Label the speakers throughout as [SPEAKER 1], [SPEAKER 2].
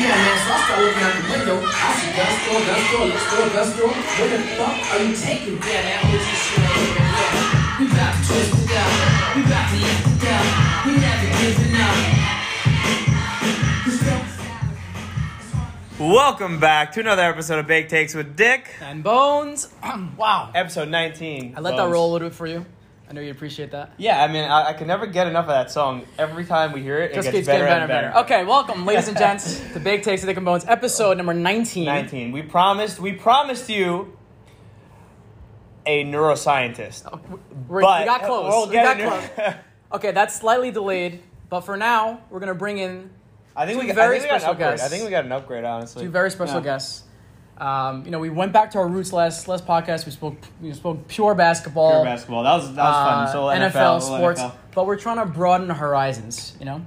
[SPEAKER 1] Yeah, man, so I start looking out the window. I see gun store, gun store, liquor store, gun store. What the fuck are you taking?
[SPEAKER 2] Yeah, that OG shit ain't even real. We bout to twist it up. We bout to lift it up. We never giving up. Cause don't stop. It's hard to
[SPEAKER 3] Welcome back to another episode of Bake Takes with Dick,
[SPEAKER 4] And bones. wow.
[SPEAKER 3] episode 19.
[SPEAKER 4] I let that
[SPEAKER 3] Bones.
[SPEAKER 4] roll a little bit for you. I know you appreciate that.
[SPEAKER 3] Yeah, I mean, I, I can never get enough of that song. Every time we hear it, it
[SPEAKER 4] Just
[SPEAKER 3] gets
[SPEAKER 4] keeps
[SPEAKER 3] better
[SPEAKER 4] getting
[SPEAKER 3] and
[SPEAKER 4] better and
[SPEAKER 3] better.
[SPEAKER 4] better. Okay, welcome, ladies and gents, to Big Takes of Dick and Bones, episode number 19.
[SPEAKER 3] 19. We promised, we promised you a neuroscientist.
[SPEAKER 4] We're,
[SPEAKER 3] but
[SPEAKER 4] Oh, we got close.
[SPEAKER 3] We'll
[SPEAKER 4] we
[SPEAKER 3] get
[SPEAKER 4] got
[SPEAKER 3] a
[SPEAKER 4] close.
[SPEAKER 3] neuro-
[SPEAKER 4] Okay, that's slightly delayed, but for now, we're going to bring in
[SPEAKER 3] I think we got,
[SPEAKER 4] very
[SPEAKER 3] I think we got an
[SPEAKER 4] special
[SPEAKER 3] upgrade.
[SPEAKER 4] guests.
[SPEAKER 3] I think we got an upgrade, honestly.
[SPEAKER 4] two very special
[SPEAKER 3] Yeah.
[SPEAKER 4] guests. Um, you know, we went back to our roots last last podcast. We spoke we spoke pure basketball,
[SPEAKER 3] Pure basketball. That was that was fun.
[SPEAKER 4] uh,
[SPEAKER 3] So
[SPEAKER 4] NFL,
[SPEAKER 3] NFL, little
[SPEAKER 4] sports,
[SPEAKER 3] NFL.
[SPEAKER 4] but we're trying to broaden the horizons. You know,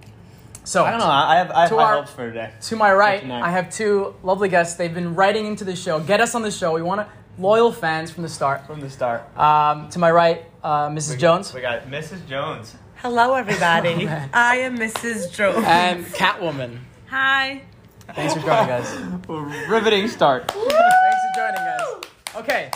[SPEAKER 4] so
[SPEAKER 3] I don't know. I have I have
[SPEAKER 4] To
[SPEAKER 3] high
[SPEAKER 4] our-
[SPEAKER 3] hopes for today.
[SPEAKER 4] To my right,
[SPEAKER 3] Tonight.
[SPEAKER 4] I have two lovely guests. They've been writing into the show. Get us on the show. We want to loyal fans from the start.
[SPEAKER 3] From the start,
[SPEAKER 4] Um, to my right, uh, Mrs. Jones
[SPEAKER 3] We got Mrs. Jones.
[SPEAKER 5] Hello, everybody.
[SPEAKER 4] Oh, man.
[SPEAKER 5] I am Mrs. Jones.
[SPEAKER 4] and Catwoman.
[SPEAKER 5] Hi.
[SPEAKER 4] Thanks for joining, guys. Thanks
[SPEAKER 3] Riveting start.
[SPEAKER 4] for joining, guys. Okay,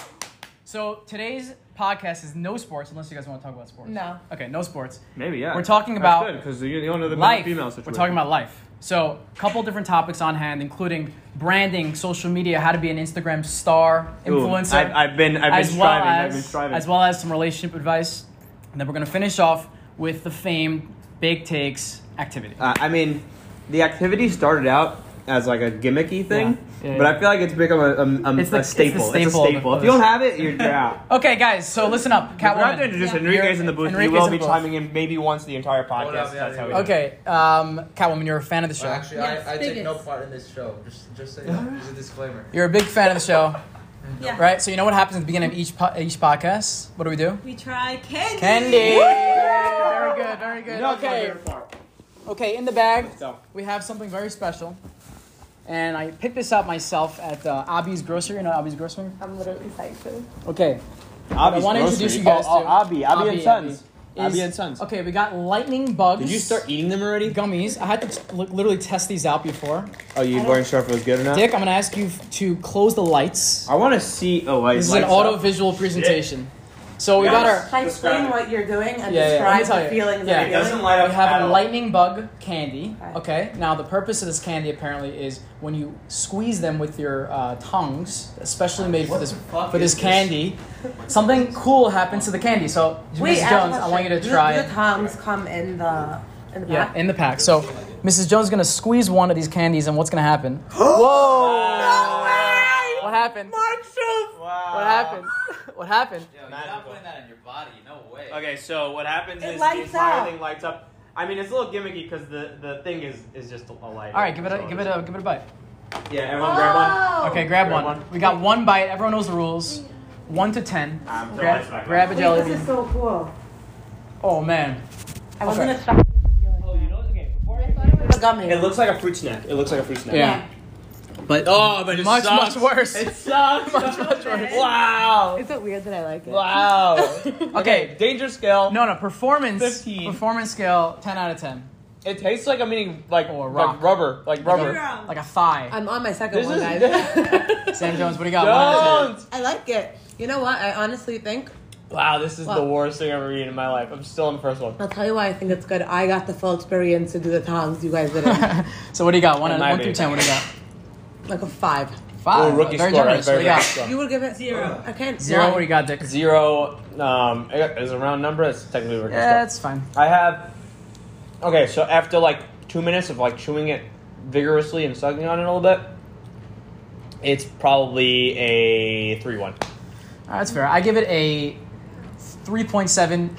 [SPEAKER 4] so today's podcast is no sports, unless you guys want to talk about sports.
[SPEAKER 5] No.
[SPEAKER 4] Okay, no sports.
[SPEAKER 3] Maybe yeah.
[SPEAKER 4] We're talking about
[SPEAKER 3] because you don't know the
[SPEAKER 4] life.
[SPEAKER 3] female
[SPEAKER 4] We're talking about life. So, a couple different topics on hand, including branding, social media, how to be an Instagram star, influencer.
[SPEAKER 3] I've, I've been I've
[SPEAKER 4] as
[SPEAKER 3] been striving.
[SPEAKER 4] well
[SPEAKER 3] I've been
[SPEAKER 4] as
[SPEAKER 3] striving.
[SPEAKER 4] as well as some relationship advice, and then we're gonna finish off with the famed big takes activity.
[SPEAKER 3] Uh, I mean, the activity started out as like a gimmicky thing,
[SPEAKER 4] Yeah, yeah,
[SPEAKER 3] but I
[SPEAKER 4] yeah.
[SPEAKER 3] feel like it's become a, a, a,
[SPEAKER 4] It's the-
[SPEAKER 3] a
[SPEAKER 4] it's the
[SPEAKER 3] staple. It's,
[SPEAKER 4] staple
[SPEAKER 3] a
[SPEAKER 4] of
[SPEAKER 3] staple.
[SPEAKER 4] the-
[SPEAKER 3] If you don't have it, you're, you're out.
[SPEAKER 4] okay, guys, so listen up,
[SPEAKER 3] We're not going to
[SPEAKER 4] Catwoman.
[SPEAKER 3] introduce
[SPEAKER 5] Yeah.
[SPEAKER 3] Enrique's in the booth.
[SPEAKER 4] Enrique's
[SPEAKER 3] he will
[SPEAKER 4] in
[SPEAKER 3] be
[SPEAKER 4] the booth.
[SPEAKER 3] chiming in maybe once the entire podcast.
[SPEAKER 6] Hold up, yeah,
[SPEAKER 3] That's
[SPEAKER 6] yeah,
[SPEAKER 3] how we
[SPEAKER 6] yeah.
[SPEAKER 3] do it.
[SPEAKER 4] Okay, um, Catwoman, you're a fan of the show.
[SPEAKER 6] Well, actually,
[SPEAKER 5] Yes,
[SPEAKER 6] I, I take no
[SPEAKER 5] biggest.
[SPEAKER 6] part in this show. Just, just say that. There's a disclaimer.
[SPEAKER 4] You're a big fan of the show,
[SPEAKER 5] Yeah.
[SPEAKER 4] right? So you know what happens at the beginning of each po- each podcast? What do we do?
[SPEAKER 5] We try candy.
[SPEAKER 4] Candy. Very good, very good.
[SPEAKER 3] No, it's my
[SPEAKER 4] okay,
[SPEAKER 3] favorite part.
[SPEAKER 4] okay, in the bag.
[SPEAKER 3] So,
[SPEAKER 4] We have something very special. And I picked this up myself at uh, Abby's Grocery. You know Abby's Grocery?
[SPEAKER 5] I'm literally psyched.
[SPEAKER 4] Okay.
[SPEAKER 3] Abby's
[SPEAKER 4] I want to
[SPEAKER 3] grocery.
[SPEAKER 4] introduce you guys
[SPEAKER 3] Oh,
[SPEAKER 4] to
[SPEAKER 3] oh, Abby, Abby and
[SPEAKER 4] Abby,
[SPEAKER 3] Sons.
[SPEAKER 4] Abby.
[SPEAKER 3] Abby
[SPEAKER 4] Is-
[SPEAKER 3] and Sons.
[SPEAKER 4] Okay, we got lightning bugs.
[SPEAKER 3] Did you start eating them already?
[SPEAKER 4] gummies? I had to t- li- literally test these out before.
[SPEAKER 3] Oh, you weren't sure if it was good enough.
[SPEAKER 4] Dick, I'm gonna ask you f- to close the lights.
[SPEAKER 3] I want to see. Oh wait,
[SPEAKER 4] This is an
[SPEAKER 3] lights
[SPEAKER 4] auto
[SPEAKER 3] up.
[SPEAKER 4] visual presentation.
[SPEAKER 5] Oh,
[SPEAKER 4] So we got our
[SPEAKER 5] I explain what you're doing and
[SPEAKER 4] Yeah, yeah, let me
[SPEAKER 5] describe
[SPEAKER 4] tell you.
[SPEAKER 5] the feelings
[SPEAKER 4] Yeah.
[SPEAKER 5] that
[SPEAKER 4] It
[SPEAKER 5] you're
[SPEAKER 3] doesn't
[SPEAKER 5] feeling.
[SPEAKER 3] light up.
[SPEAKER 4] we have
[SPEAKER 3] at
[SPEAKER 4] a
[SPEAKER 3] all.
[SPEAKER 4] lightning bug candy.
[SPEAKER 5] Right.
[SPEAKER 4] Okay. Now the purpose of this candy apparently is when you squeeze them with your uh, tongues, especially made for this
[SPEAKER 6] fuck
[SPEAKER 4] for this
[SPEAKER 6] is this?
[SPEAKER 4] candy, something cool happens to the candy. So
[SPEAKER 5] Wait,
[SPEAKER 4] Mrs.
[SPEAKER 5] have
[SPEAKER 4] Jones,
[SPEAKER 5] a
[SPEAKER 4] I want you to
[SPEAKER 5] question.
[SPEAKER 4] try.
[SPEAKER 5] Do the tongs come in the in the
[SPEAKER 4] Yeah,
[SPEAKER 5] back?
[SPEAKER 4] in the pack. So Mrs. Jones is gonna squeeze one of these candies, and what's gonna happen?
[SPEAKER 5] No way!
[SPEAKER 4] What happened?
[SPEAKER 5] Mark Schultz.
[SPEAKER 3] Wow.
[SPEAKER 4] What happened? What happened?
[SPEAKER 6] Yo,
[SPEAKER 3] you're not putting
[SPEAKER 6] that in your body. No way.
[SPEAKER 3] Okay, so what happens
[SPEAKER 5] It
[SPEAKER 3] is the
[SPEAKER 5] lights
[SPEAKER 3] entire
[SPEAKER 5] up.
[SPEAKER 3] thing lights up. I mean, it's a little gimmicky because the, the thing is, is just a light.
[SPEAKER 4] All right, give it a give it a give it a bite.
[SPEAKER 3] Yeah, everyone grab one.
[SPEAKER 5] Oh.
[SPEAKER 4] Okay, grab
[SPEAKER 3] Grab
[SPEAKER 4] one.
[SPEAKER 3] one.
[SPEAKER 4] We got one bite. Everyone knows the rules. One to ten.
[SPEAKER 3] Ah, I'm throwing
[SPEAKER 4] Grab,
[SPEAKER 3] this back
[SPEAKER 4] grab a
[SPEAKER 5] Wait,
[SPEAKER 4] jelly
[SPEAKER 5] this is
[SPEAKER 4] bean.
[SPEAKER 5] so cool.
[SPEAKER 4] Oh man.
[SPEAKER 5] I was
[SPEAKER 4] Okay.
[SPEAKER 5] gonna stop. Oh, you know the gummy.
[SPEAKER 3] It looks like a fruit snack. It looks like a fruit snack.
[SPEAKER 4] Yeah. But
[SPEAKER 3] Oh, but it
[SPEAKER 4] much
[SPEAKER 3] sucks.
[SPEAKER 4] much worse.
[SPEAKER 3] It sucks.
[SPEAKER 4] much worse.
[SPEAKER 3] wow.
[SPEAKER 5] Is it weird that I like it?
[SPEAKER 3] Wow.
[SPEAKER 4] Okay.
[SPEAKER 3] danger scale.
[SPEAKER 4] No, no. Performance.
[SPEAKER 3] 15.
[SPEAKER 4] Performance scale. Ten out of ten.
[SPEAKER 3] It tastes like I'm eating like,
[SPEAKER 4] Or rock.
[SPEAKER 3] like rubber, like rubber.
[SPEAKER 5] Girl.
[SPEAKER 4] Like a thigh.
[SPEAKER 5] I'm on my second
[SPEAKER 3] This is
[SPEAKER 5] one, guys.
[SPEAKER 4] Sam Jones, what do you got? One out of 10.
[SPEAKER 3] Jones.
[SPEAKER 5] I like it. You know what? I honestly think
[SPEAKER 3] Wow, this is
[SPEAKER 5] Wow.
[SPEAKER 3] the worst thing I've ever eaten in my life. I'm still on the first one.
[SPEAKER 5] I'll tell you why I think it's good. I got the full experience to do the tongs. You guys didn't.
[SPEAKER 4] so what do you got? One,
[SPEAKER 3] It
[SPEAKER 4] out,
[SPEAKER 3] might
[SPEAKER 4] one
[SPEAKER 3] be.
[SPEAKER 4] through ten. What do you got?
[SPEAKER 5] like a five.
[SPEAKER 4] Five.
[SPEAKER 3] Ooh, Oh, rookie
[SPEAKER 4] very
[SPEAKER 3] score.
[SPEAKER 4] generous.
[SPEAKER 3] Very,
[SPEAKER 4] what do you got?
[SPEAKER 3] rookie score.
[SPEAKER 5] You would give it zero. I can't.
[SPEAKER 4] Zero.
[SPEAKER 5] why?
[SPEAKER 4] What do you got, Dick?
[SPEAKER 3] Zero um, is a round number. It's technically a rookie score.
[SPEAKER 4] Yeah, it's fine.
[SPEAKER 3] I have. Okay, so after like two minutes of like chewing it vigorously and sucking on it a little bit, it's probably a three-one.
[SPEAKER 4] All right, that's fair. I give it a 3.7.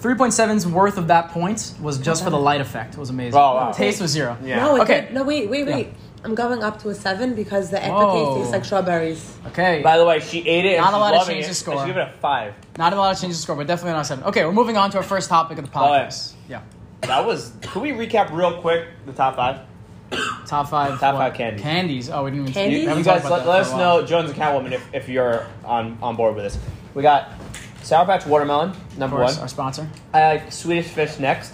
[SPEAKER 4] 3.7's worth of that point was just for the light effect. It was amazing.
[SPEAKER 3] Oh, wow.
[SPEAKER 4] Taste was zero.
[SPEAKER 3] Yeah.
[SPEAKER 5] No. It
[SPEAKER 4] Okay.
[SPEAKER 5] did- No. Wait. Wait. Wait. I'm going up to a seven because the
[SPEAKER 4] Whoa.
[SPEAKER 5] aftertaste tastes like strawberries.
[SPEAKER 4] Okay.
[SPEAKER 3] By the way, she ate it. And
[SPEAKER 4] Not a
[SPEAKER 3] she's
[SPEAKER 4] lot of
[SPEAKER 3] loving
[SPEAKER 4] change
[SPEAKER 3] it,
[SPEAKER 4] to
[SPEAKER 3] and
[SPEAKER 4] score.
[SPEAKER 3] She gave it a five.
[SPEAKER 4] Not a lot of changes to score, but definitely not a seven. Okay, we're moving on to our first topic of the
[SPEAKER 3] Oh, yeah.
[SPEAKER 4] podcast. Yeah.
[SPEAKER 3] That was. Can we recap real quick the top five?
[SPEAKER 4] Top five.
[SPEAKER 3] Top
[SPEAKER 4] what?
[SPEAKER 3] five candies.
[SPEAKER 4] Candies. Oh, we didn't even.
[SPEAKER 3] You,
[SPEAKER 5] Candies?
[SPEAKER 4] we
[SPEAKER 3] you
[SPEAKER 4] haven't
[SPEAKER 3] guys
[SPEAKER 4] talked
[SPEAKER 3] let,
[SPEAKER 4] about
[SPEAKER 3] let
[SPEAKER 4] that
[SPEAKER 3] us
[SPEAKER 4] for a while.
[SPEAKER 3] know, Jones and Catwoman, if, if you're on on board with this. We got Sour Patch Watermelon
[SPEAKER 4] Of
[SPEAKER 3] number
[SPEAKER 4] course,
[SPEAKER 3] one.
[SPEAKER 4] our sponsor.
[SPEAKER 3] I like Swedish Fish next.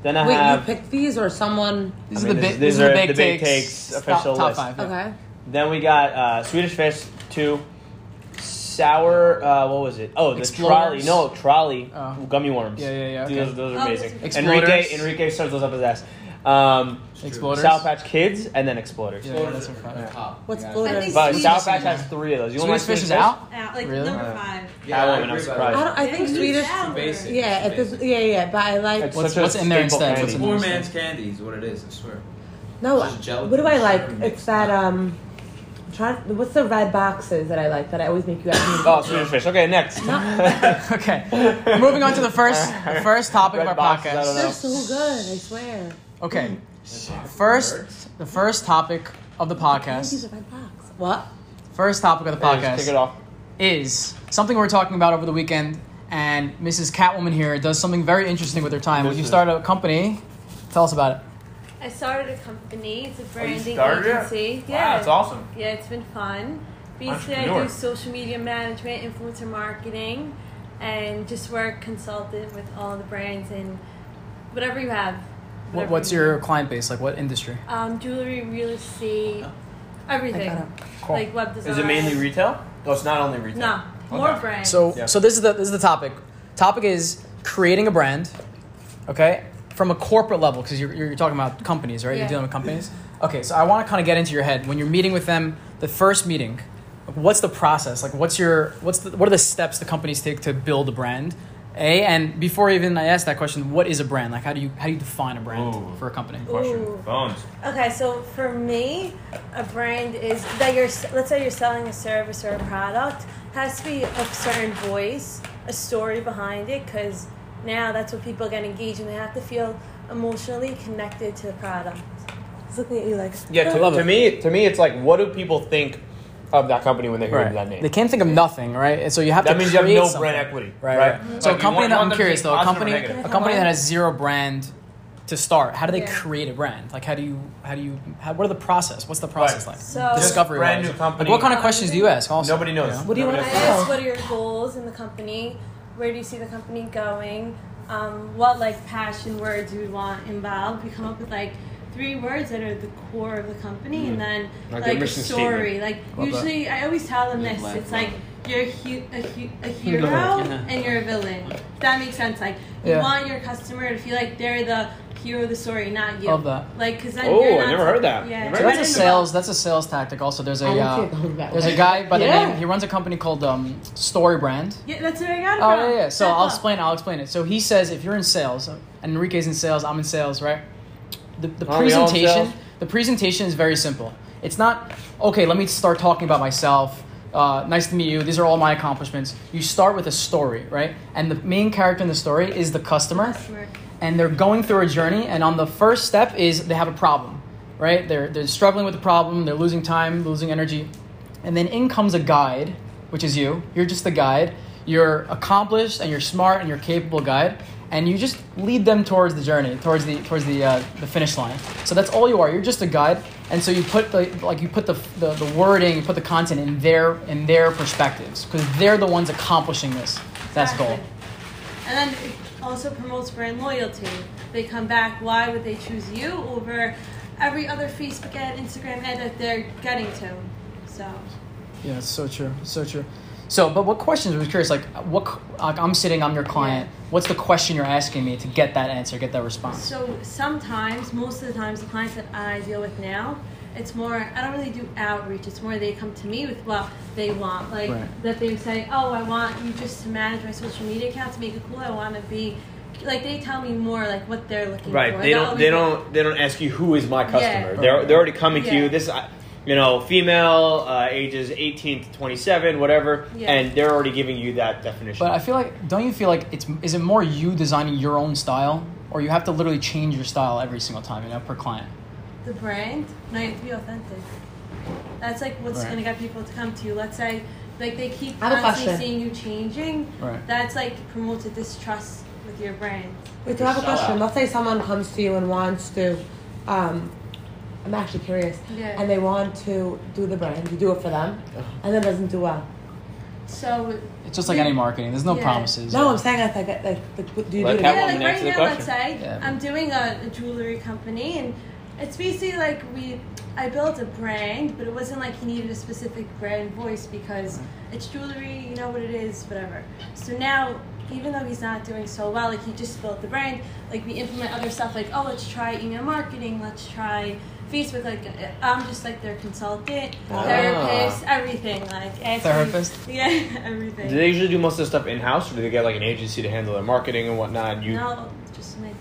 [SPEAKER 3] Then I
[SPEAKER 5] Wait, you
[SPEAKER 3] have.
[SPEAKER 5] picked these or someone?
[SPEAKER 4] These
[SPEAKER 3] I
[SPEAKER 4] are
[SPEAKER 3] mean,
[SPEAKER 4] the
[SPEAKER 3] this-
[SPEAKER 4] big.
[SPEAKER 3] these
[SPEAKER 4] These are
[SPEAKER 3] are
[SPEAKER 4] the big
[SPEAKER 3] the big
[SPEAKER 4] takes.
[SPEAKER 3] takes
[SPEAKER 4] top,
[SPEAKER 3] official
[SPEAKER 4] top
[SPEAKER 3] list.
[SPEAKER 4] five. yeah.
[SPEAKER 5] Okay.
[SPEAKER 3] Then we got uh, Swedish Fish two, sour. Uh, what was it? Oh, the
[SPEAKER 4] Explorers?
[SPEAKER 3] trolley. No trolley.
[SPEAKER 4] Oh.
[SPEAKER 3] Gummy worms.
[SPEAKER 4] Yeah, yeah, yeah,
[SPEAKER 3] Dude,
[SPEAKER 4] okay.
[SPEAKER 3] Those, those are
[SPEAKER 5] Oh,
[SPEAKER 3] amazing.
[SPEAKER 5] those
[SPEAKER 4] are-
[SPEAKER 3] Enrique
[SPEAKER 4] Exploders.
[SPEAKER 3] Enrique shoves those up his ass. Um,
[SPEAKER 4] Exploders.
[SPEAKER 3] Sour Patch Kids and then Exploders.
[SPEAKER 4] Yeah, yeah, those are fun.
[SPEAKER 6] Top.
[SPEAKER 5] What's
[SPEAKER 6] Yeah.
[SPEAKER 5] floating?
[SPEAKER 7] I think
[SPEAKER 3] But
[SPEAKER 7] Swedish-
[SPEAKER 3] Sour Patch has three of those. You want
[SPEAKER 4] Swedish
[SPEAKER 3] my
[SPEAKER 4] fish is out.
[SPEAKER 7] Yeah, like
[SPEAKER 4] Really?
[SPEAKER 7] number
[SPEAKER 6] Yeah.
[SPEAKER 7] five.
[SPEAKER 6] Yeah,
[SPEAKER 3] Catwoman,
[SPEAKER 6] I
[SPEAKER 3] I'm
[SPEAKER 6] agree about
[SPEAKER 3] surprised.
[SPEAKER 5] I
[SPEAKER 6] that.
[SPEAKER 5] don't. I think
[SPEAKER 7] Who's
[SPEAKER 5] Swedish.
[SPEAKER 7] out there?
[SPEAKER 5] Yeah. At this. Yeah, yeah. But I like.
[SPEAKER 3] It's
[SPEAKER 4] What's-
[SPEAKER 3] such a
[SPEAKER 4] what's in there
[SPEAKER 3] staple
[SPEAKER 4] instead?
[SPEAKER 3] candy.
[SPEAKER 4] What's in
[SPEAKER 6] Poor man's candy is what it is. I swear.
[SPEAKER 5] No,
[SPEAKER 6] It's just gelatin
[SPEAKER 5] what do I like?
[SPEAKER 6] syrup
[SPEAKER 5] It's
[SPEAKER 6] mixed
[SPEAKER 5] that
[SPEAKER 6] up.
[SPEAKER 5] um, try, what's the red boxes that I like that I always make you guys
[SPEAKER 3] Oh, Swedish Fish. Okay, next.
[SPEAKER 4] Okay, moving on to the first the first topic
[SPEAKER 3] Red
[SPEAKER 4] of our
[SPEAKER 3] boxes, I don't
[SPEAKER 4] podcast.
[SPEAKER 3] know.
[SPEAKER 5] They're so good, I swear.
[SPEAKER 4] Okay, first the first topic of the
[SPEAKER 5] These
[SPEAKER 4] podcast.
[SPEAKER 5] are red box. What?
[SPEAKER 4] First topic of the podcast.
[SPEAKER 3] Just Take it off.
[SPEAKER 4] is something we're talking about over the weekend, and Mrs. Catwoman here does something very interesting with her time. When you
[SPEAKER 3] Mrs.
[SPEAKER 4] start a company, tell us about it.
[SPEAKER 7] I started a company. It's a branding
[SPEAKER 3] Oh, started it?
[SPEAKER 7] agency.
[SPEAKER 3] Wow,
[SPEAKER 7] Yeah,
[SPEAKER 3] that's awesome.
[SPEAKER 7] Yeah, it's been fun. Basically, I
[SPEAKER 3] Entrepreneur.
[SPEAKER 7] do social media management, influencer marketing, and just work consultant with all the brands and whatever you have.
[SPEAKER 4] What,
[SPEAKER 7] Whatever
[SPEAKER 4] what's
[SPEAKER 7] you
[SPEAKER 4] your
[SPEAKER 7] have.
[SPEAKER 4] client base like? What industry?
[SPEAKER 7] um, jewelry, real estate, everything
[SPEAKER 5] I got it.
[SPEAKER 7] like web design?
[SPEAKER 3] Is it mainly retail? Oh, it's not only retail.
[SPEAKER 7] No, more
[SPEAKER 3] Okay.
[SPEAKER 7] brands.
[SPEAKER 4] So,
[SPEAKER 3] Yeah.
[SPEAKER 4] so this is the this is the topic. Topic is creating a brand, okay, from a corporate level because you're, you're talking about companies, right? You're
[SPEAKER 7] Yeah.
[SPEAKER 4] dealing with companies. Okay, so I want to kind of get into your head when you're meeting with them. The first meeting, what's the process? Like, what's your what's the, what are the steps the companies take to build a brand? A and before even I ask that question, what is a brand? Like, how do you how do you define a brand
[SPEAKER 3] Ooh.
[SPEAKER 4] for a company?
[SPEAKER 7] Ooh.
[SPEAKER 3] Phones.
[SPEAKER 7] Okay, so for me, a brand is that you're, let's say you're selling a service or a product, has to be a certain voice, a story behind it, because now that's what people get engaged in. They have to feel emotionally connected to the product.
[SPEAKER 5] It's looking at you like.
[SPEAKER 3] Yeah, to,
[SPEAKER 4] love
[SPEAKER 3] to
[SPEAKER 4] it.
[SPEAKER 3] me, to me, it's like, what do people think of that company when they hear
[SPEAKER 4] Right.
[SPEAKER 3] that name?
[SPEAKER 4] They can't think of nothing, right? And so you have
[SPEAKER 3] That
[SPEAKER 4] to.
[SPEAKER 3] means you have
[SPEAKER 4] create
[SPEAKER 3] no
[SPEAKER 4] something.
[SPEAKER 3] brand equity,
[SPEAKER 4] right?
[SPEAKER 3] right?
[SPEAKER 4] right.
[SPEAKER 3] Mhm.
[SPEAKER 4] So
[SPEAKER 3] Like,
[SPEAKER 4] a
[SPEAKER 3] you
[SPEAKER 4] company
[SPEAKER 3] want
[SPEAKER 4] that
[SPEAKER 3] one
[SPEAKER 4] I'm
[SPEAKER 3] to be
[SPEAKER 4] curious though, a
[SPEAKER 3] positive or
[SPEAKER 4] company,
[SPEAKER 3] negative.
[SPEAKER 4] a company that has zero brand to start. How do they
[SPEAKER 7] Yeah.
[SPEAKER 4] create a brand? Like, how do you, how do you, how, what are the process? What's the process
[SPEAKER 3] Right.
[SPEAKER 4] like?
[SPEAKER 7] So- Just
[SPEAKER 4] Discovery.
[SPEAKER 3] brand
[SPEAKER 4] wise.
[SPEAKER 3] new company.
[SPEAKER 4] Like, what kind of questions do you ask? Also,
[SPEAKER 3] Nobody knows.
[SPEAKER 4] You know?
[SPEAKER 5] What do you
[SPEAKER 3] Nobody
[SPEAKER 5] want to
[SPEAKER 7] I
[SPEAKER 3] knows.
[SPEAKER 7] asked,
[SPEAKER 5] ask?
[SPEAKER 7] what are your goals in the company? Where do you see the company going? Um, what like passion words you would want involved? We come up with like three words that are the core of the company, and then
[SPEAKER 3] Like
[SPEAKER 7] like,
[SPEAKER 3] their
[SPEAKER 7] a
[SPEAKER 3] mission statement.
[SPEAKER 7] story. Like usually, I always tell them
[SPEAKER 6] Live
[SPEAKER 7] this.
[SPEAKER 6] life
[SPEAKER 7] It's
[SPEAKER 6] well.
[SPEAKER 7] like you're a, hu- a, hu- a hero and you're a villain. If that makes sense. Like you
[SPEAKER 4] Yeah.
[SPEAKER 7] want your customer to feel like they're the hero of the story, not you.
[SPEAKER 4] Love that.
[SPEAKER 7] Like because then
[SPEAKER 3] Oh,
[SPEAKER 7] you're
[SPEAKER 3] I
[SPEAKER 7] not-
[SPEAKER 3] never heard that.
[SPEAKER 7] Yeah,
[SPEAKER 3] Never
[SPEAKER 4] So
[SPEAKER 3] heard
[SPEAKER 4] that's a sales. That's a sales tactic. Also, there's a
[SPEAKER 5] I don't see it going
[SPEAKER 4] uh,
[SPEAKER 5] that
[SPEAKER 4] there's
[SPEAKER 5] way.
[SPEAKER 4] a guy by the
[SPEAKER 5] Yeah.
[SPEAKER 4] name. He runs a company called um, Story Brand.
[SPEAKER 7] Yeah, that's where I got it
[SPEAKER 4] Oh
[SPEAKER 7] from.
[SPEAKER 4] yeah, yeah. So
[SPEAKER 7] That's
[SPEAKER 4] I'll
[SPEAKER 7] all.
[SPEAKER 4] explain. I'll explain it. So he says if you're in sales, and Enrique's in sales, I'm in sales, right? The, the
[SPEAKER 3] Aren't Oh, we all in
[SPEAKER 4] presentation,
[SPEAKER 3] sales?
[SPEAKER 4] the presentation is very simple. It's not okay. Let me start talking about myself. Uh, nice to meet you. These are all my accomplishments. You start with a story, right? And the main character in the story is the customer
[SPEAKER 7] Customer.
[SPEAKER 4] and they're going through a journey and on the first step is they have a problem right they're, they're struggling with the problem they're losing time losing energy and then in comes a guide which is you you're just the guide you're accomplished and you're smart and you're capable guide and you just lead them towards the journey towards the towards the uh, the finish line so that's all you are you're just a guide and so you put the like you put the the, the wording you put the content in their in their perspectives because they're the ones accomplishing this that's goal
[SPEAKER 7] Exactly. And then it also promotes brand loyalty. They come back. Why would they choose you over every other Facebook ad, Instagram ad that they're getting to? So
[SPEAKER 4] Yeah, it's so true. So true. So, but what questions? I was curious. Like, what? Like, I'm sitting. I'm your client. What's the question you're asking me to get that answer, get that response?
[SPEAKER 7] So sometimes, most of the times, the clients that I deal with now, it's more, I don't really do outreach. It's more they come to me with what they want. Like
[SPEAKER 4] Right.
[SPEAKER 7] that they say, oh, I want you just to manage my social media account to make it cool. I want to be, like they tell me more like what they're looking
[SPEAKER 3] Right.
[SPEAKER 7] for.
[SPEAKER 3] They
[SPEAKER 7] That
[SPEAKER 3] don't.
[SPEAKER 7] always
[SPEAKER 3] They
[SPEAKER 7] makes-
[SPEAKER 3] don't. They don't ask you who is my customer.
[SPEAKER 7] Yeah.
[SPEAKER 3] They're they're already coming to you.
[SPEAKER 7] Yeah.
[SPEAKER 3] This, I- you know, female, uh, ages eighteen to twenty seven, whatever,
[SPEAKER 7] Yeah.
[SPEAKER 3] and they're already giving you that definition.
[SPEAKER 4] But I feel like, don't you feel like it's? Is it more you designing your own style, or you have to literally change your style every single time, you know, per client?
[SPEAKER 7] the brand, no, you have to be authentic. That's like what's
[SPEAKER 4] Right.
[SPEAKER 7] gonna get people to come to you. Let's say, like they keep
[SPEAKER 5] I have a
[SPEAKER 7] constantly
[SPEAKER 5] question.
[SPEAKER 7] seeing you changing.
[SPEAKER 4] Right.
[SPEAKER 7] That's like promotes a distrust with your brand.
[SPEAKER 5] Wait, do I have a question? Let's say someone comes to you and wants to, um, I'm actually curious,
[SPEAKER 7] Yeah.
[SPEAKER 5] and they want to do the brand. You do it for them, and then it doesn't do well.
[SPEAKER 7] So
[SPEAKER 4] It's just like any marketing. There's no
[SPEAKER 7] Yeah.
[SPEAKER 4] promises.
[SPEAKER 5] No, I'm saying I think that, like, like, what do you
[SPEAKER 3] Like
[SPEAKER 5] do?
[SPEAKER 3] Catwoman
[SPEAKER 7] yeah, like
[SPEAKER 3] answer
[SPEAKER 7] right
[SPEAKER 3] the
[SPEAKER 7] now,
[SPEAKER 3] question.
[SPEAKER 7] let's say
[SPEAKER 4] Yeah.
[SPEAKER 7] I'm doing a, a jewelry company, and it's basically like we I built a brand, but it wasn't like he needed a specific brand voice because it's jewelry, you know what it is, whatever. So now, even though he's not doing so well, like he just built the brand, like we implement other stuff, like oh, let's try email marketing, let's try. Facebook, like uh, I'm just like their consultant,
[SPEAKER 5] Ah.
[SPEAKER 7] therapist, everything, like asking-
[SPEAKER 4] Therapist?
[SPEAKER 7] yeah, everything.
[SPEAKER 3] Do they usually do most of the stuff in house, or do they get like an agency to handle their marketing and whatnot? You
[SPEAKER 7] no, just make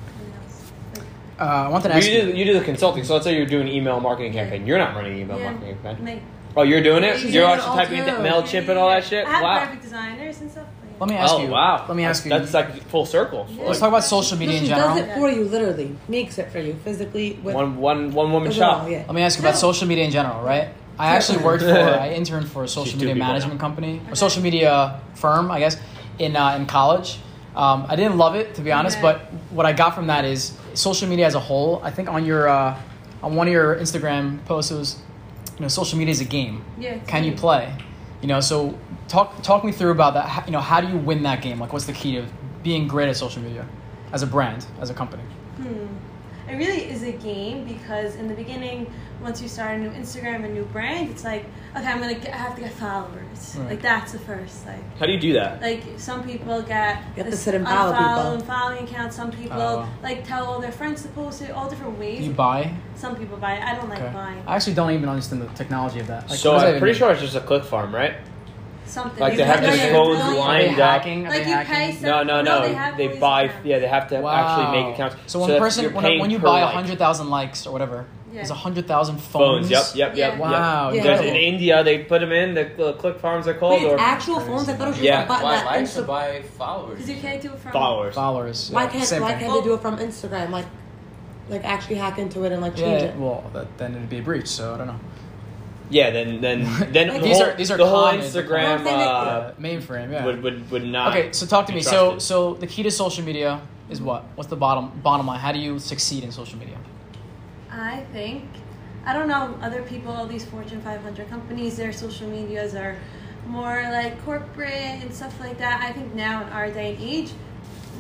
[SPEAKER 7] else. Like,
[SPEAKER 4] Uh, I want to
[SPEAKER 3] Well,
[SPEAKER 4] ask
[SPEAKER 3] you
[SPEAKER 4] you.
[SPEAKER 3] do, you do the consulting, so let's say you're doing an email marketing campaign. You're not running an email
[SPEAKER 7] Yeah,
[SPEAKER 3] marketing campaign.
[SPEAKER 7] make-
[SPEAKER 3] Oh, you're doing it?
[SPEAKER 5] She's
[SPEAKER 3] you're
[SPEAKER 5] doing it
[SPEAKER 3] actually
[SPEAKER 5] all
[SPEAKER 3] typing in
[SPEAKER 5] too.
[SPEAKER 3] MailChimp and all that shit?
[SPEAKER 7] I have
[SPEAKER 3] Wow.
[SPEAKER 7] graphic designers and stuff. but-
[SPEAKER 4] Let me ask
[SPEAKER 3] Oh,
[SPEAKER 4] you.
[SPEAKER 3] wow.
[SPEAKER 4] Let me
[SPEAKER 3] That's-
[SPEAKER 4] ask you.
[SPEAKER 3] That's like full circle.
[SPEAKER 4] Let's
[SPEAKER 3] Like,
[SPEAKER 4] talk about social media
[SPEAKER 5] No,
[SPEAKER 4] in
[SPEAKER 5] she
[SPEAKER 4] general.
[SPEAKER 5] does it for you, literally. Makes it for you, physically. With
[SPEAKER 3] one, one, one
[SPEAKER 4] Oh,
[SPEAKER 3] woman
[SPEAKER 5] overall,
[SPEAKER 3] shop.
[SPEAKER 5] Yeah.
[SPEAKER 4] Let me ask you about
[SPEAKER 5] No.
[SPEAKER 4] social media in general, right? I actually worked for, I interned for a
[SPEAKER 3] She's
[SPEAKER 4] social
[SPEAKER 3] two
[SPEAKER 4] media
[SPEAKER 3] people now.
[SPEAKER 4] management company,
[SPEAKER 7] Okay.
[SPEAKER 4] a social media firm, I guess, in uh, in college. Um, I didn't love it to be honest,
[SPEAKER 7] Okay.
[SPEAKER 4] but what I got from that is social media as a whole. I think on your uh, on one of your Instagram posts, it was, you know, social media is a game.
[SPEAKER 7] Yeah, it's
[SPEAKER 4] Can you
[SPEAKER 7] me.
[SPEAKER 4] play? You know, so talk talk me through about that. How, you know, how do you win that game? Like, what's the key to being great at social media, as a brand, as a company?
[SPEAKER 7] Hmm. It really is a game because in the beginning, once you start a new Instagram, a new brand, it's like, okay, I'm gonna get, I have to get followers.
[SPEAKER 4] Right.
[SPEAKER 7] Like that's the first like.
[SPEAKER 3] How do you do that?
[SPEAKER 7] Like some people get
[SPEAKER 5] You have to
[SPEAKER 7] this
[SPEAKER 5] sit and follow
[SPEAKER 7] unfollow
[SPEAKER 5] people.
[SPEAKER 7] and following accounts. Some people
[SPEAKER 4] Oh.
[SPEAKER 7] like tell all their friends to post it. All different
[SPEAKER 4] Do you
[SPEAKER 7] ways.
[SPEAKER 4] buy?
[SPEAKER 7] Some people buy it. I don't like
[SPEAKER 4] Okay.
[SPEAKER 7] buying
[SPEAKER 4] I actually don't even understand the technology of that. Like,
[SPEAKER 3] so
[SPEAKER 4] what does that
[SPEAKER 3] I'm
[SPEAKER 4] even
[SPEAKER 3] pretty
[SPEAKER 4] mean?
[SPEAKER 3] sure it's just a click farm, right?
[SPEAKER 7] something.
[SPEAKER 3] Like they
[SPEAKER 5] have
[SPEAKER 7] Like,
[SPEAKER 5] the
[SPEAKER 7] they're
[SPEAKER 5] phones
[SPEAKER 7] really-
[SPEAKER 4] Are they
[SPEAKER 3] lined up.
[SPEAKER 4] hacking? Are
[SPEAKER 7] Like
[SPEAKER 4] they
[SPEAKER 7] you
[SPEAKER 4] hacking?
[SPEAKER 7] pay
[SPEAKER 3] No, no, no.
[SPEAKER 7] they have all these
[SPEAKER 3] buy.
[SPEAKER 7] accounts.
[SPEAKER 3] Yeah, they have to actually make accounts.
[SPEAKER 4] So when
[SPEAKER 3] that's-
[SPEAKER 4] person
[SPEAKER 3] you're
[SPEAKER 4] when,
[SPEAKER 3] paying
[SPEAKER 4] when you
[SPEAKER 3] per
[SPEAKER 4] buy
[SPEAKER 3] like.
[SPEAKER 4] hundred thousand likes or whatever,
[SPEAKER 7] Yeah.
[SPEAKER 4] it's hundred thousand phones.
[SPEAKER 3] phones. Yep, yep,
[SPEAKER 7] Yeah.
[SPEAKER 3] yep.
[SPEAKER 4] Wow,
[SPEAKER 3] Yep.
[SPEAKER 5] yeah.
[SPEAKER 3] Because in India, they put them in the uh, click farms. They're
[SPEAKER 5] Wait,
[SPEAKER 3] called
[SPEAKER 5] it's
[SPEAKER 3] or
[SPEAKER 5] actual phones? I thought it was just
[SPEAKER 3] Yeah.
[SPEAKER 5] a button.
[SPEAKER 6] Why
[SPEAKER 5] that
[SPEAKER 6] likes
[SPEAKER 5] Insta-
[SPEAKER 6] to buy followers?
[SPEAKER 7] Because you can't do it from
[SPEAKER 3] followers.
[SPEAKER 4] followers.
[SPEAKER 5] Why
[SPEAKER 4] yeah,
[SPEAKER 5] can't
[SPEAKER 4] same
[SPEAKER 5] why
[SPEAKER 4] thing.
[SPEAKER 5] can't they do it from Instagram? Like, like actually hack into it and like change
[SPEAKER 4] Yeah,
[SPEAKER 5] it.
[SPEAKER 4] well, that, then it'd be a breach. So I don't know.
[SPEAKER 3] Yeah, then then then
[SPEAKER 5] Like,
[SPEAKER 3] the
[SPEAKER 5] these
[SPEAKER 3] whole,
[SPEAKER 4] are- these are
[SPEAKER 3] the whole
[SPEAKER 4] common.
[SPEAKER 3] Instagram
[SPEAKER 5] They're common.
[SPEAKER 3] uh,
[SPEAKER 4] Yeah, mainframe. Yeah.
[SPEAKER 3] would, would would not.
[SPEAKER 4] okay, so talk to
[SPEAKER 3] be
[SPEAKER 4] me. So
[SPEAKER 3] trusted.
[SPEAKER 4] so the key to social media is what? What's the bottom bottom line? How do you succeed in social media?
[SPEAKER 7] I think I don't know other people. All these Fortune 500 companies, their social medias are more like corporate and stuff like that. I think now in our day and age,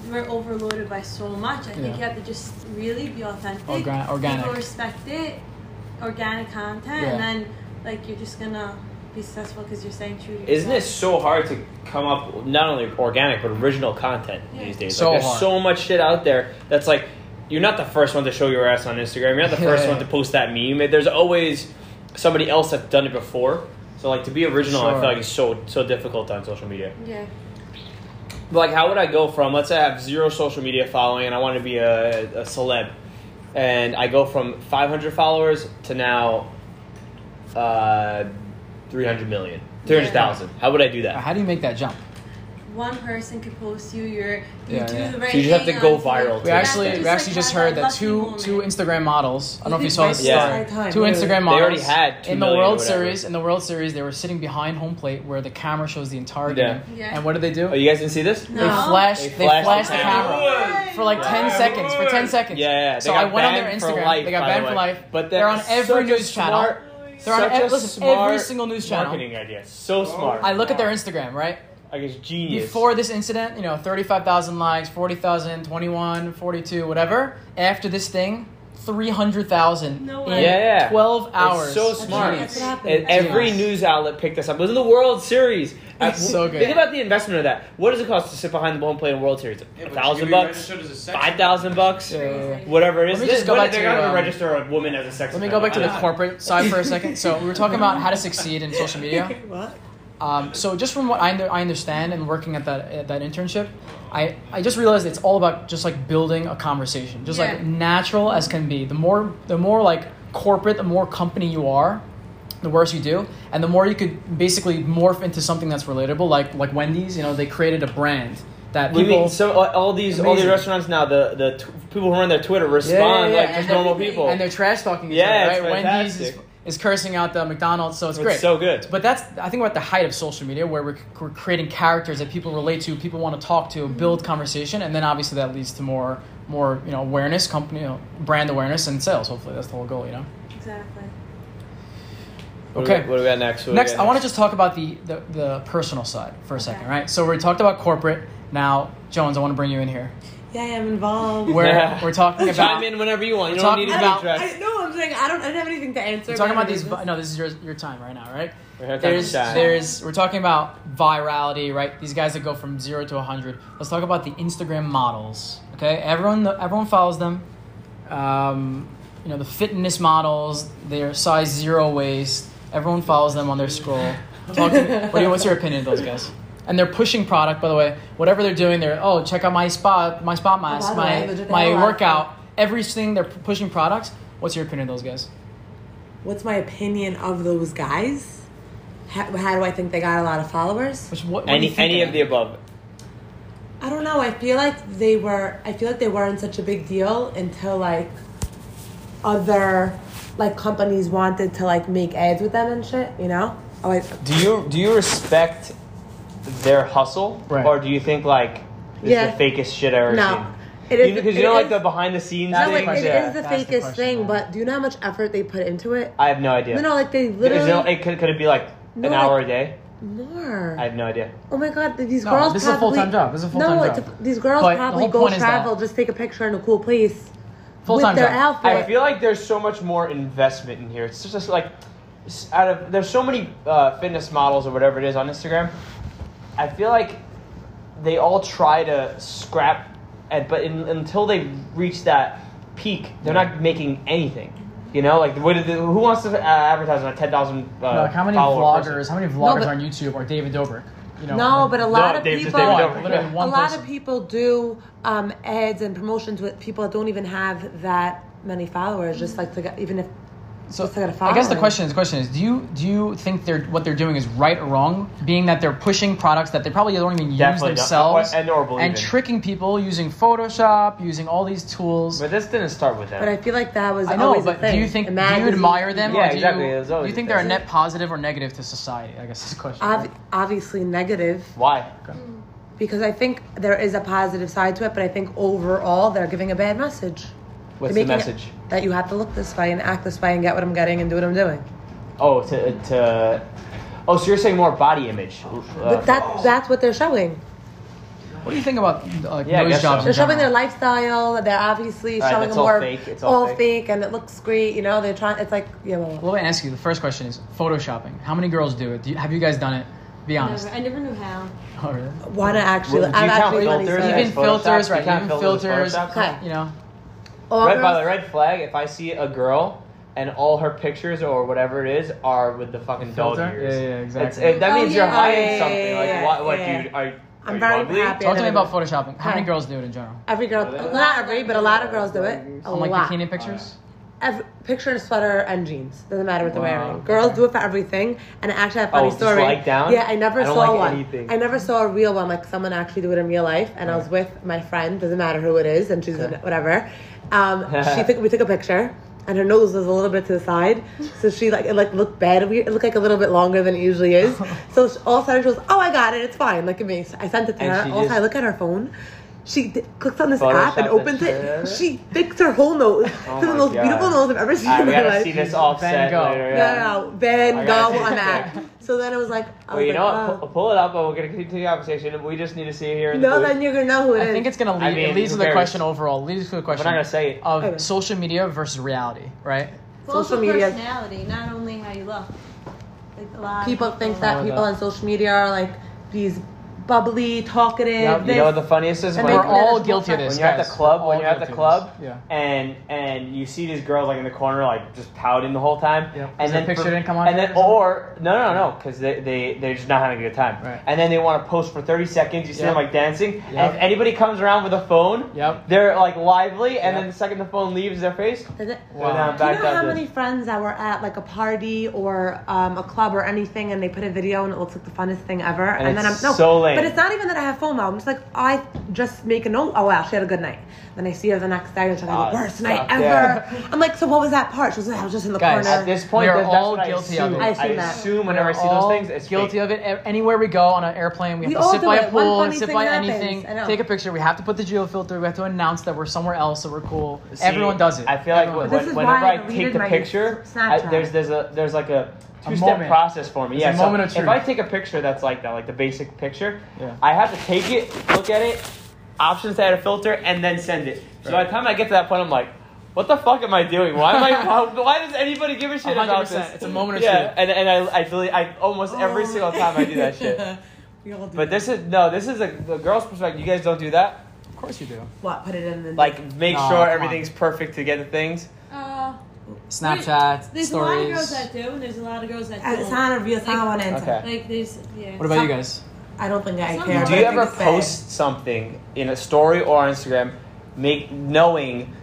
[SPEAKER 7] we're overloaded by so much. I think
[SPEAKER 4] Yeah.
[SPEAKER 7] you have to just really be authentic,
[SPEAKER 4] Organ- organic.
[SPEAKER 7] people respect it, organic content,
[SPEAKER 4] Yeah.
[SPEAKER 7] and then like you're just gonna be successful because you're staying true. To
[SPEAKER 3] Isn't it so
[SPEAKER 7] yourself.
[SPEAKER 3] hard to come up with not only organic but original content these days?
[SPEAKER 4] So
[SPEAKER 3] like, there's
[SPEAKER 4] hard.
[SPEAKER 3] so much shit out there that's like you're not the first one to show your ass on Instagram. You're not the first
[SPEAKER 4] Yeah.
[SPEAKER 3] one to post that meme. There's always somebody else that's done it before. So like to be original, I
[SPEAKER 4] Sure.
[SPEAKER 3] feel like is so so difficult on social media.
[SPEAKER 7] Yeah.
[SPEAKER 3] Like how would I go from let's say I have zero social media following and I want to be a, a celeb, and I go from 500 followers to now uh, 300 million, 300,000. How would I do that?
[SPEAKER 4] How do you make that jump?
[SPEAKER 7] one person could post you. You're you
[SPEAKER 4] Yeah,
[SPEAKER 7] do
[SPEAKER 4] yeah.
[SPEAKER 7] the right
[SPEAKER 3] So you just have
[SPEAKER 7] thing
[SPEAKER 3] to go
[SPEAKER 7] on-
[SPEAKER 3] viral
[SPEAKER 4] We
[SPEAKER 3] Yeah,
[SPEAKER 4] actually
[SPEAKER 3] that's
[SPEAKER 4] we
[SPEAKER 7] like
[SPEAKER 4] actually just
[SPEAKER 7] have
[SPEAKER 4] heard
[SPEAKER 7] that
[SPEAKER 4] that two
[SPEAKER 7] lucky
[SPEAKER 4] two
[SPEAKER 7] moment.
[SPEAKER 4] Instagram models. I don't know if you
[SPEAKER 5] think
[SPEAKER 4] saw
[SPEAKER 5] by
[SPEAKER 4] this.
[SPEAKER 3] Yeah.
[SPEAKER 5] Instagram time,
[SPEAKER 4] Two
[SPEAKER 5] really.
[SPEAKER 4] Instagram
[SPEAKER 3] They already
[SPEAKER 4] models
[SPEAKER 3] had two
[SPEAKER 4] in the
[SPEAKER 3] million or
[SPEAKER 4] World
[SPEAKER 3] whatever.
[SPEAKER 4] Series. In the World Series, they were sitting behind home plate where the camera shows the entire
[SPEAKER 3] Yeah.
[SPEAKER 4] game.
[SPEAKER 7] Yeah.
[SPEAKER 4] And what did they do?
[SPEAKER 3] Oh, you guys didn't see this?
[SPEAKER 4] They
[SPEAKER 7] No.
[SPEAKER 4] flashed.
[SPEAKER 3] They
[SPEAKER 4] They
[SPEAKER 3] flashed
[SPEAKER 4] flashed,
[SPEAKER 3] the
[SPEAKER 4] the,
[SPEAKER 3] camera.
[SPEAKER 4] camera. for like ten
[SPEAKER 3] Yeah.
[SPEAKER 4] seconds. For ten seconds.
[SPEAKER 3] Yeah, yeah. They
[SPEAKER 4] So
[SPEAKER 3] got
[SPEAKER 4] I went on their
[SPEAKER 3] banned for
[SPEAKER 4] Instagram.
[SPEAKER 3] life,
[SPEAKER 4] they got
[SPEAKER 3] by the
[SPEAKER 4] banned
[SPEAKER 3] way.
[SPEAKER 4] for life.
[SPEAKER 3] But
[SPEAKER 4] they're on
[SPEAKER 3] that's such
[SPEAKER 4] every
[SPEAKER 3] a
[SPEAKER 4] news channel.
[SPEAKER 3] smart-
[SPEAKER 4] They're on
[SPEAKER 3] such
[SPEAKER 4] ev-
[SPEAKER 3] a
[SPEAKER 4] listen,
[SPEAKER 3] smart
[SPEAKER 4] every single news channel.
[SPEAKER 3] Marketing idea, so smart.
[SPEAKER 4] I look at their Instagram, right?
[SPEAKER 3] like it's genius.
[SPEAKER 4] Before this incident, you know, 35,000 likes, 40,000, 21, 42, whatever. After this thing, 300,000
[SPEAKER 7] No
[SPEAKER 4] in
[SPEAKER 7] way.
[SPEAKER 3] Yeah, yeah.
[SPEAKER 4] 12 hours.
[SPEAKER 3] so
[SPEAKER 4] That's
[SPEAKER 3] smart.
[SPEAKER 4] genius.
[SPEAKER 5] That's what happened.
[SPEAKER 3] and every
[SPEAKER 4] Genius.
[SPEAKER 3] news outlet picked this up. It was in the World Series.
[SPEAKER 4] It's
[SPEAKER 3] Uh,
[SPEAKER 4] so good.
[SPEAKER 3] Think about the investment of that. What does it cost to sit behind the home plate in World Series? a thousand bucks, five thousand bucks,
[SPEAKER 4] Yeah, yeah, yeah.
[SPEAKER 3] whatever it is.
[SPEAKER 4] Let me just go
[SPEAKER 3] When-
[SPEAKER 4] back
[SPEAKER 3] they're
[SPEAKER 4] to,
[SPEAKER 3] not gonna
[SPEAKER 4] um,
[SPEAKER 3] register a woman as a sex.
[SPEAKER 4] Let me go back to the
[SPEAKER 3] offender.
[SPEAKER 4] corporate side for a second. So we were talking about how to succeed in social media.
[SPEAKER 5] What?
[SPEAKER 4] Um, so just from what I, under- I understand and working at that at that internship, I, I just realized it's all about just like building a conversation, just
[SPEAKER 7] Yeah.
[SPEAKER 4] like natural as can be. The more the more like corporate, the more company you are, the worse you do, and the more you could basically morph into something that's relatable. Like like Wendy's, you know, they created a brand that
[SPEAKER 3] You mean
[SPEAKER 4] people
[SPEAKER 3] so uh, all these all these
[SPEAKER 4] Amazing.
[SPEAKER 3] restaurants now the the t- people who run their Twitter respond
[SPEAKER 4] yeah, yeah.
[SPEAKER 3] like just
[SPEAKER 4] And
[SPEAKER 3] normal
[SPEAKER 7] everything.
[SPEAKER 3] people.
[SPEAKER 4] and they're trash talking. each
[SPEAKER 3] Yeah, it's
[SPEAKER 4] other, right? Wendy's is,
[SPEAKER 3] fantastic.
[SPEAKER 4] is cursing out the McDonald's, so it's,
[SPEAKER 3] It's
[SPEAKER 4] great.
[SPEAKER 3] so good.
[SPEAKER 4] But that's I think we're at the height of social media where we're, we're creating characters that people relate to, people want to talk to,
[SPEAKER 3] Mm-hmm.
[SPEAKER 4] build conversation, and then obviously that leads to more more you know awareness, company you know, brand awareness, and sales. Hopefully that's the whole goal. You know.
[SPEAKER 7] Exactly.
[SPEAKER 4] But
[SPEAKER 3] What do
[SPEAKER 4] Okay.
[SPEAKER 3] we- what do we got next? What do we
[SPEAKER 4] Next,
[SPEAKER 3] got
[SPEAKER 4] I want to just talk about the, the, the personal side for a second, right? So we talked about corporate. Now, Jones, I want to bring you in here.
[SPEAKER 5] Yeah, I'm involved.
[SPEAKER 4] We're, we're talking about
[SPEAKER 3] chime in whenever you want. You
[SPEAKER 4] We're
[SPEAKER 3] don't need to
[SPEAKER 4] talking about-
[SPEAKER 3] be
[SPEAKER 5] I,
[SPEAKER 3] dressed.
[SPEAKER 5] no, I'm saying I don't. I don't have anything to answer.
[SPEAKER 4] we're talking about
[SPEAKER 5] it
[SPEAKER 4] these.
[SPEAKER 5] is-
[SPEAKER 4] vi- No, this is your, your time right now, right?
[SPEAKER 3] We're here
[SPEAKER 4] There's
[SPEAKER 3] talking shy.
[SPEAKER 4] there's we're talking about virality, right? These guys that go from zero to hundred. Let's talk about the Instagram models. Okay, everyone everyone follows them. Um, you know the fitness models. They're size zero waist. Everyone follows them on their scroll. Talk to me, what do you- what's your opinion of those guys? And they're pushing product, by the way. Whatever they're doing, they're oh check out my spot, my spot mask,
[SPEAKER 5] by the way,
[SPEAKER 4] my
[SPEAKER 5] legit, they have a
[SPEAKER 4] my
[SPEAKER 5] lot of
[SPEAKER 4] workout. Everything they're p- pushing products. What's your opinion of those guys?
[SPEAKER 5] What's my opinion of those guys? How, how do I think they got a lot of followers?
[SPEAKER 4] Which, what, what do you
[SPEAKER 3] Any
[SPEAKER 4] think
[SPEAKER 3] any of the
[SPEAKER 4] that?
[SPEAKER 3] above.
[SPEAKER 5] I don't know. I feel like they were. I feel like they weren't such a big deal until like other like companies wanted to like make ads with them and shit. You know? Oh, I,
[SPEAKER 3] Do you do you respect their hustle,
[SPEAKER 4] Right.
[SPEAKER 3] or do you think like this
[SPEAKER 5] Yeah.
[SPEAKER 3] is the fakest shit I've ever
[SPEAKER 5] no.
[SPEAKER 3] seen?
[SPEAKER 5] It is
[SPEAKER 3] because you
[SPEAKER 5] it
[SPEAKER 3] know, like
[SPEAKER 5] is-
[SPEAKER 3] the behind the scenes
[SPEAKER 5] No,
[SPEAKER 3] things.
[SPEAKER 5] like, it
[SPEAKER 3] yeah.
[SPEAKER 5] is the
[SPEAKER 4] That's the
[SPEAKER 5] fakest
[SPEAKER 4] question, Uh,
[SPEAKER 5] thing,
[SPEAKER 4] yeah.
[SPEAKER 5] but do you know how much effort they put into it?
[SPEAKER 3] I have no idea.
[SPEAKER 5] No, no, like they
[SPEAKER 3] Is
[SPEAKER 5] literally
[SPEAKER 3] it, it could, could it be like
[SPEAKER 5] No,
[SPEAKER 3] an hour
[SPEAKER 5] like-
[SPEAKER 3] a day?
[SPEAKER 5] more.
[SPEAKER 3] I have no idea.
[SPEAKER 5] oh my god, th- these
[SPEAKER 4] No,
[SPEAKER 5] girls.
[SPEAKER 4] this is a
[SPEAKER 5] probably,
[SPEAKER 4] full-time job. This is a full-time
[SPEAKER 5] no,
[SPEAKER 4] job.
[SPEAKER 5] it's a- these girls
[SPEAKER 4] But the
[SPEAKER 5] probably
[SPEAKER 4] whole
[SPEAKER 5] go
[SPEAKER 4] point is that-
[SPEAKER 5] travel, just take a picture in a cool place
[SPEAKER 4] Full-time
[SPEAKER 5] with their
[SPEAKER 4] job.
[SPEAKER 5] outfit.
[SPEAKER 3] I feel like there's so much more investment in here. It's just, just like s- out of there's so many uh, fitness models or whatever it is on Instagram. I feel like they all try to scrap, and but in, until they reach that peak, they're not making anything. You know, like what? did the- Who wants to uh, advertise on a ten thousand? Uh,
[SPEAKER 4] Like, how many
[SPEAKER 3] follower
[SPEAKER 4] vloggers?
[SPEAKER 3] person?
[SPEAKER 4] How many vloggers
[SPEAKER 5] but-
[SPEAKER 4] on YouTube are David Dobrik? You know,
[SPEAKER 5] no,
[SPEAKER 4] like,
[SPEAKER 5] but a lot
[SPEAKER 3] No,
[SPEAKER 5] of
[SPEAKER 3] Dave just
[SPEAKER 5] people.
[SPEAKER 3] David
[SPEAKER 4] one,
[SPEAKER 3] Dobrik.
[SPEAKER 4] literally
[SPEAKER 3] Yeah.
[SPEAKER 4] one
[SPEAKER 5] a lot
[SPEAKER 4] person.
[SPEAKER 5] of people do um, ads and promotions with people that don't even have that many followers, just like to get, even if
[SPEAKER 4] So
[SPEAKER 5] just to get a
[SPEAKER 4] I guess the
[SPEAKER 5] following.
[SPEAKER 4] question is: the question is, do you do you think they're what they're doing is right or wrong? Being that they're pushing products that they probably don't even use
[SPEAKER 3] Definitely not.
[SPEAKER 4] themselves,
[SPEAKER 3] And or believe
[SPEAKER 4] and
[SPEAKER 3] in.
[SPEAKER 4] tricking people using Photoshop, using all these tools.
[SPEAKER 3] But this didn't start with them.
[SPEAKER 5] But I feel like that was
[SPEAKER 4] I know,
[SPEAKER 5] always a
[SPEAKER 4] but do
[SPEAKER 5] thing.
[SPEAKER 4] you think
[SPEAKER 5] The
[SPEAKER 4] do you
[SPEAKER 5] magazine-
[SPEAKER 4] admire them?
[SPEAKER 3] Yeah,
[SPEAKER 4] or do
[SPEAKER 3] exactly,
[SPEAKER 4] You,
[SPEAKER 3] it's
[SPEAKER 4] do
[SPEAKER 3] always
[SPEAKER 4] you think
[SPEAKER 3] the
[SPEAKER 4] they're a
[SPEAKER 3] thing.
[SPEAKER 4] net positive or negative to society? I guess is the question.
[SPEAKER 5] Ob- obviously negative
[SPEAKER 3] Why?
[SPEAKER 5] because I think there is a positive side to it, but I think overall they're giving a bad message.
[SPEAKER 3] What's
[SPEAKER 5] They're
[SPEAKER 3] the
[SPEAKER 5] making it-
[SPEAKER 3] message?
[SPEAKER 5] That you have to look this way and act this way and get what I'm getting and do what I'm doing.
[SPEAKER 3] Oh, to, to oh, so you're saying more body image?
[SPEAKER 4] Oh,
[SPEAKER 3] Uh,
[SPEAKER 5] But that that's what they're showing.
[SPEAKER 4] What do you think about uh, like,
[SPEAKER 3] Yeah, I
[SPEAKER 4] nose
[SPEAKER 3] guess
[SPEAKER 4] jobs?
[SPEAKER 3] so.
[SPEAKER 4] in
[SPEAKER 5] They're showing their
[SPEAKER 4] general?
[SPEAKER 5] lifestyle. They're obviously
[SPEAKER 3] Right,
[SPEAKER 5] showing
[SPEAKER 3] it's
[SPEAKER 5] a
[SPEAKER 3] all
[SPEAKER 5] more
[SPEAKER 3] fake, it's all fake.
[SPEAKER 5] and it looks great. You know, they're trying. It's like yeah, well,
[SPEAKER 4] Well, let me ask you. The first question is photoshopping. How many girls do it? Do you, have you guys done it? Be honest.
[SPEAKER 7] Never, I never knew how.
[SPEAKER 4] Oh, really?
[SPEAKER 5] wanna actually.
[SPEAKER 3] Well, do you
[SPEAKER 5] I'm
[SPEAKER 3] count
[SPEAKER 5] actually funny,
[SPEAKER 3] filters
[SPEAKER 5] so-
[SPEAKER 3] as
[SPEAKER 4] Even
[SPEAKER 3] Photoshop?
[SPEAKER 4] filters,
[SPEAKER 3] You
[SPEAKER 4] right?
[SPEAKER 3] can't
[SPEAKER 4] Even
[SPEAKER 3] fill it with
[SPEAKER 4] filters.
[SPEAKER 3] Photoshop?
[SPEAKER 5] Okay.
[SPEAKER 4] You know.
[SPEAKER 5] all
[SPEAKER 3] red by
[SPEAKER 5] girls-
[SPEAKER 3] the red flag. If I see a girl and all her pictures or whatever it is are with the fucking dog
[SPEAKER 4] Filter?
[SPEAKER 3] ears,
[SPEAKER 4] Yeah, yeah, exactly.
[SPEAKER 3] It's- it- that
[SPEAKER 7] Oh,
[SPEAKER 3] means you're
[SPEAKER 7] yeah.
[SPEAKER 3] hiding
[SPEAKER 5] Yeah,
[SPEAKER 3] something.
[SPEAKER 5] yeah,
[SPEAKER 3] like
[SPEAKER 5] yeah,
[SPEAKER 3] what? What
[SPEAKER 5] yeah.
[SPEAKER 3] dude? Are, are
[SPEAKER 5] I'm
[SPEAKER 3] you
[SPEAKER 5] very
[SPEAKER 3] ugly?
[SPEAKER 5] happy.
[SPEAKER 4] Talk to me
[SPEAKER 5] Yeah,
[SPEAKER 4] about
[SPEAKER 5] no,
[SPEAKER 4] photoshopping. How
[SPEAKER 5] Okay.
[SPEAKER 4] many girls do it in general?
[SPEAKER 5] Every girl, not every, but a lot of girls do it. A
[SPEAKER 4] On Oh, like
[SPEAKER 5] lot.
[SPEAKER 4] bikini pictures?
[SPEAKER 5] Every, picture in a sweater and jeans. Doesn't matter what they're
[SPEAKER 4] Wow,
[SPEAKER 5] wearing.
[SPEAKER 4] okay.
[SPEAKER 5] Girls do it for everything. And I actually have a funny
[SPEAKER 3] Oh, just
[SPEAKER 5] story.
[SPEAKER 3] like down?
[SPEAKER 5] Yeah, I never
[SPEAKER 3] I don't
[SPEAKER 5] saw
[SPEAKER 3] like
[SPEAKER 5] one.
[SPEAKER 3] anything.
[SPEAKER 5] I never saw a real one. Like someone actually do it in real life. And I was with my friend. Doesn't matter who it is. And she's whatever. Um, she took we took a picture. And her nose was a little bit to the side, so she like it like looked bad. We- It looked like a little bit longer than it usually is. So she, all of a sudden she goes, "Oh, I got it. It's fine." Look at me. So I sent it to
[SPEAKER 3] And she
[SPEAKER 5] her. All of a sudden I
[SPEAKER 3] just-
[SPEAKER 5] look at her phone. She d- clicks on this app and
[SPEAKER 3] Photoshopped the
[SPEAKER 5] opens it.
[SPEAKER 3] shit.
[SPEAKER 5] She fixed her whole nose
[SPEAKER 3] Oh
[SPEAKER 5] to the
[SPEAKER 3] my
[SPEAKER 5] most
[SPEAKER 3] God.
[SPEAKER 5] beautiful nose I've ever seen
[SPEAKER 3] Alright,
[SPEAKER 5] in
[SPEAKER 3] we
[SPEAKER 5] my
[SPEAKER 3] gotta
[SPEAKER 5] life.
[SPEAKER 3] see this offset
[SPEAKER 4] Gogh.
[SPEAKER 3] later.
[SPEAKER 5] No,
[SPEAKER 3] yeah.
[SPEAKER 5] no, no, Van
[SPEAKER 3] I gotta
[SPEAKER 5] Gogh
[SPEAKER 3] see
[SPEAKER 5] on
[SPEAKER 3] this
[SPEAKER 5] that. So then it was like, I
[SPEAKER 3] Well,
[SPEAKER 5] was
[SPEAKER 3] you know,
[SPEAKER 5] like,
[SPEAKER 3] what?
[SPEAKER 5] oh.
[SPEAKER 3] Pu- pull it up, and we're gonna continue the conversation. We just need to see it here. In
[SPEAKER 5] no,
[SPEAKER 3] the booth.
[SPEAKER 5] then you're gonna know who it is.
[SPEAKER 4] I think it's gonna lead.
[SPEAKER 3] I mean,
[SPEAKER 4] it leads
[SPEAKER 3] who
[SPEAKER 4] to the
[SPEAKER 3] cares?
[SPEAKER 4] question overall. It leads to the question.
[SPEAKER 3] gonna say it.
[SPEAKER 4] Of
[SPEAKER 5] Okay.
[SPEAKER 4] social media versus reality, right?
[SPEAKER 7] It's also
[SPEAKER 5] Social media.
[SPEAKER 7] personality, not only how you look. Like a lot of
[SPEAKER 5] people think
[SPEAKER 4] Oh,
[SPEAKER 5] that people
[SPEAKER 4] that.
[SPEAKER 5] on social media are like these bubbly, talkative.
[SPEAKER 4] Yep,
[SPEAKER 3] You
[SPEAKER 5] this.
[SPEAKER 3] know what the funniest is?
[SPEAKER 5] And
[SPEAKER 3] When
[SPEAKER 5] they
[SPEAKER 4] We're
[SPEAKER 5] come in
[SPEAKER 4] all
[SPEAKER 5] as
[SPEAKER 4] guilty of
[SPEAKER 5] full-time.
[SPEAKER 4] this.
[SPEAKER 3] when you're at
[SPEAKER 4] guys.
[SPEAKER 3] the club,
[SPEAKER 4] We're
[SPEAKER 3] when
[SPEAKER 4] all
[SPEAKER 3] you're at the
[SPEAKER 4] guilty of
[SPEAKER 3] club,
[SPEAKER 4] this. yeah.
[SPEAKER 3] and and you see these girls like in the corner, like just pouting the whole time,
[SPEAKER 4] Yep. Is
[SPEAKER 3] and
[SPEAKER 4] their
[SPEAKER 3] then
[SPEAKER 4] picture
[SPEAKER 3] for-
[SPEAKER 4] didn't come on
[SPEAKER 3] and
[SPEAKER 4] yet
[SPEAKER 3] then
[SPEAKER 4] or something?
[SPEAKER 3] or no, no, no, because they they they're just not having a good time,
[SPEAKER 4] Right.
[SPEAKER 3] and then they want to post for thirty seconds. You see
[SPEAKER 4] Yep.
[SPEAKER 3] them like dancing,
[SPEAKER 4] Yep.
[SPEAKER 3] and if anybody comes around with a phone,
[SPEAKER 4] Yep.
[SPEAKER 3] they're like lively, and
[SPEAKER 4] Yep.
[SPEAKER 3] then the second the phone leaves their face,
[SPEAKER 5] Is it-
[SPEAKER 3] they're down,
[SPEAKER 5] Do you
[SPEAKER 3] back
[SPEAKER 5] know
[SPEAKER 3] down
[SPEAKER 5] how
[SPEAKER 3] to-
[SPEAKER 5] many friends that were at like a party or um, a club or anything, and they put a video and it looks like the funnest thing ever?
[SPEAKER 3] And
[SPEAKER 5] then
[SPEAKER 3] it's
[SPEAKER 5] I'm no,
[SPEAKER 3] so lame.
[SPEAKER 5] but it's not even that I have FOMO. I'm just like I just make a note. Oh wow, she had a good night. Then I see her the next day and she's like,
[SPEAKER 3] Ah,
[SPEAKER 5] the worst
[SPEAKER 3] suck,
[SPEAKER 5] night ever.
[SPEAKER 3] yeah.
[SPEAKER 5] I'm like, so what was that part? She was like, I was just in the
[SPEAKER 4] Guys,
[SPEAKER 5] corner.
[SPEAKER 3] At this point,
[SPEAKER 4] We are
[SPEAKER 3] that- that's
[SPEAKER 4] all
[SPEAKER 3] what I
[SPEAKER 4] guilty of
[SPEAKER 3] assume.
[SPEAKER 4] it.
[SPEAKER 5] I've seen
[SPEAKER 3] I
[SPEAKER 5] that.
[SPEAKER 3] assume whenever
[SPEAKER 4] We're
[SPEAKER 3] I see those
[SPEAKER 4] all
[SPEAKER 3] things, it's
[SPEAKER 4] guilty
[SPEAKER 3] fake.
[SPEAKER 4] of it. E- Anywhere we go on an airplane, we have
[SPEAKER 5] We
[SPEAKER 4] to
[SPEAKER 5] all
[SPEAKER 4] sit
[SPEAKER 5] do
[SPEAKER 4] by a
[SPEAKER 5] it. One
[SPEAKER 4] pool,
[SPEAKER 5] funny
[SPEAKER 4] sit
[SPEAKER 5] thing
[SPEAKER 4] by
[SPEAKER 5] happens.
[SPEAKER 4] anything,
[SPEAKER 5] I know.
[SPEAKER 4] take a picture. We have to put the geo filter. We have to announce that we're somewhere else, that we're cool.
[SPEAKER 3] See,
[SPEAKER 4] Everyone does it.
[SPEAKER 3] I feel like
[SPEAKER 4] Everyone
[SPEAKER 3] when,
[SPEAKER 5] But
[SPEAKER 4] does
[SPEAKER 5] this
[SPEAKER 3] when-
[SPEAKER 5] is
[SPEAKER 3] whenever
[SPEAKER 5] why I
[SPEAKER 3] I take
[SPEAKER 5] deleted
[SPEAKER 3] the
[SPEAKER 5] my
[SPEAKER 3] picture,
[SPEAKER 5] s-
[SPEAKER 3] I,
[SPEAKER 5] Snapchat.
[SPEAKER 3] there's there's a there's like a
[SPEAKER 4] A
[SPEAKER 3] two step
[SPEAKER 4] moment.
[SPEAKER 3] process for me.
[SPEAKER 4] It's a
[SPEAKER 3] yeah, so
[SPEAKER 4] moment of truth.
[SPEAKER 3] if I take a picture that's like that, like the basic picture,
[SPEAKER 4] Yeah.
[SPEAKER 3] I have to take it, look at it, options to add a filter, and then send it. So by the time I get to that point, I'm like, what the fuck am I doing? Why am I? how- why does anybody give a shit about
[SPEAKER 4] 100%.
[SPEAKER 3] this?
[SPEAKER 4] It's a moment of
[SPEAKER 3] yeah,
[SPEAKER 4] truth.
[SPEAKER 3] and and I I delete I almost every
[SPEAKER 5] Oh.
[SPEAKER 3] single time I do that shit.
[SPEAKER 5] We all do
[SPEAKER 3] But this is no, this is a the girl's perspective. You guys don't do that.
[SPEAKER 4] Of course you do.
[SPEAKER 5] what? Put it in the
[SPEAKER 3] Like make
[SPEAKER 4] No, come
[SPEAKER 3] sure
[SPEAKER 4] on.
[SPEAKER 3] everything's perfect to get the things.
[SPEAKER 7] Uh,
[SPEAKER 4] Snapchat
[SPEAKER 7] there's a lot of
[SPEAKER 4] stories.
[SPEAKER 7] girls that do, and there's a lot of girls that
[SPEAKER 5] Uh,
[SPEAKER 7] don't.
[SPEAKER 5] It's not a real. It's not one answer.
[SPEAKER 3] Okay.
[SPEAKER 7] like there's yeah.
[SPEAKER 4] What about you guys?
[SPEAKER 5] I don't think I
[SPEAKER 7] Some
[SPEAKER 5] care.
[SPEAKER 7] people
[SPEAKER 3] Do
[SPEAKER 5] but
[SPEAKER 3] you
[SPEAKER 5] I think
[SPEAKER 3] ever
[SPEAKER 5] it's bad.
[SPEAKER 3] post something in a story or on Instagram, make knowing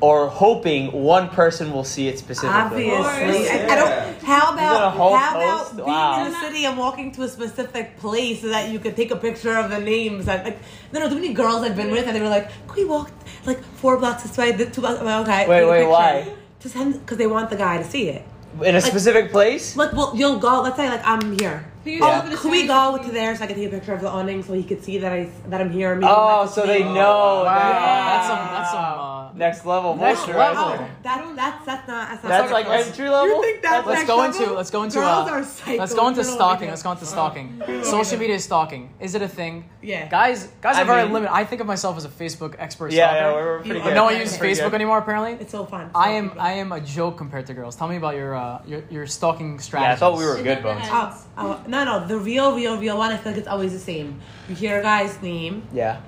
[SPEAKER 3] or hoping one person will see it specifically?
[SPEAKER 5] Obviously, I, I
[SPEAKER 6] Yeah.
[SPEAKER 5] don't. How
[SPEAKER 3] did a
[SPEAKER 5] about
[SPEAKER 3] whole
[SPEAKER 5] how about
[SPEAKER 3] post?
[SPEAKER 5] being
[SPEAKER 3] Wow.
[SPEAKER 5] in the city and walking to a specific place so that you could take a picture of the names? That, like, no, no, too many girls I've been with, and they were like, "Can we walk like four blocks this way, the two blocks?" Well, okay,
[SPEAKER 3] Wait,
[SPEAKER 5] take a
[SPEAKER 3] wait,
[SPEAKER 5] picture."
[SPEAKER 3] why?
[SPEAKER 5] To send because they want the guy to see it.
[SPEAKER 3] In a specific place?
[SPEAKER 5] Like, well, you'll go. Let's say like I'm here.
[SPEAKER 7] Who you
[SPEAKER 5] Oh,
[SPEAKER 7] talking to
[SPEAKER 5] could we
[SPEAKER 7] Sarah?
[SPEAKER 5] go to there so I can take a picture of the awning so he could see that I that I'm here? Maybe
[SPEAKER 3] Oh,
[SPEAKER 5] message
[SPEAKER 3] so
[SPEAKER 5] me.
[SPEAKER 3] they
[SPEAKER 5] Oh,
[SPEAKER 3] know.
[SPEAKER 4] Wow, that's some.
[SPEAKER 3] Wow.
[SPEAKER 4] That's some. Uh,
[SPEAKER 3] next level
[SPEAKER 4] Next
[SPEAKER 3] bullshit right
[SPEAKER 4] level.
[SPEAKER 3] there.
[SPEAKER 5] Oh, that, that's that's not that's, not
[SPEAKER 3] That's like
[SPEAKER 5] sexual.
[SPEAKER 3] entry level.
[SPEAKER 5] You think that's
[SPEAKER 4] let's
[SPEAKER 5] next
[SPEAKER 4] go into-
[SPEAKER 5] level?
[SPEAKER 4] let's go into,
[SPEAKER 5] Girls
[SPEAKER 4] uh,
[SPEAKER 5] are psycho.
[SPEAKER 4] let's go into
[SPEAKER 5] You don't
[SPEAKER 4] stalking.
[SPEAKER 5] know
[SPEAKER 4] Let's
[SPEAKER 5] what
[SPEAKER 4] go into stalking. Social media is stalking. Is it a thing?
[SPEAKER 5] Yeah.
[SPEAKER 4] Guys, guys are
[SPEAKER 3] I
[SPEAKER 4] very
[SPEAKER 3] mean-
[SPEAKER 4] limited. I think of myself as a Facebook expert.
[SPEAKER 3] yeah,
[SPEAKER 4] stalker.
[SPEAKER 3] yeah, we're, we're pretty
[SPEAKER 5] You-
[SPEAKER 3] good.
[SPEAKER 4] no one
[SPEAKER 5] Yeah,
[SPEAKER 4] uses
[SPEAKER 3] Pretty
[SPEAKER 4] Facebook
[SPEAKER 3] good.
[SPEAKER 4] anymore apparently.
[SPEAKER 5] do. It's so fun.
[SPEAKER 4] I am I am a joke compared to girls. Tell me about your uh, your, your stalking strategy.
[SPEAKER 3] Yeah, I thought we were
[SPEAKER 7] It
[SPEAKER 3] good
[SPEAKER 7] never
[SPEAKER 3] bones.
[SPEAKER 7] ends.
[SPEAKER 5] Oh, oh, no, no. The real, real, real one. I feel like it's always the same. You hear a guy's name.
[SPEAKER 3] Yeah.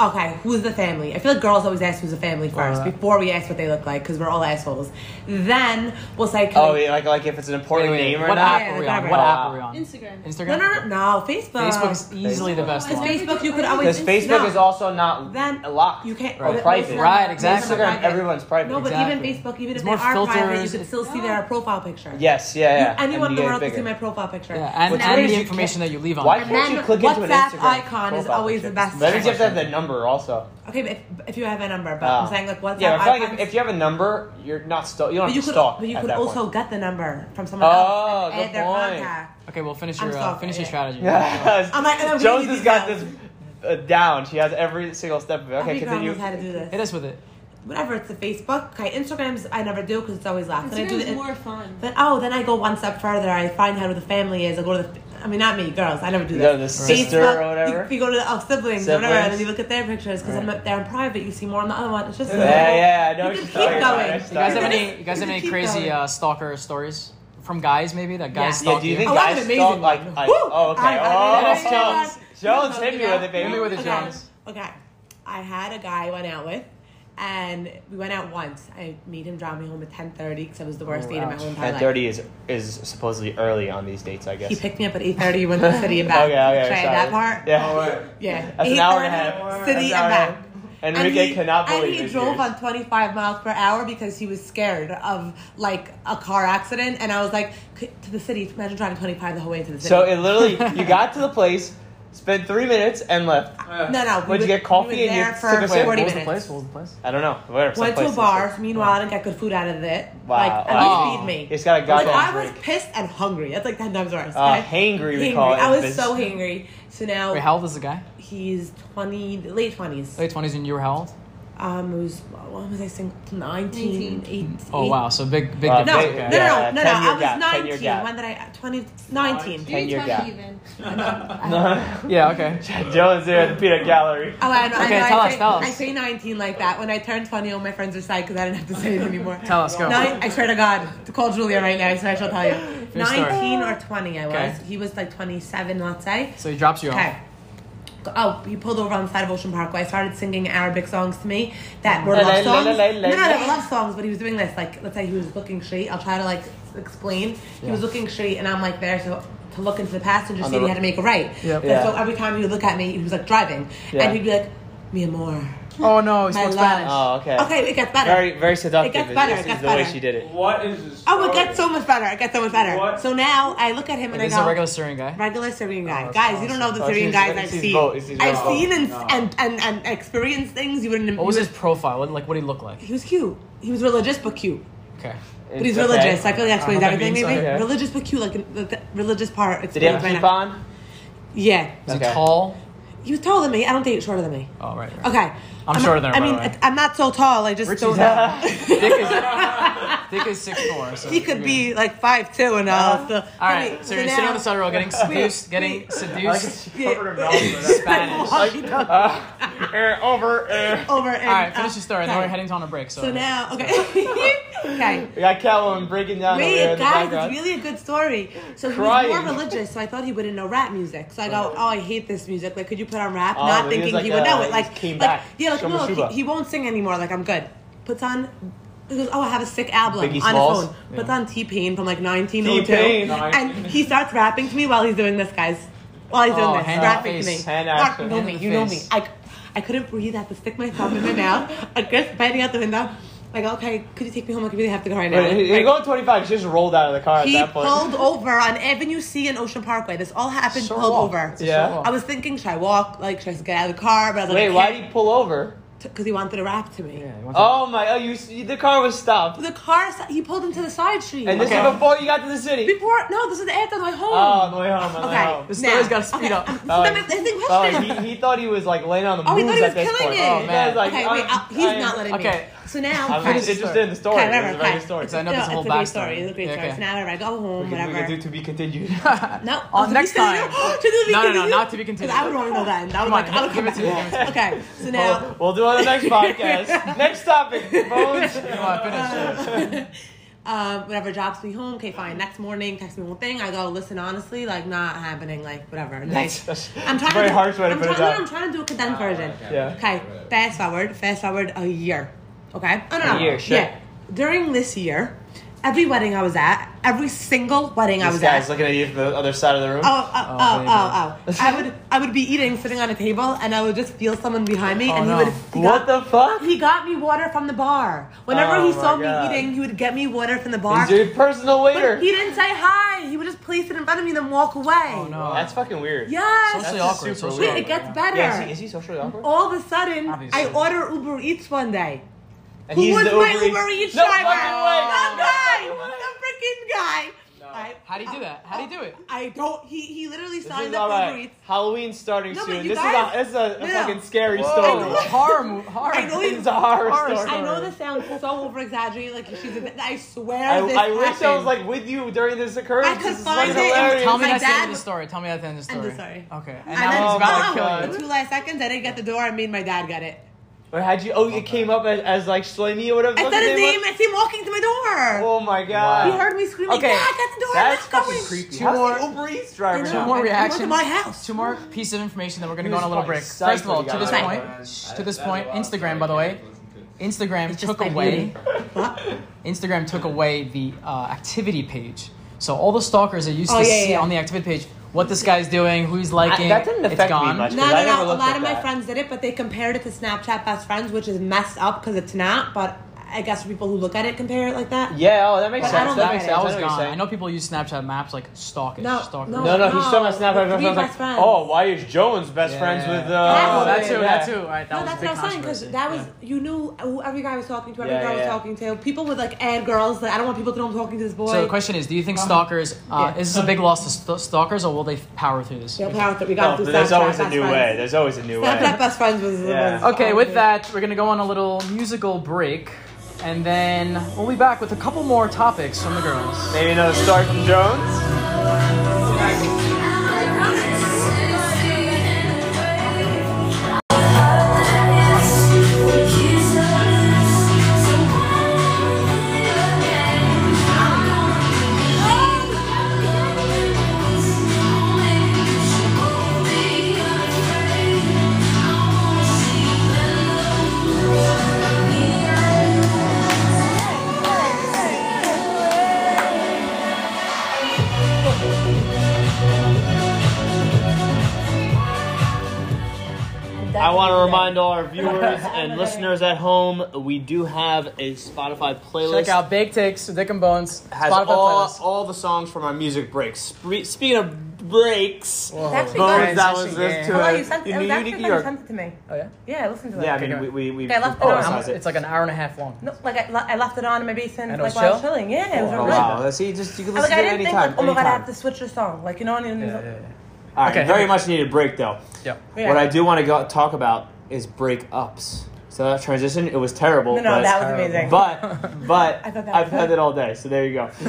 [SPEAKER 5] Okay, who's the family? I feel like girls always ask who's the family first
[SPEAKER 4] Uh-huh.
[SPEAKER 5] before we ask what they look like because we're all assholes. Then we'll say, can
[SPEAKER 3] Oh,
[SPEAKER 5] we-
[SPEAKER 3] yeah, like like if it's an
[SPEAKER 4] Wait,
[SPEAKER 3] important
[SPEAKER 4] wait,
[SPEAKER 3] name or
[SPEAKER 4] what
[SPEAKER 3] not.
[SPEAKER 4] app
[SPEAKER 5] Yeah,
[SPEAKER 4] are we
[SPEAKER 5] yeah,
[SPEAKER 4] on?
[SPEAKER 5] yeah.
[SPEAKER 4] What app
[SPEAKER 3] Wow.
[SPEAKER 4] are we on?
[SPEAKER 7] Instagram.
[SPEAKER 4] Instagram.
[SPEAKER 5] no, no, no, no. Facebook.
[SPEAKER 4] Facebook is
[SPEAKER 3] Uh,
[SPEAKER 4] easily the best
[SPEAKER 5] Because
[SPEAKER 4] one.
[SPEAKER 5] Facebook, you could always
[SPEAKER 3] Because Facebook
[SPEAKER 5] No.
[SPEAKER 3] is also not
[SPEAKER 5] Then
[SPEAKER 3] locked.
[SPEAKER 5] you can't-
[SPEAKER 3] or
[SPEAKER 5] Right.
[SPEAKER 3] private.
[SPEAKER 4] Right, exactly.
[SPEAKER 3] Instagram, everyone's private.
[SPEAKER 5] No, but
[SPEAKER 4] Exactly.
[SPEAKER 5] even Facebook, even
[SPEAKER 4] There's
[SPEAKER 5] if they
[SPEAKER 4] more
[SPEAKER 5] are private, you
[SPEAKER 4] filters.
[SPEAKER 5] can still see their profile picture.
[SPEAKER 3] Yes, yeah, yeah.
[SPEAKER 5] You, anyone
[SPEAKER 3] And
[SPEAKER 5] in the
[SPEAKER 3] you
[SPEAKER 5] world
[SPEAKER 3] get
[SPEAKER 5] can see
[SPEAKER 3] bigger.
[SPEAKER 5] my profile picture.
[SPEAKER 4] Yeah, and,
[SPEAKER 3] What's
[SPEAKER 4] and
[SPEAKER 3] weird is
[SPEAKER 4] the
[SPEAKER 3] you
[SPEAKER 4] information that you leave on.
[SPEAKER 3] Why
[SPEAKER 4] it.
[SPEAKER 5] And
[SPEAKER 3] can't you
[SPEAKER 5] then
[SPEAKER 3] click into an
[SPEAKER 5] WhatsApp
[SPEAKER 3] Instagram
[SPEAKER 5] icon is
[SPEAKER 3] profile
[SPEAKER 5] always the
[SPEAKER 3] picture?
[SPEAKER 5] best
[SPEAKER 3] Maybe you have to have the
[SPEAKER 4] option.
[SPEAKER 3] number also.
[SPEAKER 5] Okay, but if, if you have a number, but
[SPEAKER 3] Oh.
[SPEAKER 5] I'm saying like what's
[SPEAKER 3] yeah,
[SPEAKER 5] up,
[SPEAKER 3] I feel like
[SPEAKER 5] iPhones-
[SPEAKER 3] if, if you have a number, you're not stalk. You don't
[SPEAKER 5] but
[SPEAKER 3] have
[SPEAKER 5] you
[SPEAKER 3] to
[SPEAKER 5] could,
[SPEAKER 3] stalk.
[SPEAKER 5] but you
[SPEAKER 3] at
[SPEAKER 5] could
[SPEAKER 3] that
[SPEAKER 5] also
[SPEAKER 3] point.
[SPEAKER 5] get the number from someone
[SPEAKER 3] Oh,
[SPEAKER 5] else and
[SPEAKER 3] good
[SPEAKER 5] add their
[SPEAKER 3] point.
[SPEAKER 5] contact.
[SPEAKER 4] Okay, well finish
[SPEAKER 5] I'm
[SPEAKER 4] your uh,
[SPEAKER 5] stalking
[SPEAKER 4] finish your
[SPEAKER 5] it.
[SPEAKER 4] strategy.
[SPEAKER 3] Yes.
[SPEAKER 5] I'm like, and I'm
[SPEAKER 3] Jones
[SPEAKER 5] really
[SPEAKER 3] has got this
[SPEAKER 5] detailed.
[SPEAKER 3] uh, down. She has every single step of it. Okay,
[SPEAKER 5] Every girl
[SPEAKER 3] continue.
[SPEAKER 5] knows how to do
[SPEAKER 4] Hit
[SPEAKER 5] this.
[SPEAKER 4] us with it.
[SPEAKER 5] Whatever, it's the Facebook. Okay, Instagrams I never do because it's always locked. Then I do
[SPEAKER 7] Instagram's
[SPEAKER 5] the-
[SPEAKER 7] more fun.
[SPEAKER 5] Then oh, then I go one step further. I find out who the family is. I go to the. I mean, not me, girls. I never do
[SPEAKER 3] You
[SPEAKER 5] that.
[SPEAKER 3] go to the sister or whatever?
[SPEAKER 5] You, you go to the oh, siblings, or whatever, and
[SPEAKER 3] Siblings.
[SPEAKER 5] then you look at their pictures because
[SPEAKER 3] Right.
[SPEAKER 5] they're in private. You see more on the other one. It's just
[SPEAKER 3] Yeah, yeah, I know
[SPEAKER 5] You
[SPEAKER 3] what
[SPEAKER 5] can
[SPEAKER 3] you're
[SPEAKER 5] keep
[SPEAKER 3] talking about. I
[SPEAKER 5] going. You
[SPEAKER 4] You guys have
[SPEAKER 3] started.
[SPEAKER 4] any you guys have any
[SPEAKER 5] Keep
[SPEAKER 4] crazy
[SPEAKER 5] going.
[SPEAKER 4] uh, stalker stories from guys maybe that guys
[SPEAKER 5] Yeah.
[SPEAKER 3] Yeah,
[SPEAKER 4] stalk
[SPEAKER 3] do you think
[SPEAKER 5] Oh, I have
[SPEAKER 3] guys
[SPEAKER 5] an amazing
[SPEAKER 3] stalk like?
[SPEAKER 5] one.
[SPEAKER 3] I,
[SPEAKER 5] Woo!
[SPEAKER 3] oh, okay.
[SPEAKER 5] I have an
[SPEAKER 3] oh,
[SPEAKER 5] amazing
[SPEAKER 3] Jones.
[SPEAKER 5] one.
[SPEAKER 3] Jones, hit me with it, baby.
[SPEAKER 4] Hit me with it,
[SPEAKER 5] Okay.
[SPEAKER 4] Jones.
[SPEAKER 5] Okay. I had a guy I went out with, and we went out once. I made him drive me home at ten thirty because it was the worst
[SPEAKER 4] Oh,
[SPEAKER 5] date of my
[SPEAKER 4] ouch.
[SPEAKER 5] whole entire
[SPEAKER 3] And
[SPEAKER 5] life.
[SPEAKER 3] thirty is is supposedly early on these dates, I guess.
[SPEAKER 5] He picked me up at eight thirty. Went to the city and back.
[SPEAKER 3] okay, okay,
[SPEAKER 5] Try
[SPEAKER 3] sorry.
[SPEAKER 5] that part.
[SPEAKER 3] Yeah.
[SPEAKER 5] Yeah.
[SPEAKER 3] That's an hour and a
[SPEAKER 5] 8:30,
[SPEAKER 3] half.
[SPEAKER 5] City
[SPEAKER 3] That's an
[SPEAKER 5] and
[SPEAKER 3] hour and a
[SPEAKER 5] back.
[SPEAKER 3] half. Enrique cannot believe
[SPEAKER 5] And he
[SPEAKER 3] his
[SPEAKER 5] drove
[SPEAKER 3] ears.
[SPEAKER 5] on 25 miles per hour because he was scared of like a car accident. And I was like, "C- to the city. Imagine driving 25 the whole way to the city.
[SPEAKER 3] So it literally, you got to the place, spent three minutes, and left.
[SPEAKER 6] Uh,
[SPEAKER 5] no, no.
[SPEAKER 3] What'd uh, you get, coffee
[SPEAKER 5] We were
[SPEAKER 3] and you
[SPEAKER 5] there
[SPEAKER 3] took a
[SPEAKER 5] for
[SPEAKER 3] sip?
[SPEAKER 5] 40
[SPEAKER 4] what was the
[SPEAKER 5] minutes.
[SPEAKER 4] place? What was the place?
[SPEAKER 3] I don't know. Whatever.
[SPEAKER 5] Went to a
[SPEAKER 3] someplace.
[SPEAKER 5] bar. Meanwhile, I didn't get good food out of it.
[SPEAKER 3] Wow,
[SPEAKER 5] Like,
[SPEAKER 4] wow.
[SPEAKER 5] at least feed me.
[SPEAKER 3] It's got a
[SPEAKER 5] Like
[SPEAKER 3] goddamn
[SPEAKER 5] I was
[SPEAKER 3] drink.
[SPEAKER 5] pissed and hungry. That's like ten times worse.
[SPEAKER 3] Uh,
[SPEAKER 5] okay?
[SPEAKER 3] hangry, we call it.
[SPEAKER 5] I was
[SPEAKER 3] It's-
[SPEAKER 5] so hangry. So now
[SPEAKER 4] Wait, how old is the guy?
[SPEAKER 5] he's twenty, late twenties.
[SPEAKER 4] Late twenties and you were how old?
[SPEAKER 5] Um, it was what was I saying? 19, 18.
[SPEAKER 4] Oh wow, so big big
[SPEAKER 3] Wow,
[SPEAKER 5] No,
[SPEAKER 4] difference.
[SPEAKER 5] no,
[SPEAKER 3] Uh, big-
[SPEAKER 5] no,
[SPEAKER 3] Yeah,
[SPEAKER 4] okay.
[SPEAKER 5] no, no,
[SPEAKER 3] 10
[SPEAKER 5] no.
[SPEAKER 3] year
[SPEAKER 5] I was
[SPEAKER 3] gap, 10 year
[SPEAKER 5] 19.
[SPEAKER 3] gap.
[SPEAKER 5] When did I? 20, 19.
[SPEAKER 7] Do you
[SPEAKER 3] Ten-year
[SPEAKER 7] talk
[SPEAKER 3] gap.
[SPEAKER 7] even?
[SPEAKER 4] Yeah, okay.
[SPEAKER 3] Jones there at the peanut gallery.
[SPEAKER 5] Oh, I know.
[SPEAKER 4] Okay,
[SPEAKER 5] I know,
[SPEAKER 4] tell
[SPEAKER 5] I
[SPEAKER 4] us,
[SPEAKER 5] say,
[SPEAKER 4] tell us.
[SPEAKER 5] I say 19 like that. When I turned 20, all my friends were psyched because I didn't have to say it anymore.
[SPEAKER 4] Tell us, go.
[SPEAKER 5] Nine, I swear to God, to call Julia right now. I swear she'll tell you.
[SPEAKER 4] Your story.
[SPEAKER 5] 19 or 20, I was.
[SPEAKER 4] Okay.
[SPEAKER 5] He was like 27, let's say.
[SPEAKER 4] So he drops you off.
[SPEAKER 5] Okay. Oh, he pulled over on the side of Ocean Parkway. Started singing Arabic songs to me that were
[SPEAKER 3] La,
[SPEAKER 5] love
[SPEAKER 3] la, la,
[SPEAKER 5] songs.
[SPEAKER 3] la,
[SPEAKER 5] No,
[SPEAKER 3] la, la,
[SPEAKER 5] no, they
[SPEAKER 3] la.
[SPEAKER 5] were love songs, but he was doing this. Like, let's say he was looking straight. I'll try to like explain. He was looking straight, and I'm like there so to look into the passenger
[SPEAKER 3] On
[SPEAKER 5] seat.
[SPEAKER 3] the
[SPEAKER 5] he
[SPEAKER 3] r-
[SPEAKER 5] had to make a right.
[SPEAKER 4] Yep.
[SPEAKER 5] And So
[SPEAKER 3] Yeah.
[SPEAKER 5] every time he would look at me, he was like driving,
[SPEAKER 3] Yeah.
[SPEAKER 5] and he'd be like, "Mi amor,
[SPEAKER 4] Oh no, he
[SPEAKER 5] my
[SPEAKER 4] spoke
[SPEAKER 5] love."
[SPEAKER 4] Spanish.
[SPEAKER 3] Oh, okay.
[SPEAKER 5] Okay, it gets better.
[SPEAKER 3] Very, very seductive.
[SPEAKER 5] It gets
[SPEAKER 3] is-
[SPEAKER 5] better,
[SPEAKER 3] is
[SPEAKER 5] it gets
[SPEAKER 3] the way
[SPEAKER 5] better.
[SPEAKER 3] she did it.
[SPEAKER 6] What is this?
[SPEAKER 5] Oh, it gets so much better. It gets so much better.
[SPEAKER 6] What?
[SPEAKER 5] So now I look at him and
[SPEAKER 4] This is
[SPEAKER 5] I
[SPEAKER 4] a
[SPEAKER 5] go,
[SPEAKER 4] regular Syrian guy.
[SPEAKER 5] regular Syrian guy.
[SPEAKER 4] that's
[SPEAKER 5] guys, you don't know the
[SPEAKER 3] Oh,
[SPEAKER 5] Syrian
[SPEAKER 3] she's-
[SPEAKER 5] guys I've
[SPEAKER 3] she's
[SPEAKER 5] seen.
[SPEAKER 3] both- she's
[SPEAKER 5] I've
[SPEAKER 3] both.
[SPEAKER 5] seen and, and, and, and experienced things you wouldn't.
[SPEAKER 4] What was his profile? What like what did he look like?
[SPEAKER 5] He was cute. He was religious but cute.
[SPEAKER 4] Okay.
[SPEAKER 5] But he's
[SPEAKER 3] It's okay.
[SPEAKER 5] religious. I feel like that explains
[SPEAKER 4] I don't know
[SPEAKER 5] everything.
[SPEAKER 4] if that
[SPEAKER 5] Maybe
[SPEAKER 4] means
[SPEAKER 3] so, yeah.
[SPEAKER 5] religious but cute, like the, the religious part.
[SPEAKER 3] Did he have
[SPEAKER 5] explains
[SPEAKER 3] a keep
[SPEAKER 5] right now.
[SPEAKER 3] on?
[SPEAKER 5] Yeah,
[SPEAKER 4] Was
[SPEAKER 3] Okay.
[SPEAKER 4] he tall?
[SPEAKER 5] he was taller than me. I don't think he's shorter than me.
[SPEAKER 4] Oh right. right.
[SPEAKER 5] Okay,
[SPEAKER 4] I'm shorter than her,
[SPEAKER 5] I
[SPEAKER 4] by
[SPEAKER 5] mean,
[SPEAKER 4] the way.
[SPEAKER 5] I'm not so tall. I just
[SPEAKER 4] Richie's
[SPEAKER 5] don't know.
[SPEAKER 4] dick is Dick is six four. So
[SPEAKER 5] He could be like five two and I'll still.
[SPEAKER 4] All right, so you're sitting on the side row, getting seduced, getting seduced. Spanish. All
[SPEAKER 3] over. eh.
[SPEAKER 5] over. And,
[SPEAKER 4] right, finish your story. Then
[SPEAKER 5] okay.
[SPEAKER 4] we're heading to on a break. So,
[SPEAKER 5] So now, okay, okay.
[SPEAKER 3] We got Calvin breaking down over there
[SPEAKER 5] Wait,
[SPEAKER 3] in the
[SPEAKER 5] guys,
[SPEAKER 3] background.
[SPEAKER 5] it's really a good story. So he was
[SPEAKER 3] Crying. Uh-huh.
[SPEAKER 5] more religious, so I thought he wouldn't know rap music. So I go, oh, I hate this music. Like, could you put on rap?
[SPEAKER 3] Oh,
[SPEAKER 5] Not
[SPEAKER 3] but he was
[SPEAKER 5] thinking
[SPEAKER 3] like,
[SPEAKER 5] he would know
[SPEAKER 3] uh,
[SPEAKER 5] it. Like,
[SPEAKER 3] came
[SPEAKER 5] like
[SPEAKER 3] back.
[SPEAKER 5] yeah, like
[SPEAKER 3] Shuma
[SPEAKER 5] no,
[SPEAKER 3] Shuba.
[SPEAKER 5] he, he won't sing anymore. Like, I'm good. Puts on. He goes, oh, I have a sick album
[SPEAKER 3] Biggie
[SPEAKER 5] on
[SPEAKER 3] Smalls?
[SPEAKER 5] his phone. Puts on T Pain from like 1902,
[SPEAKER 3] T-Pain.
[SPEAKER 5] and he starts rapping to me while he's doing this, guys. While he's doing
[SPEAKER 4] Oh,
[SPEAKER 5] this,
[SPEAKER 4] hand
[SPEAKER 5] rapping
[SPEAKER 4] in the
[SPEAKER 5] to me.
[SPEAKER 4] face.
[SPEAKER 3] Hand
[SPEAKER 5] Fuck,
[SPEAKER 3] action.
[SPEAKER 5] you know
[SPEAKER 4] Hand
[SPEAKER 5] me.
[SPEAKER 4] in the
[SPEAKER 5] You know me.
[SPEAKER 4] face.
[SPEAKER 5] I, I couldn't breathe. I had to stick my thumb in my mouth. I guess biting out the window. Like, okay, could you take me home? Like, I really have to go right now.
[SPEAKER 3] Wait, you're
[SPEAKER 5] Like,
[SPEAKER 3] going 25. She just rolled out of the car
[SPEAKER 5] he
[SPEAKER 3] at that point.
[SPEAKER 5] pulled over on Avenue C and Ocean Parkway. This all happened
[SPEAKER 4] Sure
[SPEAKER 5] pulled
[SPEAKER 4] walk.
[SPEAKER 5] over.
[SPEAKER 4] It's a
[SPEAKER 3] Yeah.
[SPEAKER 4] sure walk.
[SPEAKER 5] I was thinking, should I walk? Like, should I get out of the car? But I was
[SPEAKER 3] Wait,
[SPEAKER 5] like,
[SPEAKER 3] why did he pull over?
[SPEAKER 5] Because he wanted to rap to me.
[SPEAKER 4] Yeah, you want to-
[SPEAKER 3] Oh my! Oh, you. see- The car was stopped,
[SPEAKER 5] The car, si- he pulled into the side street.
[SPEAKER 3] and this
[SPEAKER 4] Okay.
[SPEAKER 3] is before you got to the city.
[SPEAKER 5] Before, no, this is after my home.
[SPEAKER 3] Oh, on the way home. On the way
[SPEAKER 5] okay.
[SPEAKER 3] home.
[SPEAKER 4] The story's
[SPEAKER 5] now-
[SPEAKER 4] gotta speed
[SPEAKER 5] okay,
[SPEAKER 4] up.
[SPEAKER 5] um, so
[SPEAKER 3] Oh,
[SPEAKER 5] then that's- that's the
[SPEAKER 3] Oh,
[SPEAKER 5] question.
[SPEAKER 3] he, he thought he was like laying on the
[SPEAKER 5] Oh, he
[SPEAKER 3] moves
[SPEAKER 5] thought he was
[SPEAKER 3] at this
[SPEAKER 5] killing
[SPEAKER 3] point.
[SPEAKER 5] it.
[SPEAKER 3] Oh man!
[SPEAKER 4] Okay,
[SPEAKER 3] Like,
[SPEAKER 5] okay,
[SPEAKER 3] I'm-
[SPEAKER 5] wait, uh, he's
[SPEAKER 3] I-
[SPEAKER 5] not letting
[SPEAKER 4] Okay.
[SPEAKER 5] me. So now,
[SPEAKER 3] I'm
[SPEAKER 5] okay.
[SPEAKER 3] just interested in the story.
[SPEAKER 5] Okay,
[SPEAKER 3] It's a
[SPEAKER 5] whatever,
[SPEAKER 3] very
[SPEAKER 5] okay.
[SPEAKER 3] good story.
[SPEAKER 4] Because I know this
[SPEAKER 5] it's
[SPEAKER 4] whole
[SPEAKER 5] a great
[SPEAKER 4] backstory.
[SPEAKER 5] story. It's a great
[SPEAKER 4] Yeah,
[SPEAKER 5] story.
[SPEAKER 4] okay.
[SPEAKER 5] So now whatever, I go home,
[SPEAKER 3] We can, we
[SPEAKER 5] whatever.
[SPEAKER 3] can do to be continued.
[SPEAKER 5] No.
[SPEAKER 4] On next time.
[SPEAKER 5] To the
[SPEAKER 4] No, no, no,
[SPEAKER 5] beginning.
[SPEAKER 4] not to be continued.
[SPEAKER 5] 'Cause I would want to know that. And I was
[SPEAKER 4] Come on,
[SPEAKER 5] like, I would
[SPEAKER 4] give
[SPEAKER 5] come
[SPEAKER 4] it to me, give
[SPEAKER 5] back. Okay. So now.
[SPEAKER 3] we'll, we'll do it on the next podcast. next topic.
[SPEAKER 4] Oh,
[SPEAKER 3] Bones.
[SPEAKER 4] Come on, finish.
[SPEAKER 5] Um, whatever drops me home. Okay, fine. Next morning, text me one thing. I go, listen, honestly, like not happening. Like whatever. Like,
[SPEAKER 3] that's-
[SPEAKER 5] I'm
[SPEAKER 3] it's
[SPEAKER 5] trying.
[SPEAKER 3] a very
[SPEAKER 5] to,
[SPEAKER 3] harsh way to
[SPEAKER 5] I'm
[SPEAKER 3] put it
[SPEAKER 5] trying- no,
[SPEAKER 3] down.
[SPEAKER 5] I'm trying to do a
[SPEAKER 4] Oh,
[SPEAKER 5] condensed version.
[SPEAKER 6] okay.
[SPEAKER 3] Yeah.
[SPEAKER 5] Okay, fast forward, fast forward a year. Okay? Oh, no, no.
[SPEAKER 3] A year, sure.
[SPEAKER 5] Yeah. During this year, every wedding I was at, every single wedding I
[SPEAKER 3] This
[SPEAKER 5] was
[SPEAKER 3] guy's
[SPEAKER 5] at.
[SPEAKER 3] looking at you from the other side of the room.
[SPEAKER 5] Oh, oh, oh, oh,
[SPEAKER 3] man.
[SPEAKER 5] oh, I would I would be eating, sitting on a table, and I would just feel someone behind me, and
[SPEAKER 4] no.
[SPEAKER 5] he would. He
[SPEAKER 3] Oh, what
[SPEAKER 5] got,
[SPEAKER 3] the fuck?
[SPEAKER 5] He got me water from the bar. Whenever
[SPEAKER 3] Oh
[SPEAKER 5] he
[SPEAKER 3] my
[SPEAKER 5] saw
[SPEAKER 3] God.
[SPEAKER 5] me eating, he would get me water from the bar.
[SPEAKER 3] He's your personal
[SPEAKER 5] But
[SPEAKER 3] waiter.
[SPEAKER 5] he didn't say hi. He would just place it in front of me, then walk away.
[SPEAKER 4] Oh, no.
[SPEAKER 3] That's fucking weird.
[SPEAKER 5] Yes.
[SPEAKER 4] Socially
[SPEAKER 3] That's
[SPEAKER 4] awkward.
[SPEAKER 3] super
[SPEAKER 4] Socially
[SPEAKER 5] Wait,
[SPEAKER 3] weird.
[SPEAKER 5] it
[SPEAKER 4] awkward.
[SPEAKER 5] gets better.
[SPEAKER 3] Yeah, is he, is he socially awkward?
[SPEAKER 5] All of a sudden,
[SPEAKER 4] Obviously.
[SPEAKER 5] I order Uber Eats one day.
[SPEAKER 3] And
[SPEAKER 5] Who was my
[SPEAKER 3] Eats-
[SPEAKER 5] Uber Eats
[SPEAKER 3] no
[SPEAKER 5] driver? Oh,
[SPEAKER 3] Fucking way.
[SPEAKER 5] The guy,
[SPEAKER 3] No fucking way.
[SPEAKER 5] the freaking guy. I-
[SPEAKER 4] How do you do that? How do you do it?
[SPEAKER 5] I don't. He he literally
[SPEAKER 3] This
[SPEAKER 5] signed
[SPEAKER 3] is
[SPEAKER 5] up
[SPEAKER 3] all
[SPEAKER 5] for Uber
[SPEAKER 3] right.
[SPEAKER 5] Eats.
[SPEAKER 3] Halloween's starting
[SPEAKER 5] No, but
[SPEAKER 3] soon.
[SPEAKER 5] you
[SPEAKER 3] This
[SPEAKER 5] guys-
[SPEAKER 3] is a, this is a, a
[SPEAKER 5] No.
[SPEAKER 3] fucking scary
[SPEAKER 4] Whoa.
[SPEAKER 3] story.
[SPEAKER 4] Horror movie. Horror.
[SPEAKER 5] I know
[SPEAKER 3] This
[SPEAKER 5] he's
[SPEAKER 3] is a horror,
[SPEAKER 4] Horror
[SPEAKER 3] story.
[SPEAKER 4] story.
[SPEAKER 5] I know this sounds so over exaggerated. Like she's. A, I swear
[SPEAKER 3] I,
[SPEAKER 5] this
[SPEAKER 3] I wish I was
[SPEAKER 5] happened.
[SPEAKER 3] like with you during this occurrence.
[SPEAKER 5] I could
[SPEAKER 3] this
[SPEAKER 5] find
[SPEAKER 3] is
[SPEAKER 5] it
[SPEAKER 3] fucking
[SPEAKER 5] and
[SPEAKER 3] hilarious.
[SPEAKER 4] Tell me
[SPEAKER 5] My
[SPEAKER 4] that's the end
[SPEAKER 5] dad-
[SPEAKER 4] of the story. Tell me that's the end of the
[SPEAKER 5] End
[SPEAKER 4] story.
[SPEAKER 5] of story.
[SPEAKER 4] Okay. And,
[SPEAKER 5] And
[SPEAKER 4] now
[SPEAKER 5] then,
[SPEAKER 3] Oh
[SPEAKER 4] he's about
[SPEAKER 3] my
[SPEAKER 5] oh,
[SPEAKER 4] to kill
[SPEAKER 3] God.
[SPEAKER 5] the
[SPEAKER 4] you.
[SPEAKER 5] two last seconds, I didn't get the door. I mean, my dad got it.
[SPEAKER 3] Or had you? Oh, it came up as, as like Shlomi or whatever. the
[SPEAKER 5] I
[SPEAKER 3] fuck
[SPEAKER 5] said his
[SPEAKER 3] his
[SPEAKER 5] name.
[SPEAKER 3] was.
[SPEAKER 5] I see him walking to my door.
[SPEAKER 3] Oh my god.
[SPEAKER 5] He heard me screaming.
[SPEAKER 4] Okay.
[SPEAKER 5] Okay. Dad, get the door.
[SPEAKER 3] That's
[SPEAKER 5] I'm not
[SPEAKER 3] fucking
[SPEAKER 5] going.
[SPEAKER 3] creepy.
[SPEAKER 4] Two
[SPEAKER 3] How's
[SPEAKER 4] more-
[SPEAKER 3] the Uber Eats
[SPEAKER 5] I
[SPEAKER 3] driver
[SPEAKER 5] know.
[SPEAKER 4] Two
[SPEAKER 3] now?
[SPEAKER 4] more
[SPEAKER 5] I- I went to
[SPEAKER 4] reactions.
[SPEAKER 5] my house.
[SPEAKER 4] Two more pieces of information. Then we're gonna
[SPEAKER 3] He
[SPEAKER 4] go on
[SPEAKER 3] was
[SPEAKER 4] a little
[SPEAKER 3] fucking
[SPEAKER 4] break.
[SPEAKER 3] psyched
[SPEAKER 4] First of all,
[SPEAKER 3] when he got
[SPEAKER 4] to this
[SPEAKER 3] out.
[SPEAKER 4] point, shh, to this point, Instagram, by the way, Instagram
[SPEAKER 5] It's just
[SPEAKER 4] took
[SPEAKER 5] like
[SPEAKER 4] away.
[SPEAKER 5] What?
[SPEAKER 4] Instagram took away the uh, activity page. So all the stalkers that used
[SPEAKER 5] Oh,
[SPEAKER 4] to
[SPEAKER 5] yeah, yeah,
[SPEAKER 4] see
[SPEAKER 5] yeah.
[SPEAKER 4] on the activity page what this guy's doing, who he's liking.
[SPEAKER 3] I- that didn't
[SPEAKER 4] it's
[SPEAKER 3] affect me
[SPEAKER 4] gone.
[SPEAKER 3] much.
[SPEAKER 5] No,
[SPEAKER 3] I
[SPEAKER 5] no,
[SPEAKER 3] never
[SPEAKER 5] no. A
[SPEAKER 3] looked
[SPEAKER 5] lot
[SPEAKER 3] at
[SPEAKER 5] of my
[SPEAKER 3] that.
[SPEAKER 5] friends did it, but they compared it to Snapchat Best Friends, which is messed up because it's not. But I guess people who look at it compare it like that.
[SPEAKER 3] Yeah. Oh, that makes
[SPEAKER 5] But I
[SPEAKER 3] sense.
[SPEAKER 5] don't
[SPEAKER 3] that
[SPEAKER 5] look
[SPEAKER 3] makes sense.
[SPEAKER 5] at it.
[SPEAKER 3] know
[SPEAKER 4] I was
[SPEAKER 3] what you're
[SPEAKER 4] gone.
[SPEAKER 3] saying.
[SPEAKER 4] I know people use Snapchat maps like stalkers.
[SPEAKER 5] No,
[SPEAKER 4] stalkers.
[SPEAKER 5] no.
[SPEAKER 3] No, no, he's talking about Snapchat.
[SPEAKER 5] Three
[SPEAKER 3] I was like,
[SPEAKER 5] Oh, best friends.
[SPEAKER 3] oh, why is Jones best
[SPEAKER 4] Yeah.
[SPEAKER 3] friends with? Uh,
[SPEAKER 4] Oh, that too.
[SPEAKER 3] yeah.
[SPEAKER 4] That too. All right, that
[SPEAKER 5] no,
[SPEAKER 4] was
[SPEAKER 5] that's
[SPEAKER 4] a big
[SPEAKER 5] what I was saying because
[SPEAKER 4] controversy.
[SPEAKER 5] that was
[SPEAKER 4] Yeah.
[SPEAKER 5] you knew who every guy was talking to, every
[SPEAKER 3] Yeah,
[SPEAKER 5] girl
[SPEAKER 3] yeah.
[SPEAKER 5] was talking to. People would like add girls. Like I don't want people to know I'm talking to this boy.
[SPEAKER 4] So the question is, do you think stalkers? Uh,
[SPEAKER 5] Yeah.
[SPEAKER 4] Is this a big loss to st- stalkers, or will they power through this?
[SPEAKER 5] They'll power through. We
[SPEAKER 3] No,
[SPEAKER 5] got to do
[SPEAKER 3] there's
[SPEAKER 5] Snapchat
[SPEAKER 3] always a
[SPEAKER 5] Best
[SPEAKER 3] new
[SPEAKER 5] Friends.
[SPEAKER 3] way. There's always a new
[SPEAKER 5] Snapchat
[SPEAKER 3] way.
[SPEAKER 5] Best Friends was the
[SPEAKER 3] Yeah.
[SPEAKER 5] best.
[SPEAKER 4] Okay, with
[SPEAKER 5] Oh,
[SPEAKER 4] that, we're gonna go on a little musical break, and then we'll be back with a couple more topics from the girls.
[SPEAKER 3] Maybe another start from Jones. I want to remind all our viewers and listeners at home, we do have a Spotify playlist.
[SPEAKER 4] Check out Big Takes, Dick and Bones,
[SPEAKER 3] has
[SPEAKER 4] Spotify
[SPEAKER 3] all,
[SPEAKER 4] playlist.
[SPEAKER 3] all the songs from our music breaks. Spre- Speaking of breaks, Bones,
[SPEAKER 7] That's because
[SPEAKER 3] that was this
[SPEAKER 4] Transition,
[SPEAKER 3] to
[SPEAKER 5] Oh,
[SPEAKER 3] a-
[SPEAKER 5] you sent it.
[SPEAKER 3] in
[SPEAKER 5] It was
[SPEAKER 3] New
[SPEAKER 5] actually
[SPEAKER 3] York-
[SPEAKER 5] when you sent it to me.
[SPEAKER 4] Oh yeah,
[SPEAKER 5] Yeah, I listened to it.
[SPEAKER 3] Yeah, I mean, we we we.
[SPEAKER 5] Okay, I left it
[SPEAKER 3] we
[SPEAKER 5] on.
[SPEAKER 4] How
[SPEAKER 3] publicized
[SPEAKER 4] much-
[SPEAKER 3] it.
[SPEAKER 4] it's like an hour and a half long.
[SPEAKER 5] No, like I, I left it on in my basement,
[SPEAKER 4] And it was
[SPEAKER 5] like while I was
[SPEAKER 4] chill?
[SPEAKER 5] chilling. Yeah, it was
[SPEAKER 3] Oh,
[SPEAKER 5] really
[SPEAKER 3] wow, see, just you can
[SPEAKER 5] I, like,
[SPEAKER 3] listen
[SPEAKER 5] I
[SPEAKER 3] to it
[SPEAKER 5] didn't think
[SPEAKER 3] anytime.
[SPEAKER 5] like, oh my god, I have
[SPEAKER 3] anytime.
[SPEAKER 5] to switch the song. Like you know, what I mean?
[SPEAKER 3] All right,
[SPEAKER 4] Okay.
[SPEAKER 3] very much needed break though.
[SPEAKER 4] Yep.
[SPEAKER 5] Yeah.
[SPEAKER 3] What I do want to go, talk about is breakups. So that transition, it was terrible.
[SPEAKER 5] No, no,
[SPEAKER 3] but,
[SPEAKER 5] that was amazing.
[SPEAKER 3] But but
[SPEAKER 5] I thought that
[SPEAKER 3] I've
[SPEAKER 5] was
[SPEAKER 3] had
[SPEAKER 5] good.
[SPEAKER 3] it all day. So there you go.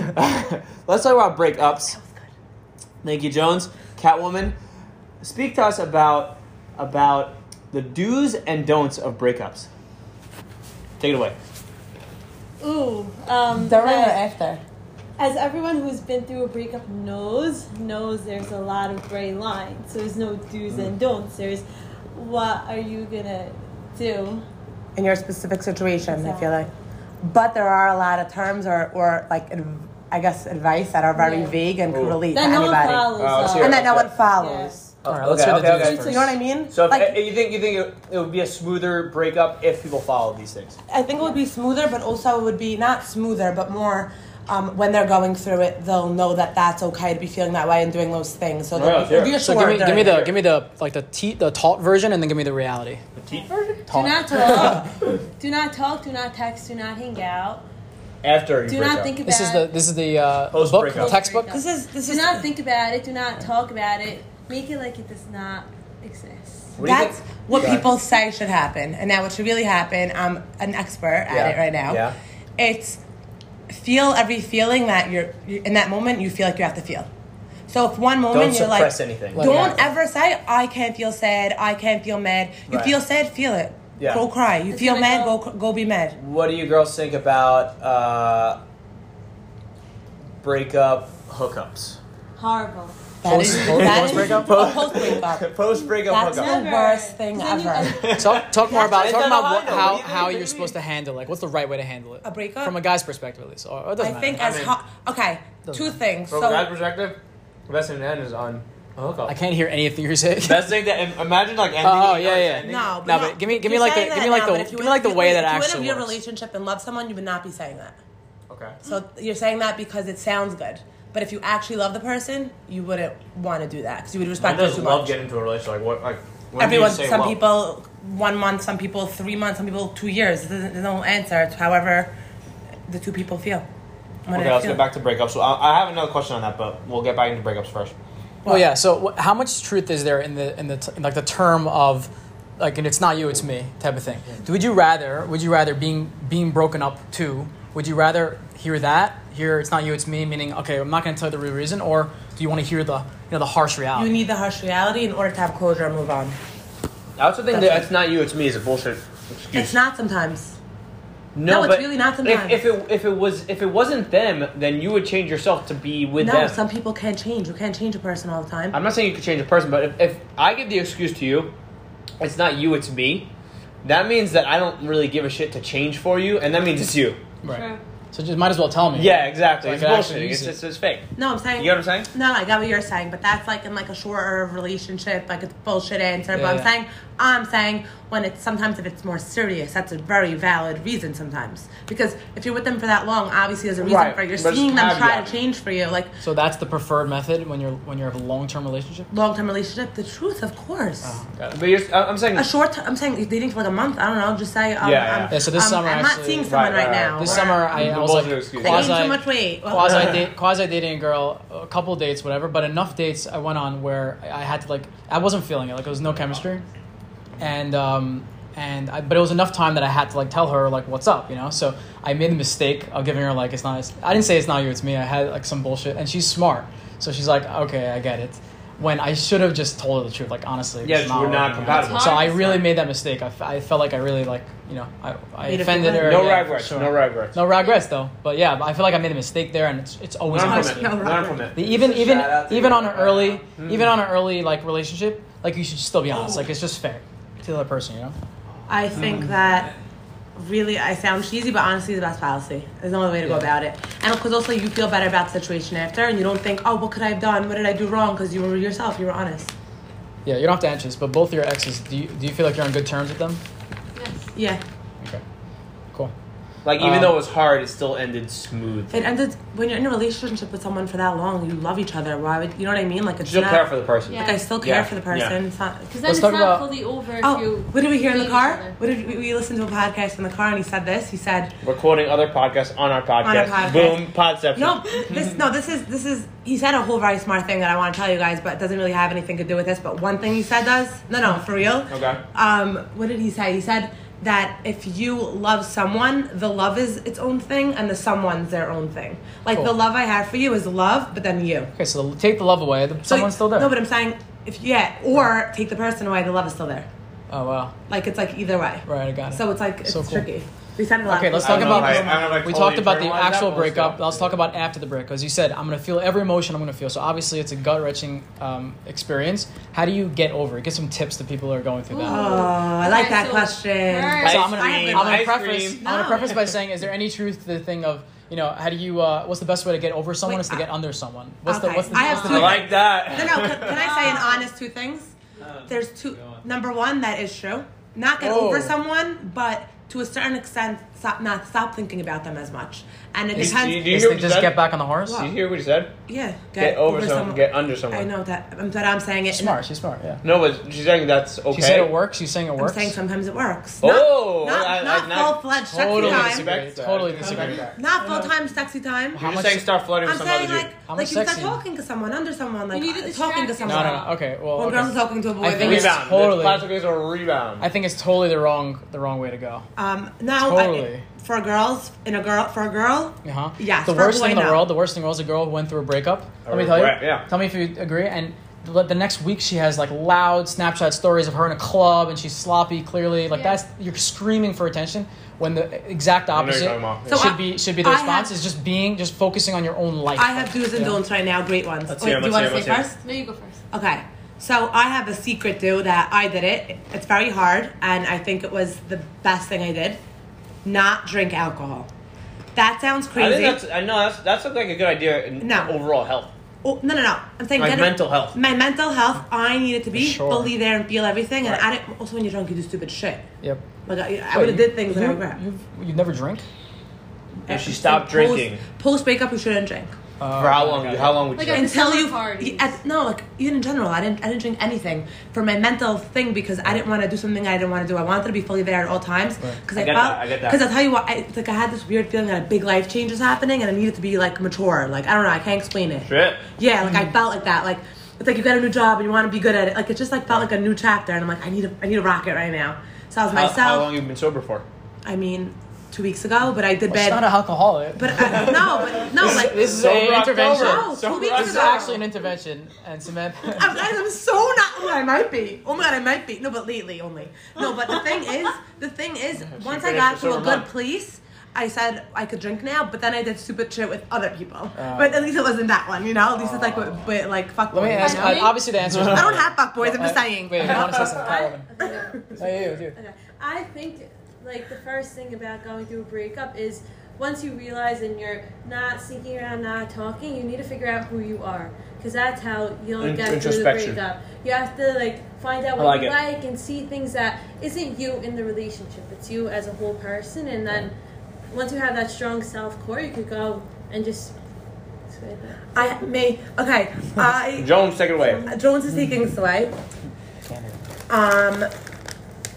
[SPEAKER 3] Let's talk about breakups. Thank you, Jones. Catwoman, speak to us about about the do's and don'ts of breakups. Take it away.
[SPEAKER 7] Ooh. Um,
[SPEAKER 5] During or
[SPEAKER 7] the-
[SPEAKER 5] after?
[SPEAKER 7] as everyone who's been through a breakup knows, knows there's a lot of gray lines. So there's no do's
[SPEAKER 5] Mm-hmm.
[SPEAKER 7] and don'ts. There's what are you gonna do?
[SPEAKER 5] in your specific situation, I feel
[SPEAKER 7] Exactly.
[SPEAKER 5] like. But there are a lot of terms or, or like, adv- I guess, advice that are very
[SPEAKER 7] Yeah.
[SPEAKER 5] vague and could
[SPEAKER 6] Ooh.
[SPEAKER 5] relate to
[SPEAKER 7] That no one
[SPEAKER 5] anybody.
[SPEAKER 7] follows.
[SPEAKER 6] Oh,
[SPEAKER 7] us.
[SPEAKER 6] sure.
[SPEAKER 5] And that no one follows.
[SPEAKER 7] Yes.
[SPEAKER 4] All right, let's hear the dudes first.
[SPEAKER 5] You know what I mean?
[SPEAKER 3] So if,
[SPEAKER 5] like,
[SPEAKER 3] eh, you think you think it, it would be a smoother breakup if people followed these things?
[SPEAKER 5] I think it would be smoother, but also it would be not smoother, but more um, when they're going through it, they'll know that that's okay to be feeling that way and doing those things. So
[SPEAKER 3] Yeah,
[SPEAKER 5] they'll be
[SPEAKER 3] sure.
[SPEAKER 4] So
[SPEAKER 5] reassured.
[SPEAKER 4] give me, give me
[SPEAKER 5] during-
[SPEAKER 4] the, give me the, like the te- the taut version, and then give me the reality.
[SPEAKER 3] Petite version?
[SPEAKER 7] Do
[SPEAKER 4] Taut.
[SPEAKER 7] not talk. do not talk. Do not text. Do not hang out.
[SPEAKER 3] After you
[SPEAKER 7] Do
[SPEAKER 3] break
[SPEAKER 7] not
[SPEAKER 3] up.
[SPEAKER 7] think about.
[SPEAKER 4] This is the, this is the uh, the
[SPEAKER 3] Post
[SPEAKER 4] book,
[SPEAKER 3] breakup.
[SPEAKER 4] the textbook.
[SPEAKER 7] This
[SPEAKER 5] is- this
[SPEAKER 7] do
[SPEAKER 5] is-
[SPEAKER 7] not think about it. Do not talk about it. Make it like it does not exist.
[SPEAKER 3] What do you
[SPEAKER 5] That's
[SPEAKER 3] think?
[SPEAKER 5] what
[SPEAKER 3] Sorry.
[SPEAKER 5] people say should happen. And now, what should really happen, I'm an expert at
[SPEAKER 3] Yeah.
[SPEAKER 5] it right now.
[SPEAKER 3] Yeah.
[SPEAKER 5] It's feel every feeling that you're, you- in that moment, you feel like you have to feel. So if one moment
[SPEAKER 3] Don't
[SPEAKER 5] you're like,
[SPEAKER 3] suppress anything.
[SPEAKER 4] Like-
[SPEAKER 5] don't
[SPEAKER 4] Yeah.
[SPEAKER 5] ever say, I can't feel sad, I can't feel mad. You
[SPEAKER 3] Right.
[SPEAKER 5] feel sad, feel it.
[SPEAKER 3] Yeah.
[SPEAKER 5] Go cry. You
[SPEAKER 7] It's
[SPEAKER 5] feel
[SPEAKER 7] gonna
[SPEAKER 5] mad,
[SPEAKER 7] go-
[SPEAKER 5] go, go, be mad.
[SPEAKER 3] What do you girls think about uh, breakup hookups?
[SPEAKER 7] Horrible.
[SPEAKER 5] That is
[SPEAKER 4] Post- post-
[SPEAKER 5] that
[SPEAKER 4] post
[SPEAKER 5] is-
[SPEAKER 4] breakup?
[SPEAKER 5] oh, post breakup.
[SPEAKER 3] Post breakup
[SPEAKER 5] That's
[SPEAKER 3] hookups.
[SPEAKER 5] the
[SPEAKER 7] Never.
[SPEAKER 5] worst thing
[SPEAKER 7] Then you-
[SPEAKER 5] ever.
[SPEAKER 4] Talk, talk more about
[SPEAKER 3] It's
[SPEAKER 4] talk
[SPEAKER 3] not
[SPEAKER 4] about
[SPEAKER 3] how I
[SPEAKER 4] what,
[SPEAKER 3] know.
[SPEAKER 4] how
[SPEAKER 3] What do you
[SPEAKER 4] how
[SPEAKER 3] think?
[SPEAKER 4] you're supposed to handle like what's the right way to handle it
[SPEAKER 5] A breakup?
[SPEAKER 4] from a guy's perspective at least. Or, or it
[SPEAKER 5] I
[SPEAKER 4] doesn't
[SPEAKER 5] think
[SPEAKER 4] matter.
[SPEAKER 5] as
[SPEAKER 3] mean-
[SPEAKER 5] hot. Okay,
[SPEAKER 4] Doesn't
[SPEAKER 5] two things.
[SPEAKER 3] From
[SPEAKER 5] so
[SPEAKER 3] that perspective, the best thing to end is on a hookup.
[SPEAKER 4] I can't hear anything you're saying.
[SPEAKER 3] Best thing to end, imagine like ending.
[SPEAKER 4] Oh,
[SPEAKER 3] it
[SPEAKER 4] yeah,
[SPEAKER 3] or
[SPEAKER 4] yeah.
[SPEAKER 3] ending-
[SPEAKER 5] No,
[SPEAKER 4] No,
[SPEAKER 5] but
[SPEAKER 4] but give me- give me
[SPEAKER 5] you're
[SPEAKER 4] like the-
[SPEAKER 5] saying
[SPEAKER 4] give
[SPEAKER 5] that
[SPEAKER 4] me like
[SPEAKER 5] now,
[SPEAKER 4] the-
[SPEAKER 5] but if you
[SPEAKER 4] give me
[SPEAKER 5] would-
[SPEAKER 4] like the
[SPEAKER 5] if
[SPEAKER 4] way
[SPEAKER 5] you-
[SPEAKER 4] that
[SPEAKER 5] if you would
[SPEAKER 4] actually
[SPEAKER 5] have your
[SPEAKER 4] works.
[SPEAKER 5] relationship and love someone, you would not be saying that.
[SPEAKER 3] Okay.
[SPEAKER 5] So you're saying that because it sounds good, but if you actually love the person, you wouldn't want to do that because you would
[SPEAKER 3] When
[SPEAKER 5] respect them
[SPEAKER 3] does
[SPEAKER 5] too
[SPEAKER 3] love
[SPEAKER 5] much.
[SPEAKER 3] get into a relationship? Like what? Like when
[SPEAKER 5] Everyone,
[SPEAKER 3] do you say
[SPEAKER 5] some
[SPEAKER 3] love?
[SPEAKER 5] people one month, some people three months, some people two years. There's there's no answer. It's however the two people feel. What
[SPEAKER 3] Okay,
[SPEAKER 5] do they
[SPEAKER 3] let's
[SPEAKER 5] feel?
[SPEAKER 3] get back to breakups. So I, I have another question on that, but we'll get back into breakups first.
[SPEAKER 4] Well, yeah. So, wh- how much truth is there in the in the t- in, like the term of like, and it's not you, it's me type of thing? Do Would you rather? Would you rather being being broken up to? Would you rather hear that? Hear it's not you, it's me, meaning okay, I'm not going to tell you the real reason, or do you want to hear the you know the harsh reality?
[SPEAKER 5] You need the harsh reality in order to have closure and move on.
[SPEAKER 3] I also think
[SPEAKER 5] That's
[SPEAKER 3] that it's not you, it's me is a bullshit excuse.
[SPEAKER 5] It's not sometimes. no, it's
[SPEAKER 3] but
[SPEAKER 5] really not
[SPEAKER 3] if-
[SPEAKER 5] sometimes.
[SPEAKER 3] If, it if it was if it wasn't them, then you would change yourself to be with
[SPEAKER 5] No,
[SPEAKER 3] them.
[SPEAKER 5] some people can't change. You can't change a person all the time.
[SPEAKER 3] I'm not saying you could change a person, but if, if I give the excuse to you, it's not you, it's me. That means that I don't really give a shit to change for you, and that means it's you.
[SPEAKER 4] right. So just might as well tell me.
[SPEAKER 3] Yeah, exactly.
[SPEAKER 4] Like,
[SPEAKER 3] it's
[SPEAKER 4] I actually
[SPEAKER 3] bullshit.
[SPEAKER 4] use
[SPEAKER 3] It's,
[SPEAKER 4] it.
[SPEAKER 3] it's, it's fake.
[SPEAKER 5] No, I'm saying.
[SPEAKER 3] You get what I'm saying?
[SPEAKER 5] No, I got what you're saying, but that's like in like a shorter relationship, like it's bullshit answer.
[SPEAKER 4] Yeah,
[SPEAKER 5] but I'm
[SPEAKER 4] yeah.
[SPEAKER 5] saying, I'm saying when it's sometimes if it's more serious, that's a very valid reason sometimes because if you're with them for that long, obviously there's a reason
[SPEAKER 3] Right,
[SPEAKER 5] for it. You're
[SPEAKER 3] but it's
[SPEAKER 5] seeing them try
[SPEAKER 3] caveat.
[SPEAKER 5] to change for you, like
[SPEAKER 4] So that's the preferred method when you're when you're in a long term relationship.
[SPEAKER 5] long term relationship. The truth, of course.
[SPEAKER 3] But you're, I- I'm saying
[SPEAKER 5] A short. term I'm saying if dating for like a month. I don't know. Just say. Um,
[SPEAKER 3] Yeah, yeah.
[SPEAKER 5] I'm-
[SPEAKER 4] Yeah, so this
[SPEAKER 5] um,
[SPEAKER 4] summer
[SPEAKER 5] I'm
[SPEAKER 4] actually-
[SPEAKER 5] not seeing
[SPEAKER 3] Right,
[SPEAKER 5] someone
[SPEAKER 3] right,
[SPEAKER 5] right,
[SPEAKER 3] right.
[SPEAKER 5] now.
[SPEAKER 4] This summer I, I
[SPEAKER 3] The
[SPEAKER 4] was
[SPEAKER 3] bullshit
[SPEAKER 4] like
[SPEAKER 3] excuse.
[SPEAKER 5] I gained
[SPEAKER 4] quasi
[SPEAKER 5] too much weight. Well,
[SPEAKER 4] quasi date, quasi dating a girl, a couple dates, whatever. But enough dates I went on where I I had to like I wasn't feeling it. Like it was no chemistry, and um and I, but it was enough time that I had to like tell her like what's up, you know. So I made the mistake of giving her like it's not. It's, I didn't say it's not you, it's me. I had like some bullshit, and she's smart, so she's like okay, I get it. When I should have just told her the truth, like honestly,
[SPEAKER 3] Yeah,
[SPEAKER 4] it's
[SPEAKER 3] we're not
[SPEAKER 4] working out.
[SPEAKER 3] compatible.
[SPEAKER 7] It's
[SPEAKER 4] So I
[SPEAKER 7] hard to
[SPEAKER 4] really
[SPEAKER 7] say.
[SPEAKER 4] made that mistake. I, f- I felt like I really like you know I, I
[SPEAKER 5] Made a
[SPEAKER 4] offended
[SPEAKER 5] few-
[SPEAKER 4] her.
[SPEAKER 3] no
[SPEAKER 4] yeah,
[SPEAKER 3] right
[SPEAKER 4] for
[SPEAKER 3] regrets.
[SPEAKER 4] sure.
[SPEAKER 3] No right regrets.
[SPEAKER 4] No regrets though, but yeah, I feel like I made a mistake there, and it's it's always a
[SPEAKER 3] Learn
[SPEAKER 4] mistake.
[SPEAKER 3] from it. Learn from it.
[SPEAKER 4] The- even
[SPEAKER 6] Shout
[SPEAKER 4] even
[SPEAKER 6] out to
[SPEAKER 4] even
[SPEAKER 6] you.
[SPEAKER 4] on an early even on an early like relationship, like you should still be honest. Like it's just fair to the other person, you know.
[SPEAKER 5] I
[SPEAKER 3] Mm.
[SPEAKER 5] think that really, I sound cheesy, but honestly, the best policy. There's no other way to go about it. And because also, you feel better about the situation after, and you don't think, oh, what could I have done? What did I do wrong? Because you were yourself, you were honest.
[SPEAKER 4] Yeah, you don't have to answer this, but both your exes, do you, do you feel like you're on good terms with them?
[SPEAKER 5] Yeah.
[SPEAKER 4] Okay, cool.
[SPEAKER 3] Like even
[SPEAKER 4] Um,
[SPEAKER 3] though it was hard, it still ended smooth.
[SPEAKER 5] It ended when you're in a relationship with someone for that long, you love each other. Why would you know what I mean? Like, it's
[SPEAKER 3] Still
[SPEAKER 5] not.
[SPEAKER 3] care for the person.
[SPEAKER 7] Yeah.
[SPEAKER 5] like, I still care
[SPEAKER 3] Yeah,
[SPEAKER 5] for the
[SPEAKER 3] yeah.
[SPEAKER 5] person. It's not.
[SPEAKER 7] Because then
[SPEAKER 4] Let's
[SPEAKER 7] it's
[SPEAKER 4] talk
[SPEAKER 7] not
[SPEAKER 4] about-
[SPEAKER 7] fully over. if
[SPEAKER 5] Oh,
[SPEAKER 7] you
[SPEAKER 5] what did we hear in the
[SPEAKER 7] hate each
[SPEAKER 5] car?
[SPEAKER 7] other.
[SPEAKER 5] What did we, we listened to a podcast in the car, and he said this. He said,
[SPEAKER 3] We're quoting other podcasts on our podcast.
[SPEAKER 5] On our podcast.
[SPEAKER 3] Boom, podception.
[SPEAKER 5] No, this no, this is this is he said a whole very smart thing that I want to tell you guys, but it doesn't really have anything to do with this. But one thing he said does. No, no, for real.
[SPEAKER 3] Okay.
[SPEAKER 5] Um, what did he say? He said that if you love someone, the love is its own thing and the someone's their own thing. Like the
[SPEAKER 4] Cool.
[SPEAKER 5] love I have for you is love, but then you.
[SPEAKER 4] Okay, so take the love away. The,
[SPEAKER 5] So-
[SPEAKER 4] someone's still there.
[SPEAKER 5] No, but I'm saying if yeah, or take the person away, the love is still there.
[SPEAKER 4] oh wow.
[SPEAKER 5] Like it's like either way.
[SPEAKER 4] Right, I got it.
[SPEAKER 5] So it's like it's
[SPEAKER 4] So cool.
[SPEAKER 5] tricky. We send a lot.
[SPEAKER 4] Okay, let's
[SPEAKER 3] I
[SPEAKER 4] talk
[SPEAKER 3] don't know
[SPEAKER 4] about.
[SPEAKER 3] if I- I don't know if I
[SPEAKER 4] we
[SPEAKER 3] totally
[SPEAKER 4] talked about the
[SPEAKER 3] internalized that,
[SPEAKER 4] actual
[SPEAKER 3] but let's
[SPEAKER 4] breakup.
[SPEAKER 3] go.
[SPEAKER 4] Let's talk about after the break, because you said I'm gonna feel every emotion I'm gonna feel. So obviously, it's a gut wrenching um, experience. How do you get over it? Get some tips to people who are going through that.
[SPEAKER 5] Oh, I like that
[SPEAKER 8] so-
[SPEAKER 5] question.
[SPEAKER 8] Alright.
[SPEAKER 3] Ice
[SPEAKER 4] So I'm gonna,
[SPEAKER 3] cream,
[SPEAKER 4] I'm gonna
[SPEAKER 3] ice
[SPEAKER 4] preface.
[SPEAKER 3] cream.
[SPEAKER 4] I'm gonna
[SPEAKER 5] No.
[SPEAKER 4] preface by saying, is there any truth to the thing of you know how do you? Uh, what's the best way to get over someone
[SPEAKER 5] Wait,
[SPEAKER 4] is to
[SPEAKER 5] I-
[SPEAKER 4] get under someone. What's the
[SPEAKER 5] Okay,
[SPEAKER 4] What's the
[SPEAKER 5] I have
[SPEAKER 4] what's
[SPEAKER 5] two
[SPEAKER 4] the-
[SPEAKER 3] I like
[SPEAKER 5] No,
[SPEAKER 3] that.
[SPEAKER 5] no. Can, can I say an honest two things? There's two. Number one, that is true. Not get
[SPEAKER 4] Whoa.
[SPEAKER 5] over someone, but to a certain extent, stop not stop thinking about them as much. And it
[SPEAKER 3] You-
[SPEAKER 5] depends.
[SPEAKER 3] you- you-
[SPEAKER 4] Is
[SPEAKER 3] hear
[SPEAKER 4] to
[SPEAKER 3] what
[SPEAKER 4] just
[SPEAKER 3] said?
[SPEAKER 4] get back on the horse.
[SPEAKER 3] Did you hear what he said?
[SPEAKER 5] yeah,
[SPEAKER 3] Get over someone. Get under
[SPEAKER 5] I
[SPEAKER 3] someone.
[SPEAKER 5] know that. I'm that I'm saying it.
[SPEAKER 4] She's smart. She's smart. Yeah.
[SPEAKER 3] No, but she's saying that's okay.
[SPEAKER 4] She said it works. She's saying it
[SPEAKER 5] I'm
[SPEAKER 4] works.
[SPEAKER 5] saying sometimes it works.
[SPEAKER 3] Oh,
[SPEAKER 5] not,
[SPEAKER 3] I- I-
[SPEAKER 5] not,
[SPEAKER 3] not-
[SPEAKER 5] full fledged sexy
[SPEAKER 4] Totally
[SPEAKER 5] time.
[SPEAKER 3] respect
[SPEAKER 4] disagree.
[SPEAKER 3] that.
[SPEAKER 4] Totally disagree.
[SPEAKER 5] Not full time sexy time.
[SPEAKER 3] You're
[SPEAKER 4] much-
[SPEAKER 3] just saying start flirting
[SPEAKER 5] I'm
[SPEAKER 3] with some other
[SPEAKER 5] saying
[SPEAKER 3] dude.
[SPEAKER 5] like
[SPEAKER 4] How
[SPEAKER 5] like
[SPEAKER 4] much
[SPEAKER 5] you start
[SPEAKER 4] sexy?
[SPEAKER 5] talking to someone under someone like
[SPEAKER 8] You need to
[SPEAKER 5] uh, talking to
[SPEAKER 8] distract
[SPEAKER 5] someone.
[SPEAKER 4] No, no, no. Okay. Well,
[SPEAKER 5] When
[SPEAKER 4] okay.
[SPEAKER 5] girls are talking to a boy,
[SPEAKER 4] I
[SPEAKER 5] they
[SPEAKER 4] think it's
[SPEAKER 5] just-
[SPEAKER 3] Rebound.
[SPEAKER 4] totally-
[SPEAKER 3] The classic is a rebound.
[SPEAKER 4] I think it's totally the wrong the wrong way to go.
[SPEAKER 5] Um, now,
[SPEAKER 4] Totally.
[SPEAKER 5] I, for girls, in a girl, for a girl,
[SPEAKER 4] Uh huh.
[SPEAKER 5] Yes,
[SPEAKER 4] The
[SPEAKER 5] for a
[SPEAKER 4] worst
[SPEAKER 5] boy,
[SPEAKER 4] thing in the
[SPEAKER 5] no.
[SPEAKER 4] world. The worst thing in the world is a girl who went through a breakup. Let me tell you.
[SPEAKER 3] regret, yeah.
[SPEAKER 4] Tell me if you agree. And the, the next week she has like loud Snapchat stories of her in a club and she's sloppy. Clearly, like
[SPEAKER 8] Yeah.
[SPEAKER 4] that's you're screaming for attention when the exact
[SPEAKER 3] I know what
[SPEAKER 4] opposite
[SPEAKER 3] you're talking about.
[SPEAKER 5] So
[SPEAKER 4] should
[SPEAKER 5] I-
[SPEAKER 4] be should be the
[SPEAKER 5] I
[SPEAKER 4] response
[SPEAKER 5] have-
[SPEAKER 4] is just being just focusing on your own life.
[SPEAKER 5] I have do's and
[SPEAKER 4] Yeah.
[SPEAKER 5] don'ts right now, great ones.
[SPEAKER 3] Let's
[SPEAKER 5] Wait,
[SPEAKER 3] hear 'em,
[SPEAKER 5] do you
[SPEAKER 3] let's
[SPEAKER 5] want to
[SPEAKER 3] hear
[SPEAKER 5] say
[SPEAKER 3] 'em, let's
[SPEAKER 5] first?
[SPEAKER 8] No, you go first.
[SPEAKER 5] Okay. So I have a secret do that I did it. It's very hard, and I think it was the best thing I did. Not drink alcohol. That sounds
[SPEAKER 3] I
[SPEAKER 5] crazy.
[SPEAKER 3] think that's. I know that's. That sounds like a good idea in
[SPEAKER 5] No.
[SPEAKER 3] overall health.
[SPEAKER 5] Oh, no, no, no. I'm saying
[SPEAKER 3] Like
[SPEAKER 5] that-
[SPEAKER 3] mental health.
[SPEAKER 5] My mental health. I needed to be
[SPEAKER 4] Sure.
[SPEAKER 5] fully there and feel everything. And I
[SPEAKER 3] Right.
[SPEAKER 5] didn't. Also, when you're drunk, you do stupid shit.
[SPEAKER 4] Yep.
[SPEAKER 5] Like I, I
[SPEAKER 4] Wait,
[SPEAKER 5] would have
[SPEAKER 4] you-
[SPEAKER 5] did things that I
[SPEAKER 4] you,
[SPEAKER 5] regret.
[SPEAKER 4] You've you never drink.
[SPEAKER 3] If she stopped drinking.
[SPEAKER 5] Post breakup, you shouldn't drink.
[SPEAKER 4] Uh,
[SPEAKER 3] For how
[SPEAKER 4] I
[SPEAKER 3] long?
[SPEAKER 4] got it.
[SPEAKER 3] How long would you?
[SPEAKER 8] Like
[SPEAKER 3] drink?
[SPEAKER 8] a-
[SPEAKER 5] until
[SPEAKER 8] summer
[SPEAKER 5] you
[SPEAKER 8] parties.
[SPEAKER 5] at, no like even in general i didn't i didn't drink anything for my mental thing because i didn't want to do something i didn't want to do i wanted to be fully there at all times because
[SPEAKER 3] I
[SPEAKER 5] i,
[SPEAKER 3] get
[SPEAKER 5] felt
[SPEAKER 3] that, I get that.
[SPEAKER 5] because i'll tell you what I, it's like i had this weird feeling that a big life change was happening and i needed to be like mature like i don't know i can't explain it
[SPEAKER 3] Shit.
[SPEAKER 5] yeah like
[SPEAKER 3] Mm-hmm.
[SPEAKER 5] i felt like that like it's like you got a new job and you want to be good at it like it just like felt like a new chapter and i'm like i need a i need a rocket right now so i was
[SPEAKER 3] How,
[SPEAKER 5] myself
[SPEAKER 3] how long you been sober for?
[SPEAKER 5] i mean two weeks ago but i
[SPEAKER 3] Oh,
[SPEAKER 5] did
[SPEAKER 4] She's not
[SPEAKER 5] bad
[SPEAKER 4] an alcoholic.
[SPEAKER 5] but I, no but no like
[SPEAKER 4] this is
[SPEAKER 3] Sober
[SPEAKER 4] an intervention.
[SPEAKER 3] October.
[SPEAKER 5] No, two
[SPEAKER 3] Sober
[SPEAKER 5] weeks
[SPEAKER 4] This is
[SPEAKER 5] ago.
[SPEAKER 4] actually an intervention, and Samantha.
[SPEAKER 5] I'm, guys, I'm so not. Oh my, I might be. Oh my god, I might be. No, but lately only. No, but the thing is, the thing is, once I
[SPEAKER 3] finished
[SPEAKER 5] got
[SPEAKER 3] the
[SPEAKER 5] to a
[SPEAKER 3] sober
[SPEAKER 5] good
[SPEAKER 3] month.
[SPEAKER 5] place, I said I could drink now. But then I did stupid shit with other people.
[SPEAKER 3] Oh.
[SPEAKER 5] but at least it wasn't that one, you know. At least it's like, but, but like fuck.
[SPEAKER 4] Let me
[SPEAKER 5] boys.
[SPEAKER 4] ask.
[SPEAKER 8] I
[SPEAKER 4] Uh,
[SPEAKER 8] mean-
[SPEAKER 4] obviously, the answer is.
[SPEAKER 5] I don't have fuck boys. I'm just saying.
[SPEAKER 4] Wait, I want to say something. Pat Woman.
[SPEAKER 7] Okay.
[SPEAKER 4] No, you, you.
[SPEAKER 7] Okay. I think like the first thing about going through a breakup is once you realize and you're not sneaking around, not talking, you need to figure out who you are because that's how you'll
[SPEAKER 3] In-
[SPEAKER 7] get through the
[SPEAKER 3] introspection.
[SPEAKER 7] breakup. You have to like find out
[SPEAKER 3] I
[SPEAKER 7] what
[SPEAKER 3] like
[SPEAKER 7] you
[SPEAKER 3] it.
[SPEAKER 7] like and see things that isn't you in the relationship. It's you as a whole person, and then once you have that strong self core, you could go and just.
[SPEAKER 5] I me. Okay. I
[SPEAKER 3] Jones, take it away.
[SPEAKER 5] Jones is taking us away. Um.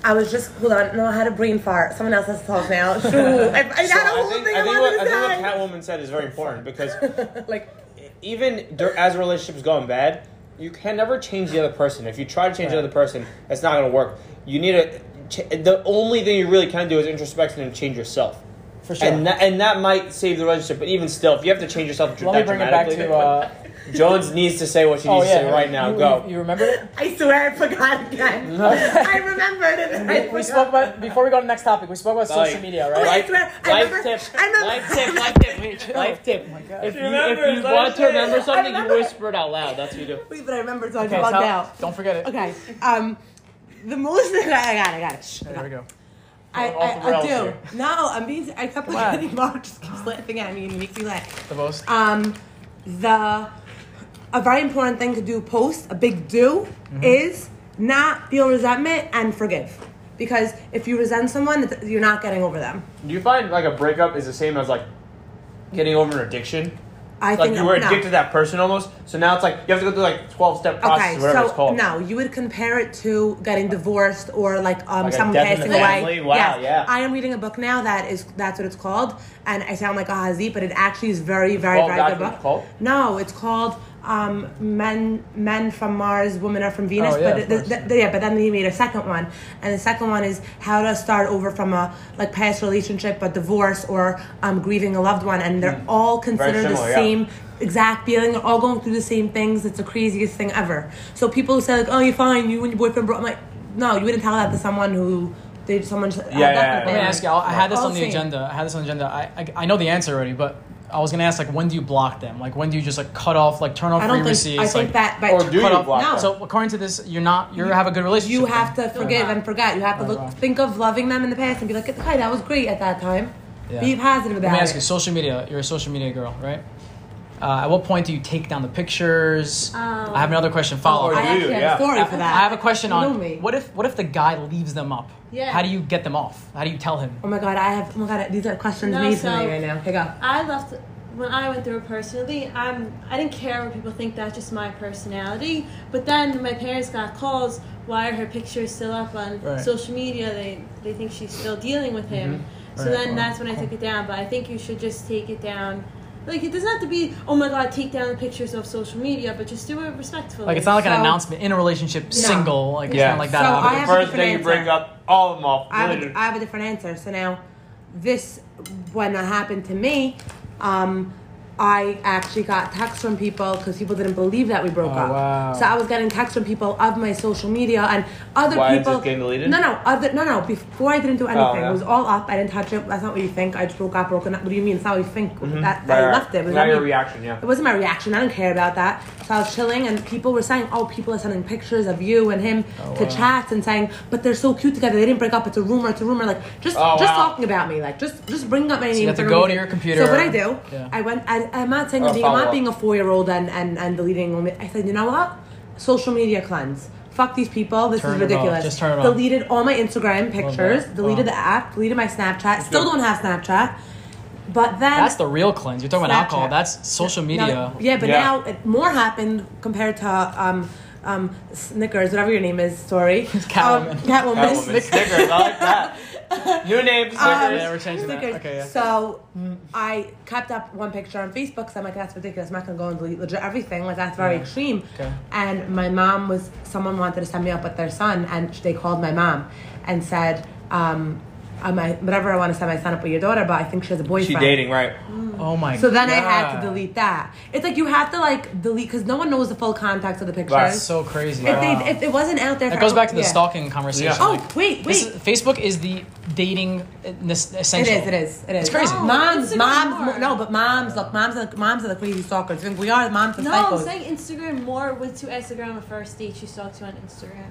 [SPEAKER 5] I was just hold on. No, I had a brain fart. Someone else has to talk now. Shoot. I, I
[SPEAKER 3] So
[SPEAKER 5] had a whole
[SPEAKER 3] I think,
[SPEAKER 5] thing
[SPEAKER 3] I
[SPEAKER 5] I,
[SPEAKER 3] think, what, I
[SPEAKER 5] wanted
[SPEAKER 3] think what
[SPEAKER 5] to say.
[SPEAKER 3] Catwoman said is very important because
[SPEAKER 5] like
[SPEAKER 3] even dur- as a relationship's going bad, you can never change the other person. If you try to change the
[SPEAKER 4] Right.
[SPEAKER 3] other person, it's not going to work. You need to. Ch- the only thing you really can do is introspection and change yourself.
[SPEAKER 4] For sure.
[SPEAKER 3] And that, and that might save the relationship, but even still, if you have to change yourself
[SPEAKER 4] Let me bring it back
[SPEAKER 3] dramatically,
[SPEAKER 4] to. Uh,
[SPEAKER 3] Jones needs to say what she
[SPEAKER 4] oh
[SPEAKER 3] needs
[SPEAKER 4] yeah,
[SPEAKER 3] to say right now.
[SPEAKER 4] you,
[SPEAKER 3] Go.
[SPEAKER 4] You, you remember it?
[SPEAKER 5] I swear I forgot again. I remembered it. and I
[SPEAKER 4] We, we
[SPEAKER 5] forgot.
[SPEAKER 4] spoke about before we go to the next topic. We spoke about
[SPEAKER 3] Like-
[SPEAKER 4] social media,
[SPEAKER 5] Oh,
[SPEAKER 4] right?
[SPEAKER 5] I swear, I
[SPEAKER 3] life
[SPEAKER 5] remember-
[SPEAKER 3] tip.
[SPEAKER 5] I remember-
[SPEAKER 3] Life tip. Life tip. Wait, Life
[SPEAKER 4] Oh
[SPEAKER 3] tip. if you, if you
[SPEAKER 6] remembers,
[SPEAKER 3] want to
[SPEAKER 6] let her
[SPEAKER 3] remember
[SPEAKER 5] I
[SPEAKER 3] something,
[SPEAKER 5] remember.
[SPEAKER 3] you whisper it out loud. That's what you do.
[SPEAKER 5] Wait, but I remembered, so I
[SPEAKER 4] Okay,
[SPEAKER 5] bugged
[SPEAKER 4] tell-
[SPEAKER 5] out.
[SPEAKER 4] don't forget it.
[SPEAKER 5] Okay. Um, the most thing I I got, it, I got it. Shh, I
[SPEAKER 4] There
[SPEAKER 5] got
[SPEAKER 4] we
[SPEAKER 5] it.
[SPEAKER 4] go.
[SPEAKER 5] I,
[SPEAKER 4] Going off the
[SPEAKER 5] I, I
[SPEAKER 4] rails
[SPEAKER 5] do.
[SPEAKER 4] here.
[SPEAKER 5] No, I'm being. I kept
[SPEAKER 4] on.
[SPEAKER 5] like, getting Mark just keeps laughing at me and makes me laugh.
[SPEAKER 4] The most.
[SPEAKER 5] Um, the a very important thing to do post a big do
[SPEAKER 4] Mm-hmm.
[SPEAKER 5] is not feel resentment and forgive, because if you resent someone, it's- you're not getting over them.
[SPEAKER 3] Do you find like a breakup is the same as like getting over an addiction?
[SPEAKER 5] I
[SPEAKER 3] Like
[SPEAKER 5] think
[SPEAKER 3] you were
[SPEAKER 5] no.
[SPEAKER 3] addicted to that person almost, so now it's like you have to go through like twelve step process,
[SPEAKER 5] Okay,
[SPEAKER 3] whatever
[SPEAKER 5] so
[SPEAKER 3] it's called.
[SPEAKER 5] no, you would compare it to getting divorced or like um
[SPEAKER 3] Like a
[SPEAKER 5] someone
[SPEAKER 3] death in
[SPEAKER 5] passing
[SPEAKER 3] the
[SPEAKER 5] away.
[SPEAKER 3] family? Wow,
[SPEAKER 5] Yes.
[SPEAKER 3] yeah.
[SPEAKER 5] I am reading a book now that is that's what it's called, and I sound like a hazi, but it actually is very, very,
[SPEAKER 3] called-
[SPEAKER 5] very
[SPEAKER 3] that's
[SPEAKER 5] good
[SPEAKER 3] what
[SPEAKER 5] book.
[SPEAKER 3] it's called?
[SPEAKER 5] No, it's called um, men men from Mars, women are from Venus.
[SPEAKER 4] Oh, yeah,
[SPEAKER 5] but
[SPEAKER 4] of
[SPEAKER 5] the,
[SPEAKER 4] course.
[SPEAKER 5] the, the- yeah, but then he made a second one, and the second one is how to start over from a like past relationship, a divorce, or um, grieving a loved one, and they're
[SPEAKER 3] Hmm.
[SPEAKER 5] all considered
[SPEAKER 3] similar,
[SPEAKER 5] the
[SPEAKER 3] yeah.
[SPEAKER 5] same exact feeling. They're all going through the same things. It's the craziest thing ever. So people say like, "Oh, you're fine. You and your boyfriend broke." I'm like, no, you wouldn't tell that to someone who. They, someone just,
[SPEAKER 3] Yeah, yeah, yeah.
[SPEAKER 4] Let me ask you. I I had this
[SPEAKER 5] All
[SPEAKER 4] on the
[SPEAKER 5] same.
[SPEAKER 4] agenda. I had this on the agenda. I, I I know the answer already, but I was gonna ask like when do you block them? Like when do you just like cut off like turn off
[SPEAKER 5] I
[SPEAKER 4] free
[SPEAKER 5] don't think.
[SPEAKER 4] receipts?
[SPEAKER 5] I think
[SPEAKER 4] like,
[SPEAKER 5] that by
[SPEAKER 3] Or do
[SPEAKER 5] cut
[SPEAKER 3] you
[SPEAKER 5] off-
[SPEAKER 3] block
[SPEAKER 5] no.
[SPEAKER 3] that?
[SPEAKER 4] So according to this, you're not you have a good relationship.
[SPEAKER 5] you
[SPEAKER 4] with
[SPEAKER 5] have
[SPEAKER 4] them.
[SPEAKER 5] to forgive and forget. You have to look,
[SPEAKER 4] Right.
[SPEAKER 5] think of loving them in the past and be like, "Hi, that was great at that time."
[SPEAKER 4] Yeah.
[SPEAKER 5] Be positive about
[SPEAKER 4] Let me ask
[SPEAKER 5] it.
[SPEAKER 4] you. Social media. You're a social media girl, right? Uh, at what point do you take down the pictures?
[SPEAKER 5] Um,
[SPEAKER 4] I have another question. Follow.
[SPEAKER 5] I
[SPEAKER 4] up.
[SPEAKER 3] do,
[SPEAKER 5] actually have
[SPEAKER 3] yeah.
[SPEAKER 5] a story
[SPEAKER 4] I,
[SPEAKER 5] oh, for that.
[SPEAKER 4] I have a question
[SPEAKER 5] You know
[SPEAKER 4] on
[SPEAKER 5] me.
[SPEAKER 4] what if what if the guy leaves them up?
[SPEAKER 7] Yeah.
[SPEAKER 4] How do you get them off? How do you tell him?
[SPEAKER 5] Oh my god, I have. Oh my god, these are questions
[SPEAKER 7] No,
[SPEAKER 5] made for
[SPEAKER 7] so-
[SPEAKER 5] me right now. Okay, go.
[SPEAKER 7] I left when I went through it personally. I'm I didn't care what people think. That's just my personality. But then my parents got calls. Why are her pictures still up on
[SPEAKER 4] Right.
[SPEAKER 7] social media? They they think she's still dealing with him. So
[SPEAKER 4] Mm-hmm. Right,
[SPEAKER 7] then
[SPEAKER 4] wow,
[SPEAKER 7] that's when I took it down. But I think you should just take it down. Like it doesn't have to be. Oh my God, take down the pictures off social media, but just do it respectfully.
[SPEAKER 4] Like it's not like an
[SPEAKER 5] So-
[SPEAKER 4] announcement in a relationship, single. Like it's
[SPEAKER 3] Yeah.
[SPEAKER 4] not like that.
[SPEAKER 5] So
[SPEAKER 4] obvious.
[SPEAKER 5] I have a
[SPEAKER 3] First
[SPEAKER 5] different
[SPEAKER 3] day you break
[SPEAKER 5] answer.
[SPEAKER 3] up, all of them off.
[SPEAKER 5] I have,
[SPEAKER 3] deleted.
[SPEAKER 5] a, I have a different answer. So now, this when that happened to me, um, I actually got texts from people because people didn't believe that we broke
[SPEAKER 4] Oh,
[SPEAKER 5] up.
[SPEAKER 4] wow.
[SPEAKER 5] So I was getting texts from people of my social media and other
[SPEAKER 3] Why,
[SPEAKER 5] people.
[SPEAKER 3] just getting deleted? Oh,
[SPEAKER 5] No, no, other no, no. Before I didn't do anything.
[SPEAKER 3] yeah.
[SPEAKER 5] It was all up. I didn't touch it. That's not what you think. I just broke up, broken up. What do you mean? It's not what you think. That, that
[SPEAKER 3] Mm-hmm. Right,
[SPEAKER 5] I
[SPEAKER 3] right.
[SPEAKER 5] left it. It was
[SPEAKER 3] Now
[SPEAKER 5] not
[SPEAKER 3] your
[SPEAKER 5] me.
[SPEAKER 3] reaction, yeah.
[SPEAKER 5] It wasn't my reaction. I don't care about that. So I was chilling, and people were saying, "Oh, people are sending pictures of you and him
[SPEAKER 4] Oh,
[SPEAKER 5] to chats and saying, but they're so cute together. They didn't break up. It's a rumor. It's a rumor. Like just
[SPEAKER 3] Oh,
[SPEAKER 5] just
[SPEAKER 3] wow.
[SPEAKER 5] talking about me. Like just just bringing up my name.
[SPEAKER 4] you have
[SPEAKER 5] for
[SPEAKER 4] to
[SPEAKER 5] no
[SPEAKER 4] go to
[SPEAKER 5] reason.
[SPEAKER 4] your computer.
[SPEAKER 5] So what I do,
[SPEAKER 4] Yeah.
[SPEAKER 5] I went. I, I'm not saying
[SPEAKER 3] Oh,
[SPEAKER 5] I'm, being, I'm
[SPEAKER 3] follow
[SPEAKER 5] not
[SPEAKER 3] up.
[SPEAKER 5] being a four year old and and and deleting. all my- I said, you know what? Social media cleanse. Fuck these people. This
[SPEAKER 4] Turn
[SPEAKER 5] is
[SPEAKER 4] it off.
[SPEAKER 5] ridiculous.
[SPEAKER 4] Just turn it off.
[SPEAKER 5] deleted all my Instagram pictures.
[SPEAKER 4] that.
[SPEAKER 5] Deleted
[SPEAKER 4] Wow.
[SPEAKER 5] the app. Deleted my Snapchat. Still
[SPEAKER 3] good.
[SPEAKER 5] don't have Snapchat. But then
[SPEAKER 4] That's the real cleanse. You're talking about alcohol.
[SPEAKER 5] Snapchat.
[SPEAKER 4] That's social
[SPEAKER 5] no,
[SPEAKER 4] media.
[SPEAKER 5] yeah, but
[SPEAKER 3] Yeah.
[SPEAKER 5] now it, more happened compared to um, um, Snickers, whatever your name is. Sorry,
[SPEAKER 4] Catwoman.
[SPEAKER 5] Um, Catwoman.
[SPEAKER 3] Catwoman, Snickers, I like that. New name, Snickers.
[SPEAKER 4] Yeah, we're changing that.
[SPEAKER 5] Um, Snickers.
[SPEAKER 4] Okay, yeah.
[SPEAKER 5] So I kept up one picture on Facebook. So I'm like, that's ridiculous. I'm not gonna go and delete legit everything. Like that's very extreme.
[SPEAKER 4] Okay.
[SPEAKER 5] And my mom was someone wanted to set me up with their son, and they called my mom and said, um, um, I, whatever I want to set my son up with your daughter, but I think she has a boyfriend.
[SPEAKER 3] She dating, right?
[SPEAKER 4] Oh my.
[SPEAKER 5] So then I
[SPEAKER 4] God.
[SPEAKER 5] had to delete that. It's like you have to like delete because no one knows the full context of the pictures.
[SPEAKER 4] That's so crazy.
[SPEAKER 5] if,
[SPEAKER 4] Wow.
[SPEAKER 5] they, if it wasn't out there,
[SPEAKER 4] that
[SPEAKER 5] for-
[SPEAKER 4] goes back to the
[SPEAKER 5] yeah.
[SPEAKER 4] stalking conversation.
[SPEAKER 3] Yeah.
[SPEAKER 5] Oh
[SPEAKER 4] Like,
[SPEAKER 5] wait,
[SPEAKER 4] this
[SPEAKER 5] wait.
[SPEAKER 4] is- Facebook is the dating uh, nes-
[SPEAKER 5] It
[SPEAKER 4] essential.
[SPEAKER 5] is, it is, it is.
[SPEAKER 4] It's crazy.
[SPEAKER 7] No,
[SPEAKER 5] Moms,
[SPEAKER 7] Instagram
[SPEAKER 5] moms,
[SPEAKER 7] more.
[SPEAKER 5] no, but moms, look, moms are, moms are the crazy stalkers. Think We are moms and
[SPEAKER 7] no, I'm
[SPEAKER 5] psychos.
[SPEAKER 7] saying Instagram more with to Instagram a first date you talk to on Instagram,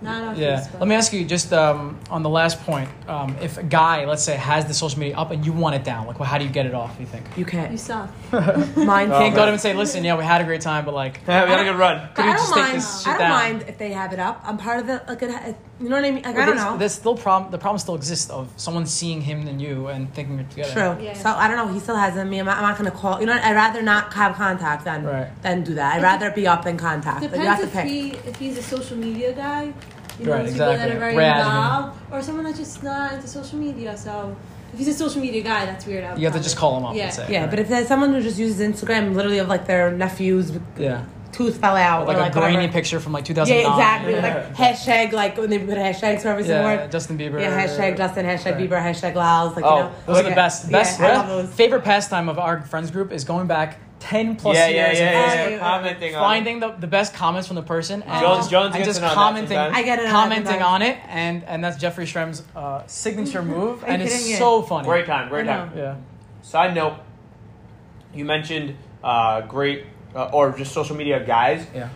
[SPEAKER 7] not on
[SPEAKER 4] Yeah.
[SPEAKER 7] Facebook.
[SPEAKER 4] Let me ask you just um, on the last point. Um, if a guy, let's say, has the social media up and you want it down, like, well, how do you get it off? You think?
[SPEAKER 5] You
[SPEAKER 7] You
[SPEAKER 5] can't.
[SPEAKER 7] suck.
[SPEAKER 5] Mine
[SPEAKER 4] You can't
[SPEAKER 5] can't
[SPEAKER 4] go to him and say, "Listen, yeah, we had a great time, but like,
[SPEAKER 3] Oh, Yeah, we had a good run.
[SPEAKER 5] But I
[SPEAKER 4] Dude,
[SPEAKER 5] don't
[SPEAKER 4] just take
[SPEAKER 5] mind.
[SPEAKER 4] this shit
[SPEAKER 5] I don't
[SPEAKER 4] down.
[SPEAKER 5] mind if they have it up. I'm part of the. Like, it, ha- you know what I mean? Like, I don't
[SPEAKER 4] There's-
[SPEAKER 5] know.
[SPEAKER 4] There's still problem. The problem still exists of someone seeing him than you and thinking you're together.
[SPEAKER 5] True.
[SPEAKER 7] Yeah.
[SPEAKER 5] So I don't know. He still hasn't me. I'm not, I'm not gonna call. You know, what? I'd rather not have contact than
[SPEAKER 4] Right.
[SPEAKER 5] than do that. I'd rather be up than contact. Like, you have
[SPEAKER 7] Depends
[SPEAKER 5] to
[SPEAKER 7] if
[SPEAKER 5] pick.
[SPEAKER 7] he if he's a social media guy, you know,
[SPEAKER 4] Right,
[SPEAKER 7] those people
[SPEAKER 4] exactly.
[SPEAKER 7] that are very
[SPEAKER 4] Brad, I mean.
[SPEAKER 7] involved, or someone that's just not into social media. So if he's a social media guy, that's weird.
[SPEAKER 4] You have to just call him up
[SPEAKER 7] Yeah.
[SPEAKER 4] and say,
[SPEAKER 5] yeah,
[SPEAKER 4] right.
[SPEAKER 5] but if there's someone who just uses Instagram, literally of like their nephews,
[SPEAKER 4] yeah,
[SPEAKER 5] tooth fell out,
[SPEAKER 4] like,
[SPEAKER 5] or
[SPEAKER 4] a
[SPEAKER 5] like
[SPEAKER 4] grainy
[SPEAKER 5] whatever.
[SPEAKER 4] picture from like 2009.
[SPEAKER 5] Yeah, exactly.
[SPEAKER 4] Yeah,
[SPEAKER 5] Like hashtag, like when they put hashtags for every single
[SPEAKER 4] Yeah,
[SPEAKER 5] word.
[SPEAKER 4] Justin Bieber.
[SPEAKER 5] Yeah, hashtag Justin, hashtag
[SPEAKER 4] Right.
[SPEAKER 5] Bieber, hashtag Lyles. Like,
[SPEAKER 3] Oh,
[SPEAKER 5] you know,
[SPEAKER 4] Those are the
[SPEAKER 5] Yeah,
[SPEAKER 4] best. Best
[SPEAKER 5] Yeah, I love those.
[SPEAKER 4] favorite pastime of our friends group is going back 10 plus
[SPEAKER 3] yeah, yeah,
[SPEAKER 4] years.
[SPEAKER 3] yeah,
[SPEAKER 4] and
[SPEAKER 3] yeah,
[SPEAKER 5] yeah.
[SPEAKER 3] yeah. Commenting
[SPEAKER 4] Finding the, the best comments from the person and
[SPEAKER 3] Jones-
[SPEAKER 4] just,
[SPEAKER 3] Jones
[SPEAKER 4] and
[SPEAKER 3] gets
[SPEAKER 4] just
[SPEAKER 3] it on that
[SPEAKER 4] commenting,
[SPEAKER 3] sometimes.
[SPEAKER 5] I get it on that
[SPEAKER 4] commenting
[SPEAKER 5] sometimes.
[SPEAKER 4] on it, and and that's Jeffrey Schrem's uh, signature move, and it's
[SPEAKER 5] kidding you?
[SPEAKER 4] so
[SPEAKER 3] on
[SPEAKER 4] funny.
[SPEAKER 3] it. Great time, great
[SPEAKER 5] I
[SPEAKER 3] time.
[SPEAKER 5] know.
[SPEAKER 4] Yeah,
[SPEAKER 3] Side note, you mentioned uh, great uh, or just social media guys.
[SPEAKER 4] yeah.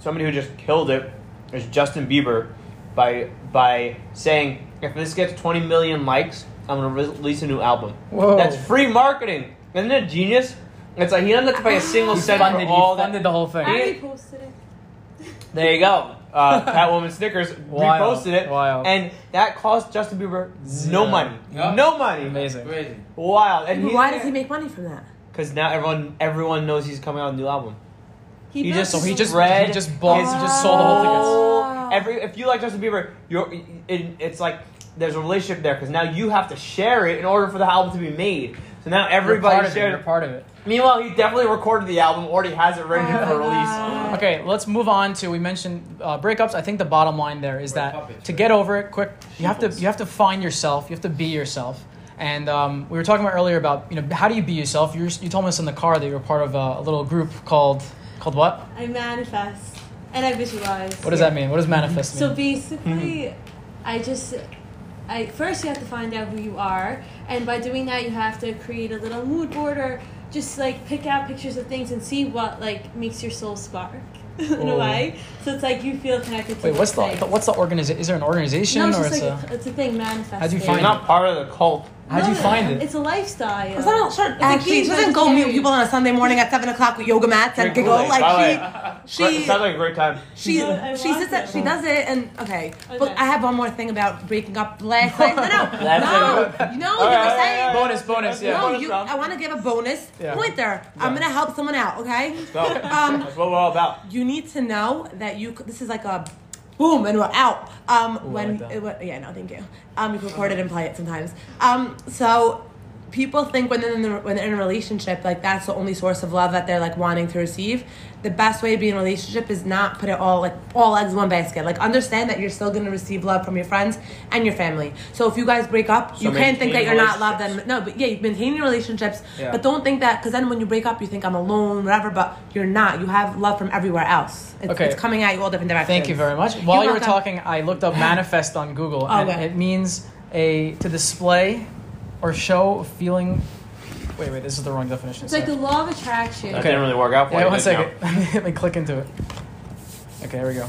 [SPEAKER 3] Somebody who just killed it is Justin Bieber by by saying if this gets 20 million likes, I'm gonna re- release a new album.
[SPEAKER 4] Whoa.
[SPEAKER 3] That's free marketing. Isn't it genius? It's like he doesn't have to pay a single cent
[SPEAKER 4] Funded,
[SPEAKER 3] for
[SPEAKER 4] he
[SPEAKER 3] all that.
[SPEAKER 4] funded the whole thing.
[SPEAKER 7] I already posted it.
[SPEAKER 3] There you go. Uh, Catwoman Snickers
[SPEAKER 4] Wild,
[SPEAKER 3] reposted it,
[SPEAKER 4] wild.
[SPEAKER 3] and that cost Justin Bieber
[SPEAKER 4] Zero.
[SPEAKER 3] no money,
[SPEAKER 6] Yeah.
[SPEAKER 3] no money.
[SPEAKER 4] Amazing.
[SPEAKER 6] Crazy.
[SPEAKER 3] Wild. And
[SPEAKER 5] Why does he make money from that?
[SPEAKER 3] Because now everyone everyone knows he's coming out with a new album.
[SPEAKER 7] He,
[SPEAKER 3] He
[SPEAKER 7] built
[SPEAKER 3] just-
[SPEAKER 4] So
[SPEAKER 7] his
[SPEAKER 4] he
[SPEAKER 7] own-
[SPEAKER 4] just
[SPEAKER 3] Red
[SPEAKER 4] he just bought
[SPEAKER 3] is
[SPEAKER 4] he just sold the whole tickets.
[SPEAKER 3] Oh, Every if you like Justin Bieber, you're it, it's like there's a relationship there because now you have to share it in order for the album to be made.
[SPEAKER 9] So now
[SPEAKER 4] You're part
[SPEAKER 9] everybody's
[SPEAKER 4] of it. You're
[SPEAKER 9] sharing.
[SPEAKER 4] part of it.
[SPEAKER 9] Meanwhile, he definitely recorded the album, already has it ready
[SPEAKER 7] Oh,
[SPEAKER 9] for release.
[SPEAKER 4] Okay, let's move on to we mentioned uh, breakups. I think the bottom line there is that
[SPEAKER 6] puppets,
[SPEAKER 4] to
[SPEAKER 6] right?
[SPEAKER 4] get over it quick, you have to you have to find yourself. You have to be yourself. And um, we were talking about earlier about you know how do you be yourself? You were, you told us in the car that you were part of a, a little group called called what?
[SPEAKER 7] I manifest and I visualize.
[SPEAKER 4] What does that mean? What does manifest
[SPEAKER 7] So
[SPEAKER 4] mean? Mm-hmm.
[SPEAKER 7] basically, I just, I first you have to find out who you are, and by doing that, you have to create a little mood board or just like pick out pictures of things and see what like makes your soul spark in a
[SPEAKER 4] Ooh.
[SPEAKER 7] way. So it's like you feel connected. to
[SPEAKER 4] Oh. Wait, what's the
[SPEAKER 7] things.
[SPEAKER 4] what's the organization? Is there an organization
[SPEAKER 7] No, it's
[SPEAKER 4] or
[SPEAKER 7] just
[SPEAKER 4] it's
[SPEAKER 7] like
[SPEAKER 4] a?
[SPEAKER 7] it's, it's a thing manifesting.
[SPEAKER 4] How'd you
[SPEAKER 9] He's
[SPEAKER 4] find it?
[SPEAKER 9] not part of the cult.
[SPEAKER 4] How'd you
[SPEAKER 7] No,
[SPEAKER 4] find it?
[SPEAKER 7] It's a lifestyle.
[SPEAKER 5] It's not,
[SPEAKER 7] It's a
[SPEAKER 5] actually,
[SPEAKER 7] being
[SPEAKER 5] she doesn't go mute
[SPEAKER 7] vegetarian.
[SPEAKER 5] people on a Sunday morning at seven o'clock with yoga mats and
[SPEAKER 9] Drink
[SPEAKER 5] giggle
[SPEAKER 9] Kool-Aid. By
[SPEAKER 5] like she,
[SPEAKER 9] Great-
[SPEAKER 5] she,
[SPEAKER 9] Sounds like a great time.
[SPEAKER 5] she,
[SPEAKER 7] No, I
[SPEAKER 5] she
[SPEAKER 7] want
[SPEAKER 5] sits at,
[SPEAKER 7] to.
[SPEAKER 5] she does it and okay. But
[SPEAKER 7] Okay.
[SPEAKER 5] I have one more thing about breaking up last night. No,
[SPEAKER 9] Last
[SPEAKER 5] no, no, no.
[SPEAKER 9] All
[SPEAKER 5] You
[SPEAKER 9] right,
[SPEAKER 5] were
[SPEAKER 9] all
[SPEAKER 5] saying.
[SPEAKER 9] right, all
[SPEAKER 4] Bonus, bonus, yeah.
[SPEAKER 5] No,
[SPEAKER 9] bonus
[SPEAKER 5] you,
[SPEAKER 9] round.
[SPEAKER 5] I want to give a bonus
[SPEAKER 4] Yeah.
[SPEAKER 5] pointer. I'm gonna help someone out, okay?
[SPEAKER 9] Go.
[SPEAKER 5] Um,
[SPEAKER 9] That's what we're all about.
[SPEAKER 5] you need to know that you. c- This is like a boom, and we're out. Um,
[SPEAKER 4] I
[SPEAKER 5] when
[SPEAKER 4] like that.
[SPEAKER 5] it wa- yeah, no, thank you. Um, you can record it and play it sometimes. Um, so people think when they're in the, when they're in a relationship, like that's the only source of love that they're like wanting to receive. The best way to be in a relationship is not put it all like all eggs in one basket. Like understand that you're still gonna receive love from your friends and your family. So if you guys break up, you can't think that
[SPEAKER 9] maintain
[SPEAKER 5] you're not loved
[SPEAKER 9] relationships.
[SPEAKER 5] and no, but yeah, you maintain your relationships,
[SPEAKER 9] Yeah.
[SPEAKER 5] but don't think that because then when you break up, you think I'm alone, whatever. But you're not. You have love from everywhere else. It's,
[SPEAKER 4] Okay.
[SPEAKER 5] it's coming at you all different directions.
[SPEAKER 4] Thank you very much. While you were
[SPEAKER 5] welcome.
[SPEAKER 4] talking, I looked up manifest on Google,
[SPEAKER 7] Oh,
[SPEAKER 4] and
[SPEAKER 5] Okay.
[SPEAKER 4] it means a to display or show a feeling. Wait, wait, this is the wrong definition.
[SPEAKER 7] It's like the law of attraction.
[SPEAKER 9] That didn't really work out for
[SPEAKER 4] Wait,
[SPEAKER 9] you.
[SPEAKER 4] one
[SPEAKER 9] did it?
[SPEAKER 4] second. Let me click into it. Okay, here we go.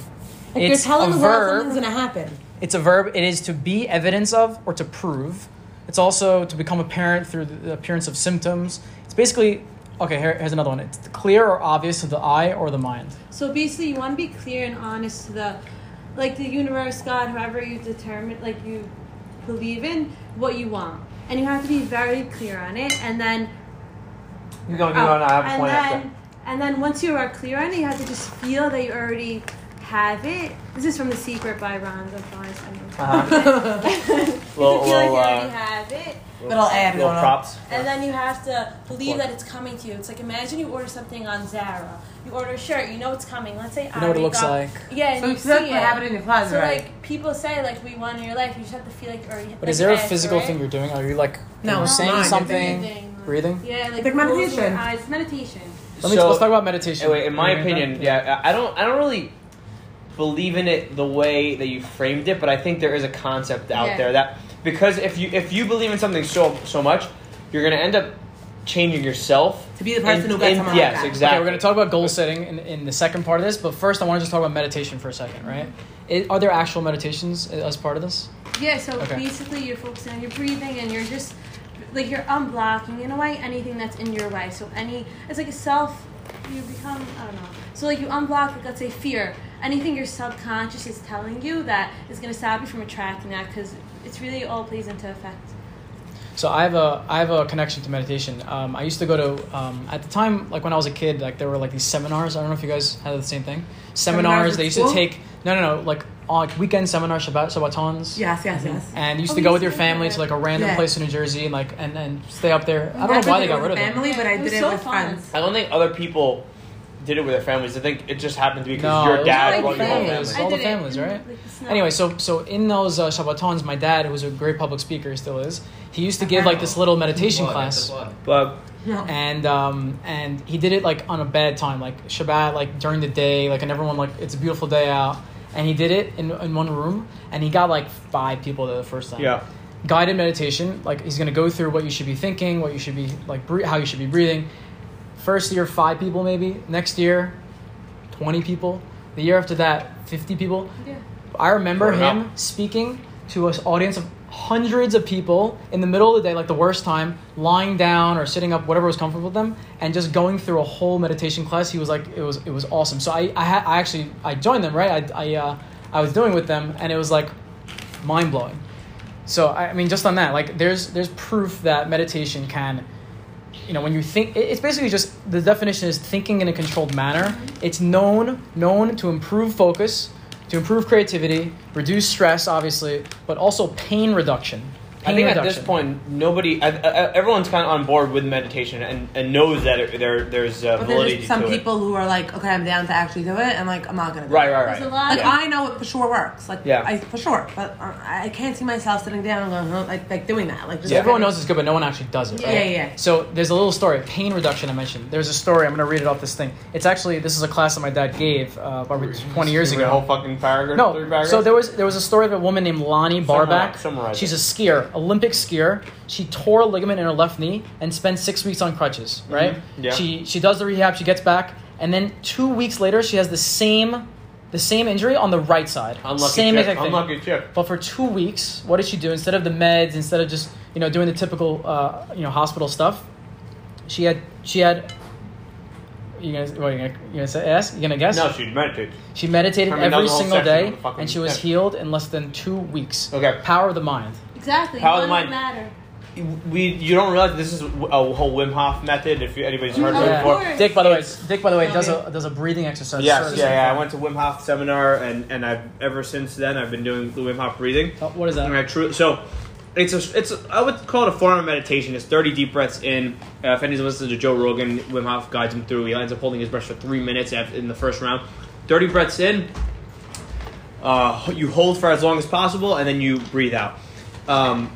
[SPEAKER 5] Like
[SPEAKER 4] it's
[SPEAKER 5] you're telling
[SPEAKER 4] a
[SPEAKER 5] the world
[SPEAKER 4] verb.
[SPEAKER 5] something's gonna happen.
[SPEAKER 4] It's a verb. It is to be evidence of or to prove. It's also to become apparent through the appearance of symptoms. It's basically okay. Here, here's another one. It's clear or obvious to the eye or the mind.
[SPEAKER 7] So basically, you want to be clear and honest to the, like the universe, God, whoever you determine, like you believe in, what you want, and you have to be very clear on it. And then,
[SPEAKER 9] You're going to go on. I have a
[SPEAKER 7] and
[SPEAKER 9] point
[SPEAKER 7] then,
[SPEAKER 9] after.
[SPEAKER 7] and then once you are clear on it, you have to just feel that you already have it. This is from The Secret by Rhonda Byrne.
[SPEAKER 9] Little-
[SPEAKER 4] Uh-huh.
[SPEAKER 7] you feel like
[SPEAKER 9] little,
[SPEAKER 7] you already
[SPEAKER 9] uh,
[SPEAKER 7] have it.
[SPEAKER 5] Little ad
[SPEAKER 9] Little
[SPEAKER 5] going on.
[SPEAKER 9] props.
[SPEAKER 7] And then you have to believe that it's coming to you. It's like imagine you order something on Zara. You order a shirt, you know it's coming. Let's say I
[SPEAKER 4] know what it
[SPEAKER 7] wake
[SPEAKER 4] looks
[SPEAKER 7] up-
[SPEAKER 4] like.
[SPEAKER 7] Yeah, and
[SPEAKER 5] So
[SPEAKER 7] you
[SPEAKER 5] it's not
[SPEAKER 7] see
[SPEAKER 5] what
[SPEAKER 7] it.
[SPEAKER 5] happened in your closet,
[SPEAKER 7] So
[SPEAKER 5] right?
[SPEAKER 7] like people say, like we want in your life, you just have to feel like or. you-
[SPEAKER 4] But
[SPEAKER 7] like
[SPEAKER 4] is there a
[SPEAKER 7] ask for
[SPEAKER 4] physical
[SPEAKER 7] it.
[SPEAKER 4] thing you're doing? Are you like
[SPEAKER 5] No,
[SPEAKER 4] you know,
[SPEAKER 5] it's
[SPEAKER 4] saying
[SPEAKER 5] not.
[SPEAKER 4] something? Breathing?
[SPEAKER 7] Yeah, like,
[SPEAKER 5] Like
[SPEAKER 7] closing
[SPEAKER 5] meditation.
[SPEAKER 7] your eyes, meditation.
[SPEAKER 4] Let me
[SPEAKER 3] So-
[SPEAKER 4] let's talk about meditation.
[SPEAKER 3] Anyway, in my
[SPEAKER 4] Can we bring
[SPEAKER 3] opinion,
[SPEAKER 4] that up?
[SPEAKER 3] yeah, I I don't, I don't really believe in it the way that you framed it, but I think there is a concept out
[SPEAKER 7] Yeah.
[SPEAKER 3] there that because if you if you believe in something so so much, you're gonna end up changing yourself
[SPEAKER 5] To be the person
[SPEAKER 3] in-
[SPEAKER 5] who gets
[SPEAKER 3] in-
[SPEAKER 5] someone like
[SPEAKER 3] Yes,
[SPEAKER 5] that.
[SPEAKER 3] exactly.
[SPEAKER 4] Okay, we're going to talk about goal setting in, in the second part of this, but first I want to just talk about meditation for a second, right? It, are there actual meditations as part of this?
[SPEAKER 7] Yeah, so
[SPEAKER 4] Okay.
[SPEAKER 7] basically you're focusing on your breathing and you're just like you're unblocking in a way anything that's in your way. So any it's like a self you become I don't know. So like you unblock like let's say fear. Anything your subconscious is telling you that is gonna stop you from attracting that because it's really all plays into effect.
[SPEAKER 4] So I have a I have a connection to meditation. Um, I used to go to um, at the time, like when I was a kid, like there were like these seminars. I don't know if you guys had the same thing.
[SPEAKER 5] Seminars
[SPEAKER 4] Seminars
[SPEAKER 5] at
[SPEAKER 4] they used to
[SPEAKER 5] school?
[SPEAKER 4] take no no no like on like weekend seminars Shabbat Shabbatons.
[SPEAKER 5] Yes, yes, yes.
[SPEAKER 4] And you used
[SPEAKER 7] Oh,
[SPEAKER 4] to
[SPEAKER 7] we
[SPEAKER 4] go
[SPEAKER 7] used
[SPEAKER 4] with
[SPEAKER 7] to
[SPEAKER 4] your
[SPEAKER 7] do
[SPEAKER 4] family
[SPEAKER 7] that.
[SPEAKER 4] to like a random
[SPEAKER 5] Yeah.
[SPEAKER 4] place in New Jersey and like and, and stay up there. I don't know why they got rid of them.
[SPEAKER 5] family, but I
[SPEAKER 7] It was
[SPEAKER 5] did it
[SPEAKER 7] so
[SPEAKER 5] with
[SPEAKER 7] fun.
[SPEAKER 5] friends.
[SPEAKER 3] I don't think other people did it with their families. I think it just happened to be
[SPEAKER 4] No,
[SPEAKER 3] because
[SPEAKER 4] it
[SPEAKER 3] your
[SPEAKER 4] was
[SPEAKER 3] dad
[SPEAKER 4] all
[SPEAKER 3] brought
[SPEAKER 4] the
[SPEAKER 3] your whole
[SPEAKER 4] families.
[SPEAKER 3] family.
[SPEAKER 4] All the
[SPEAKER 7] I did it. Mm-hmm.
[SPEAKER 4] families, right?
[SPEAKER 7] Like, it's not-
[SPEAKER 4] Anyway, so so in those uh, Shabbatons, my dad, who was a great public speaker, still is. He used to give like this little meditation
[SPEAKER 6] Blood,
[SPEAKER 4] class.
[SPEAKER 6] that's the blood.
[SPEAKER 3] But
[SPEAKER 4] and um, and he did it like on a bad time, like Shabbat, like during the day, like and everyone like it's a beautiful day out, and he did it in in one room, and he got like five people there the first time.
[SPEAKER 3] Yeah.
[SPEAKER 4] guided meditation, like he's gonna go through what you should be thinking, what you should be like, bre- how you should be breathing. First year, five people maybe. Next year, twenty people. The year after that, fifty people.
[SPEAKER 7] Yeah.
[SPEAKER 4] I remember
[SPEAKER 3] Fair
[SPEAKER 4] him speaking to an audience of hundreds of people in the middle of the day, like the worst time, lying down or sitting up, whatever was comfortable with them, and just going through a whole meditation class. He was like, it was it was awesome. So I I, ha- I actually I joined them right. I I, uh, I was doing with them, and it was like mind blowing. So I, I mean, just on that, like there's there's proof that meditation can. You know, when you think, it- it's basically just the definition is thinking in a controlled manner. It's known known to improve focus, to improve creativity, reduce stress, obviously, but also pain reduction.
[SPEAKER 3] I
[SPEAKER 4] Pain
[SPEAKER 3] think at
[SPEAKER 4] reduction.
[SPEAKER 3] this point, nobody, I, I, everyone's kind of on board with meditation and, and knows that it, there there's uh,
[SPEAKER 5] But there's
[SPEAKER 3] validity
[SPEAKER 5] just some
[SPEAKER 3] to
[SPEAKER 5] people who are like, okay, I'm down to actually do it, and like, I'm not gonna.
[SPEAKER 3] it.
[SPEAKER 5] Do
[SPEAKER 3] Right,
[SPEAKER 5] It.
[SPEAKER 3] right, right.
[SPEAKER 10] There's a
[SPEAKER 5] Like
[SPEAKER 10] lot of
[SPEAKER 5] I know it for sure works. Like
[SPEAKER 3] Yeah.
[SPEAKER 5] I for sure, but uh, I can't see myself sitting down and going, huh, like like doing that. Like just
[SPEAKER 4] So everyone knows it's good, but no one actually does it.
[SPEAKER 5] Yeah,
[SPEAKER 4] right?
[SPEAKER 5] yeah, yeah.
[SPEAKER 4] So there's a little story, pain reduction. I mentioned. There's a story. I'm gonna read it off this thing. It's actually this is a class that my dad gave uh, probably 20 years
[SPEAKER 3] The whole
[SPEAKER 4] ago.
[SPEAKER 3] fucking paragraph. three
[SPEAKER 4] No,
[SPEAKER 3] paragraphs?
[SPEAKER 4] so there was there was a story of a woman named Lonnie Barback.
[SPEAKER 3] Summarize- summarize
[SPEAKER 4] She's a
[SPEAKER 3] it.
[SPEAKER 4] skier, Olympic skier. She tore a ligament in her left knee and spent six weeks on crutches. Right.
[SPEAKER 3] Mm-hmm. Yeah.
[SPEAKER 4] She she does the rehab. She gets back, and then two weeks later, she has the same the same injury on the right side.
[SPEAKER 3] unlucky
[SPEAKER 4] same
[SPEAKER 3] chip.
[SPEAKER 4] exact thing.
[SPEAKER 3] Unlucky chip.
[SPEAKER 4] But for two weeks, what did she do? Instead of the meds, instead of just you know doing the typical uh, you know hospital stuff, she had she had. You guys, what you gonna, you gonna say? Ask? You gonna guess?
[SPEAKER 3] No, she meditates.
[SPEAKER 4] She meditated
[SPEAKER 3] I mean, that
[SPEAKER 4] every
[SPEAKER 3] was a whole
[SPEAKER 4] single
[SPEAKER 3] section
[SPEAKER 4] day,
[SPEAKER 3] of the fucking
[SPEAKER 4] and she was
[SPEAKER 3] thing.
[SPEAKER 4] healed in less than two weeks.
[SPEAKER 3] Okay.
[SPEAKER 4] Power of the mind.
[SPEAKER 10] exactly.
[SPEAKER 3] Power of the
[SPEAKER 10] None of
[SPEAKER 3] mind.
[SPEAKER 10] it matter.
[SPEAKER 3] We you don't realize this is a whole Wim Hof method. If anybody's heard of it
[SPEAKER 10] Yeah.
[SPEAKER 3] before.
[SPEAKER 10] course.
[SPEAKER 4] Dick, by the way, Dick, by the way, does a does a breathing exercise.
[SPEAKER 3] Yes,
[SPEAKER 4] So-
[SPEAKER 3] yeah, yeah. I went to Wim Hof seminar, and and I've ever since then I've been doing the Wim Hof breathing.
[SPEAKER 4] Oh, what is that?
[SPEAKER 3] And I truly so. It's a, it's a, I would call it a form of meditation. It's 30 deep breaths in. Uh, if anyone's listening to Joe Rogan, Wim Hof guides him through. He ends up holding his breath for three minutes af- in the first round. 30 breaths in, uh, you hold for as long as possible, and then you breathe out. Um,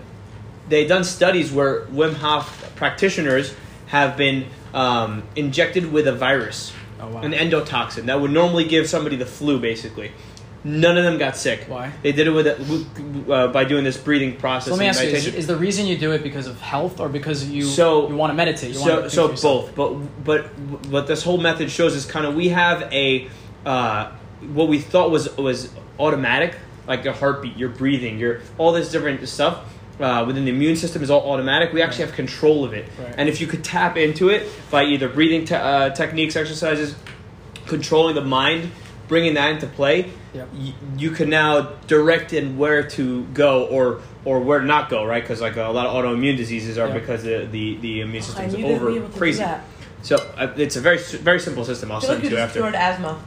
[SPEAKER 3] they've done studies where Wim Hof practitioners have been um, injected with a virus,
[SPEAKER 4] Oh,
[SPEAKER 3] an endotoxin that would normally give somebody the flu, basically. None of them got sick.
[SPEAKER 4] Why?
[SPEAKER 3] They did it with a, uh, by doing this breathing process.
[SPEAKER 4] So let me
[SPEAKER 3] and
[SPEAKER 4] ask you: is,
[SPEAKER 3] meditation.
[SPEAKER 4] is the reason you do it because of health, or because you
[SPEAKER 3] So-
[SPEAKER 4] you want to meditate? You
[SPEAKER 3] so
[SPEAKER 4] want
[SPEAKER 3] so
[SPEAKER 4] to
[SPEAKER 3] both, but but what this whole method shows is kind of we have a uh, what we thought was was automatic, like a heartbeat, your breathing, your all this different stuff. Uh, within the immune system is all automatic. We actually have control of it,
[SPEAKER 4] Right.
[SPEAKER 3] and if you could tap into it by either breathing te- uh, techniques, exercises, controlling the mind, bringing that into play,
[SPEAKER 4] Yep.
[SPEAKER 3] y- you can now direct in where to go or or where not go, right? Because like a lot of autoimmune diseases are
[SPEAKER 4] Yeah.
[SPEAKER 3] because the the, the immune
[SPEAKER 5] I
[SPEAKER 3] system's
[SPEAKER 5] knew they'd be
[SPEAKER 3] over
[SPEAKER 5] able to do
[SPEAKER 3] crazy.
[SPEAKER 5] that.
[SPEAKER 3] So uh, it's a very s- very simple system. I'll
[SPEAKER 5] I feel like
[SPEAKER 3] send it
[SPEAKER 5] you
[SPEAKER 3] to you
[SPEAKER 5] just cured
[SPEAKER 3] after.
[SPEAKER 5] asthma.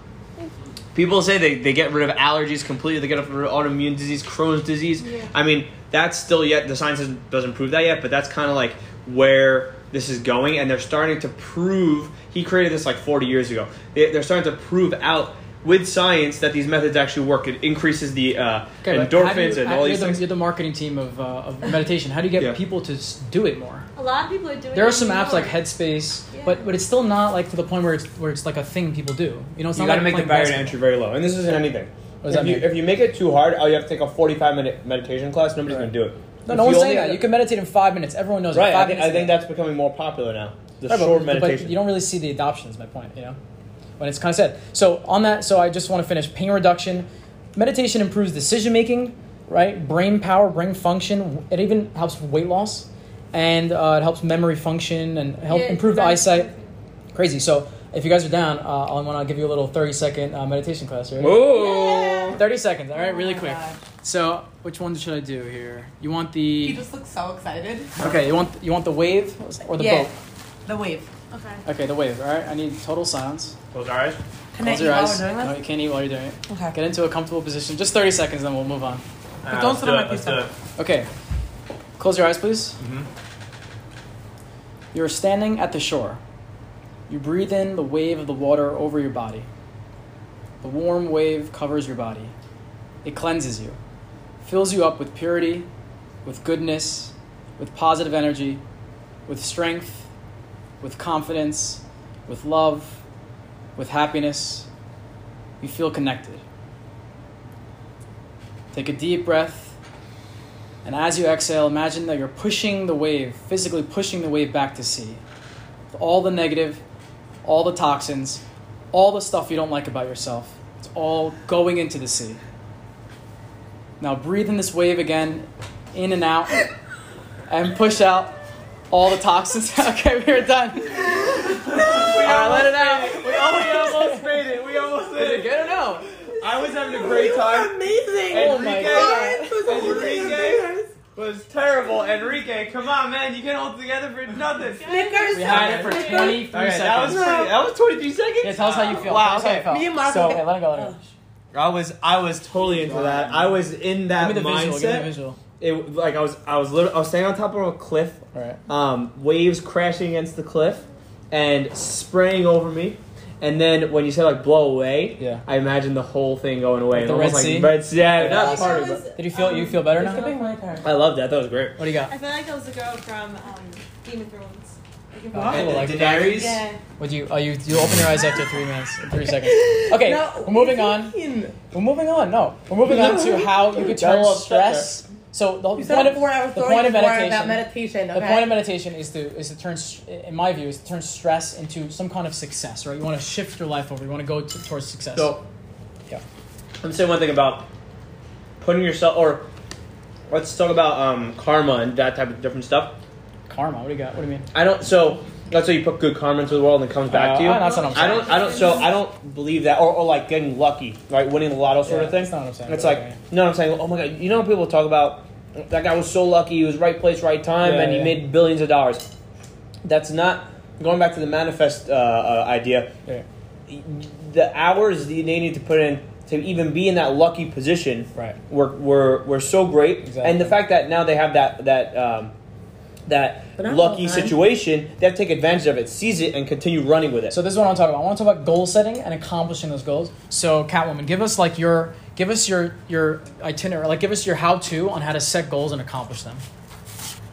[SPEAKER 3] People say they, they get rid of allergies completely. They get rid of autoimmune disease, Crohn's disease. I mean, that's still yet the science doesn't- doesn't prove that yet, but that's kind of like where this is going, and they're starting to prove. He created this like 40 years ago. They, they're starting to prove out with science that these methods actually work. It increases the uh,
[SPEAKER 4] Okay, but how do
[SPEAKER 3] endorphins
[SPEAKER 4] you-
[SPEAKER 3] and
[SPEAKER 4] how-
[SPEAKER 3] all
[SPEAKER 4] you're
[SPEAKER 3] these
[SPEAKER 4] the,
[SPEAKER 3] things.
[SPEAKER 4] You're the marketing team of, uh, of meditation. How do you get
[SPEAKER 3] Yeah.
[SPEAKER 4] people to s- do it more?
[SPEAKER 10] A lot of people are doing.
[SPEAKER 4] There are
[SPEAKER 10] it
[SPEAKER 4] some apps
[SPEAKER 10] more.
[SPEAKER 4] like Headspace,
[SPEAKER 10] Yeah.
[SPEAKER 4] but but it's still not like to the point where it's where it's like a thing people do. You know, it's
[SPEAKER 3] you
[SPEAKER 4] not
[SPEAKER 3] got to
[SPEAKER 4] like
[SPEAKER 3] make the
[SPEAKER 4] playing
[SPEAKER 3] barrier to
[SPEAKER 4] basketball.
[SPEAKER 3] entry very low, and this isn't anything. if
[SPEAKER 4] does that
[SPEAKER 3] you
[SPEAKER 4] mean?
[SPEAKER 3] if you make it too hard, oh, you have to take a forty-five minute meditation class. Nobody's
[SPEAKER 4] Right.
[SPEAKER 3] gonna do it.
[SPEAKER 4] No,
[SPEAKER 3] If
[SPEAKER 4] no
[SPEAKER 3] you
[SPEAKER 4] one's
[SPEAKER 3] only-
[SPEAKER 4] saying that. You can meditate in five minutes. Everyone knows.
[SPEAKER 3] Right, I
[SPEAKER 4] Five
[SPEAKER 3] think,
[SPEAKER 4] minutes
[SPEAKER 3] I think that's becoming more popular now. The
[SPEAKER 4] Right, but-
[SPEAKER 3] short
[SPEAKER 4] but
[SPEAKER 3] meditation.
[SPEAKER 4] you don't really see the adoption. Is my point. You know, but it's kind of sad. So on that, so I just want to finish pain reduction. Meditation improves decision making, right? Brain power, brain function. It even helps with weight loss, and uh, it helps memory function and help
[SPEAKER 10] Yeah,
[SPEAKER 4] improve
[SPEAKER 10] exactly.
[SPEAKER 4] eyesight. Crazy. So if you guys are down, uh, I want to give you a little thirty second uh, meditation class. Right?
[SPEAKER 3] Oh,
[SPEAKER 4] 30 seconds. All right,
[SPEAKER 5] Oh
[SPEAKER 4] really
[SPEAKER 5] my
[SPEAKER 4] quick.
[SPEAKER 5] God.
[SPEAKER 4] So, which one should I do here? You want
[SPEAKER 5] He
[SPEAKER 4] the
[SPEAKER 5] just looks so excited.
[SPEAKER 4] Okay, you want you want the wave or the
[SPEAKER 5] Yeah.
[SPEAKER 4] boat?
[SPEAKER 5] The wave.
[SPEAKER 10] Okay.
[SPEAKER 4] Okay, the wave. All right. I need total silence.
[SPEAKER 3] Close our eyes.
[SPEAKER 5] Can
[SPEAKER 4] Close
[SPEAKER 5] I eat
[SPEAKER 4] your
[SPEAKER 5] while
[SPEAKER 4] eyes.
[SPEAKER 5] we're doing
[SPEAKER 4] No,
[SPEAKER 5] this?
[SPEAKER 4] you can't eat while you're doing it.
[SPEAKER 5] Okay.
[SPEAKER 4] Get into a comfortable position. Just 30 seconds then we'll move on.
[SPEAKER 3] Alright,
[SPEAKER 5] don't
[SPEAKER 3] let's
[SPEAKER 5] sit
[SPEAKER 3] do
[SPEAKER 5] on
[SPEAKER 3] it,
[SPEAKER 5] my
[SPEAKER 3] let's
[SPEAKER 5] pizza.
[SPEAKER 3] do it.
[SPEAKER 4] Okay. Close your eyes, please. You're standing at the shore. You breathe in the wave of the water over your body. The warm wave covers your body. It cleanses you, fills you up with purity, with goodness, with positive energy, with strength, with confidence, with love, with happiness. You feel connected. Take a deep breath. And as you exhale, imagine that you're pushing the wave, physically pushing the wave back to sea. With all the negative, all the toxins, all the stuff you don't like about yourself, it's all going into the sea. Now breathe in this wave again, in and out, and push out all the toxins. okay, we're done. All right, let it out. We almost,
[SPEAKER 3] made it. We almost
[SPEAKER 4] Is it good or no?
[SPEAKER 3] I was having a great time.
[SPEAKER 5] Amazing.
[SPEAKER 4] Oh my god.
[SPEAKER 3] Enrique was terrible. Enrique, come on, man. You can't hold together for nothing.
[SPEAKER 5] Snickers.
[SPEAKER 4] We had it for 23 seconds.
[SPEAKER 3] That was 23 seconds.
[SPEAKER 4] Yeah, tell us how you feel.
[SPEAKER 3] Wow,
[SPEAKER 4] Tell us how you
[SPEAKER 3] okay.
[SPEAKER 4] felt.
[SPEAKER 5] Me and Mark
[SPEAKER 4] So,
[SPEAKER 5] will
[SPEAKER 4] okay,
[SPEAKER 5] get-
[SPEAKER 4] let it go. Let it go.
[SPEAKER 3] I was I was totally into that. I was in that
[SPEAKER 4] Give me the visual. Give me the
[SPEAKER 3] mindset.
[SPEAKER 4] visual.
[SPEAKER 3] it like I was I was literally, I was standing on top of a cliff.
[SPEAKER 4] Alright.
[SPEAKER 3] Um, waves crashing against the cliff and spraying over me. And then when you said like blow away,
[SPEAKER 4] Yeah.
[SPEAKER 3] I imagine the whole thing going away.
[SPEAKER 4] Like
[SPEAKER 3] and
[SPEAKER 4] the
[SPEAKER 3] almost
[SPEAKER 4] Red
[SPEAKER 3] like
[SPEAKER 4] Sea?
[SPEAKER 3] Red Sea. Yeah, not
[SPEAKER 11] I
[SPEAKER 3] party,
[SPEAKER 11] was-
[SPEAKER 3] but
[SPEAKER 4] Did you feel you feel better now?
[SPEAKER 5] my turn.
[SPEAKER 3] I loved that. That was great.
[SPEAKER 4] What do you got?
[SPEAKER 7] I feel like I was a girl from um, Game of Thrones. Like, if-
[SPEAKER 4] Oh, I like that.
[SPEAKER 6] Daenerys?
[SPEAKER 7] yeah.
[SPEAKER 4] Would you? Oh, you you open your eyes after three minutes, three seconds. Okay,
[SPEAKER 5] No,
[SPEAKER 4] we're moving on. We're moving on. No, we're moving on to how you
[SPEAKER 3] Got a
[SPEAKER 4] could turn
[SPEAKER 3] little upset
[SPEAKER 4] stress. So the
[SPEAKER 5] You
[SPEAKER 4] point
[SPEAKER 5] said a
[SPEAKER 4] of
[SPEAKER 5] four hour
[SPEAKER 4] the
[SPEAKER 5] story
[SPEAKER 4] point of
[SPEAKER 5] before about
[SPEAKER 4] meditation.
[SPEAKER 5] meditation. Okay.
[SPEAKER 4] the point of meditation is to is to turn, s- in my view, is to turn stress into some kind of success. Right? You want to shift your life over. You want to go t- towards success.
[SPEAKER 3] So,
[SPEAKER 4] Yeah.
[SPEAKER 3] Let me say one thing about putting yourself, or let's talk about um, karma and that type of different stuff.
[SPEAKER 4] karma. What do you got? What do you mean?
[SPEAKER 3] I don't. So that's how you put good karma into the world and it comes back
[SPEAKER 4] Uh,
[SPEAKER 3] to you.
[SPEAKER 4] That's what I'm saying.
[SPEAKER 3] I don't. I don't. So I don't believe that, or, or like getting lucky, right? Winning the lotto sort
[SPEAKER 4] Yeah,
[SPEAKER 3] of thing.
[SPEAKER 4] that's not what I'm saying,
[SPEAKER 3] It's
[SPEAKER 4] but
[SPEAKER 3] like
[SPEAKER 4] okay.
[SPEAKER 3] no, I'm saying. Oh my god! You know, people talk about that guy was so lucky. He was right place, right time,
[SPEAKER 4] Yeah,
[SPEAKER 3] and he
[SPEAKER 4] yeah.
[SPEAKER 3] made billions of dollars. That's not going back to the manifest uh, uh, idea.
[SPEAKER 4] Yeah.
[SPEAKER 3] The hours that they need to put in to even be in that lucky position
[SPEAKER 4] Right.
[SPEAKER 3] were were, were so great, and
[SPEAKER 4] Exactly.
[SPEAKER 3] the fact that now they have that that. Um, that
[SPEAKER 5] But not
[SPEAKER 3] lucky
[SPEAKER 5] all the time.
[SPEAKER 3] situation, they have to take advantage of it, seize it, and continue running with it.
[SPEAKER 4] So this is what I want to talk about. I want to talk about goal setting and accomplishing those goals. So Catwoman, give us like your give us your your itinerary, like give us your how to on how to set goals and accomplish them.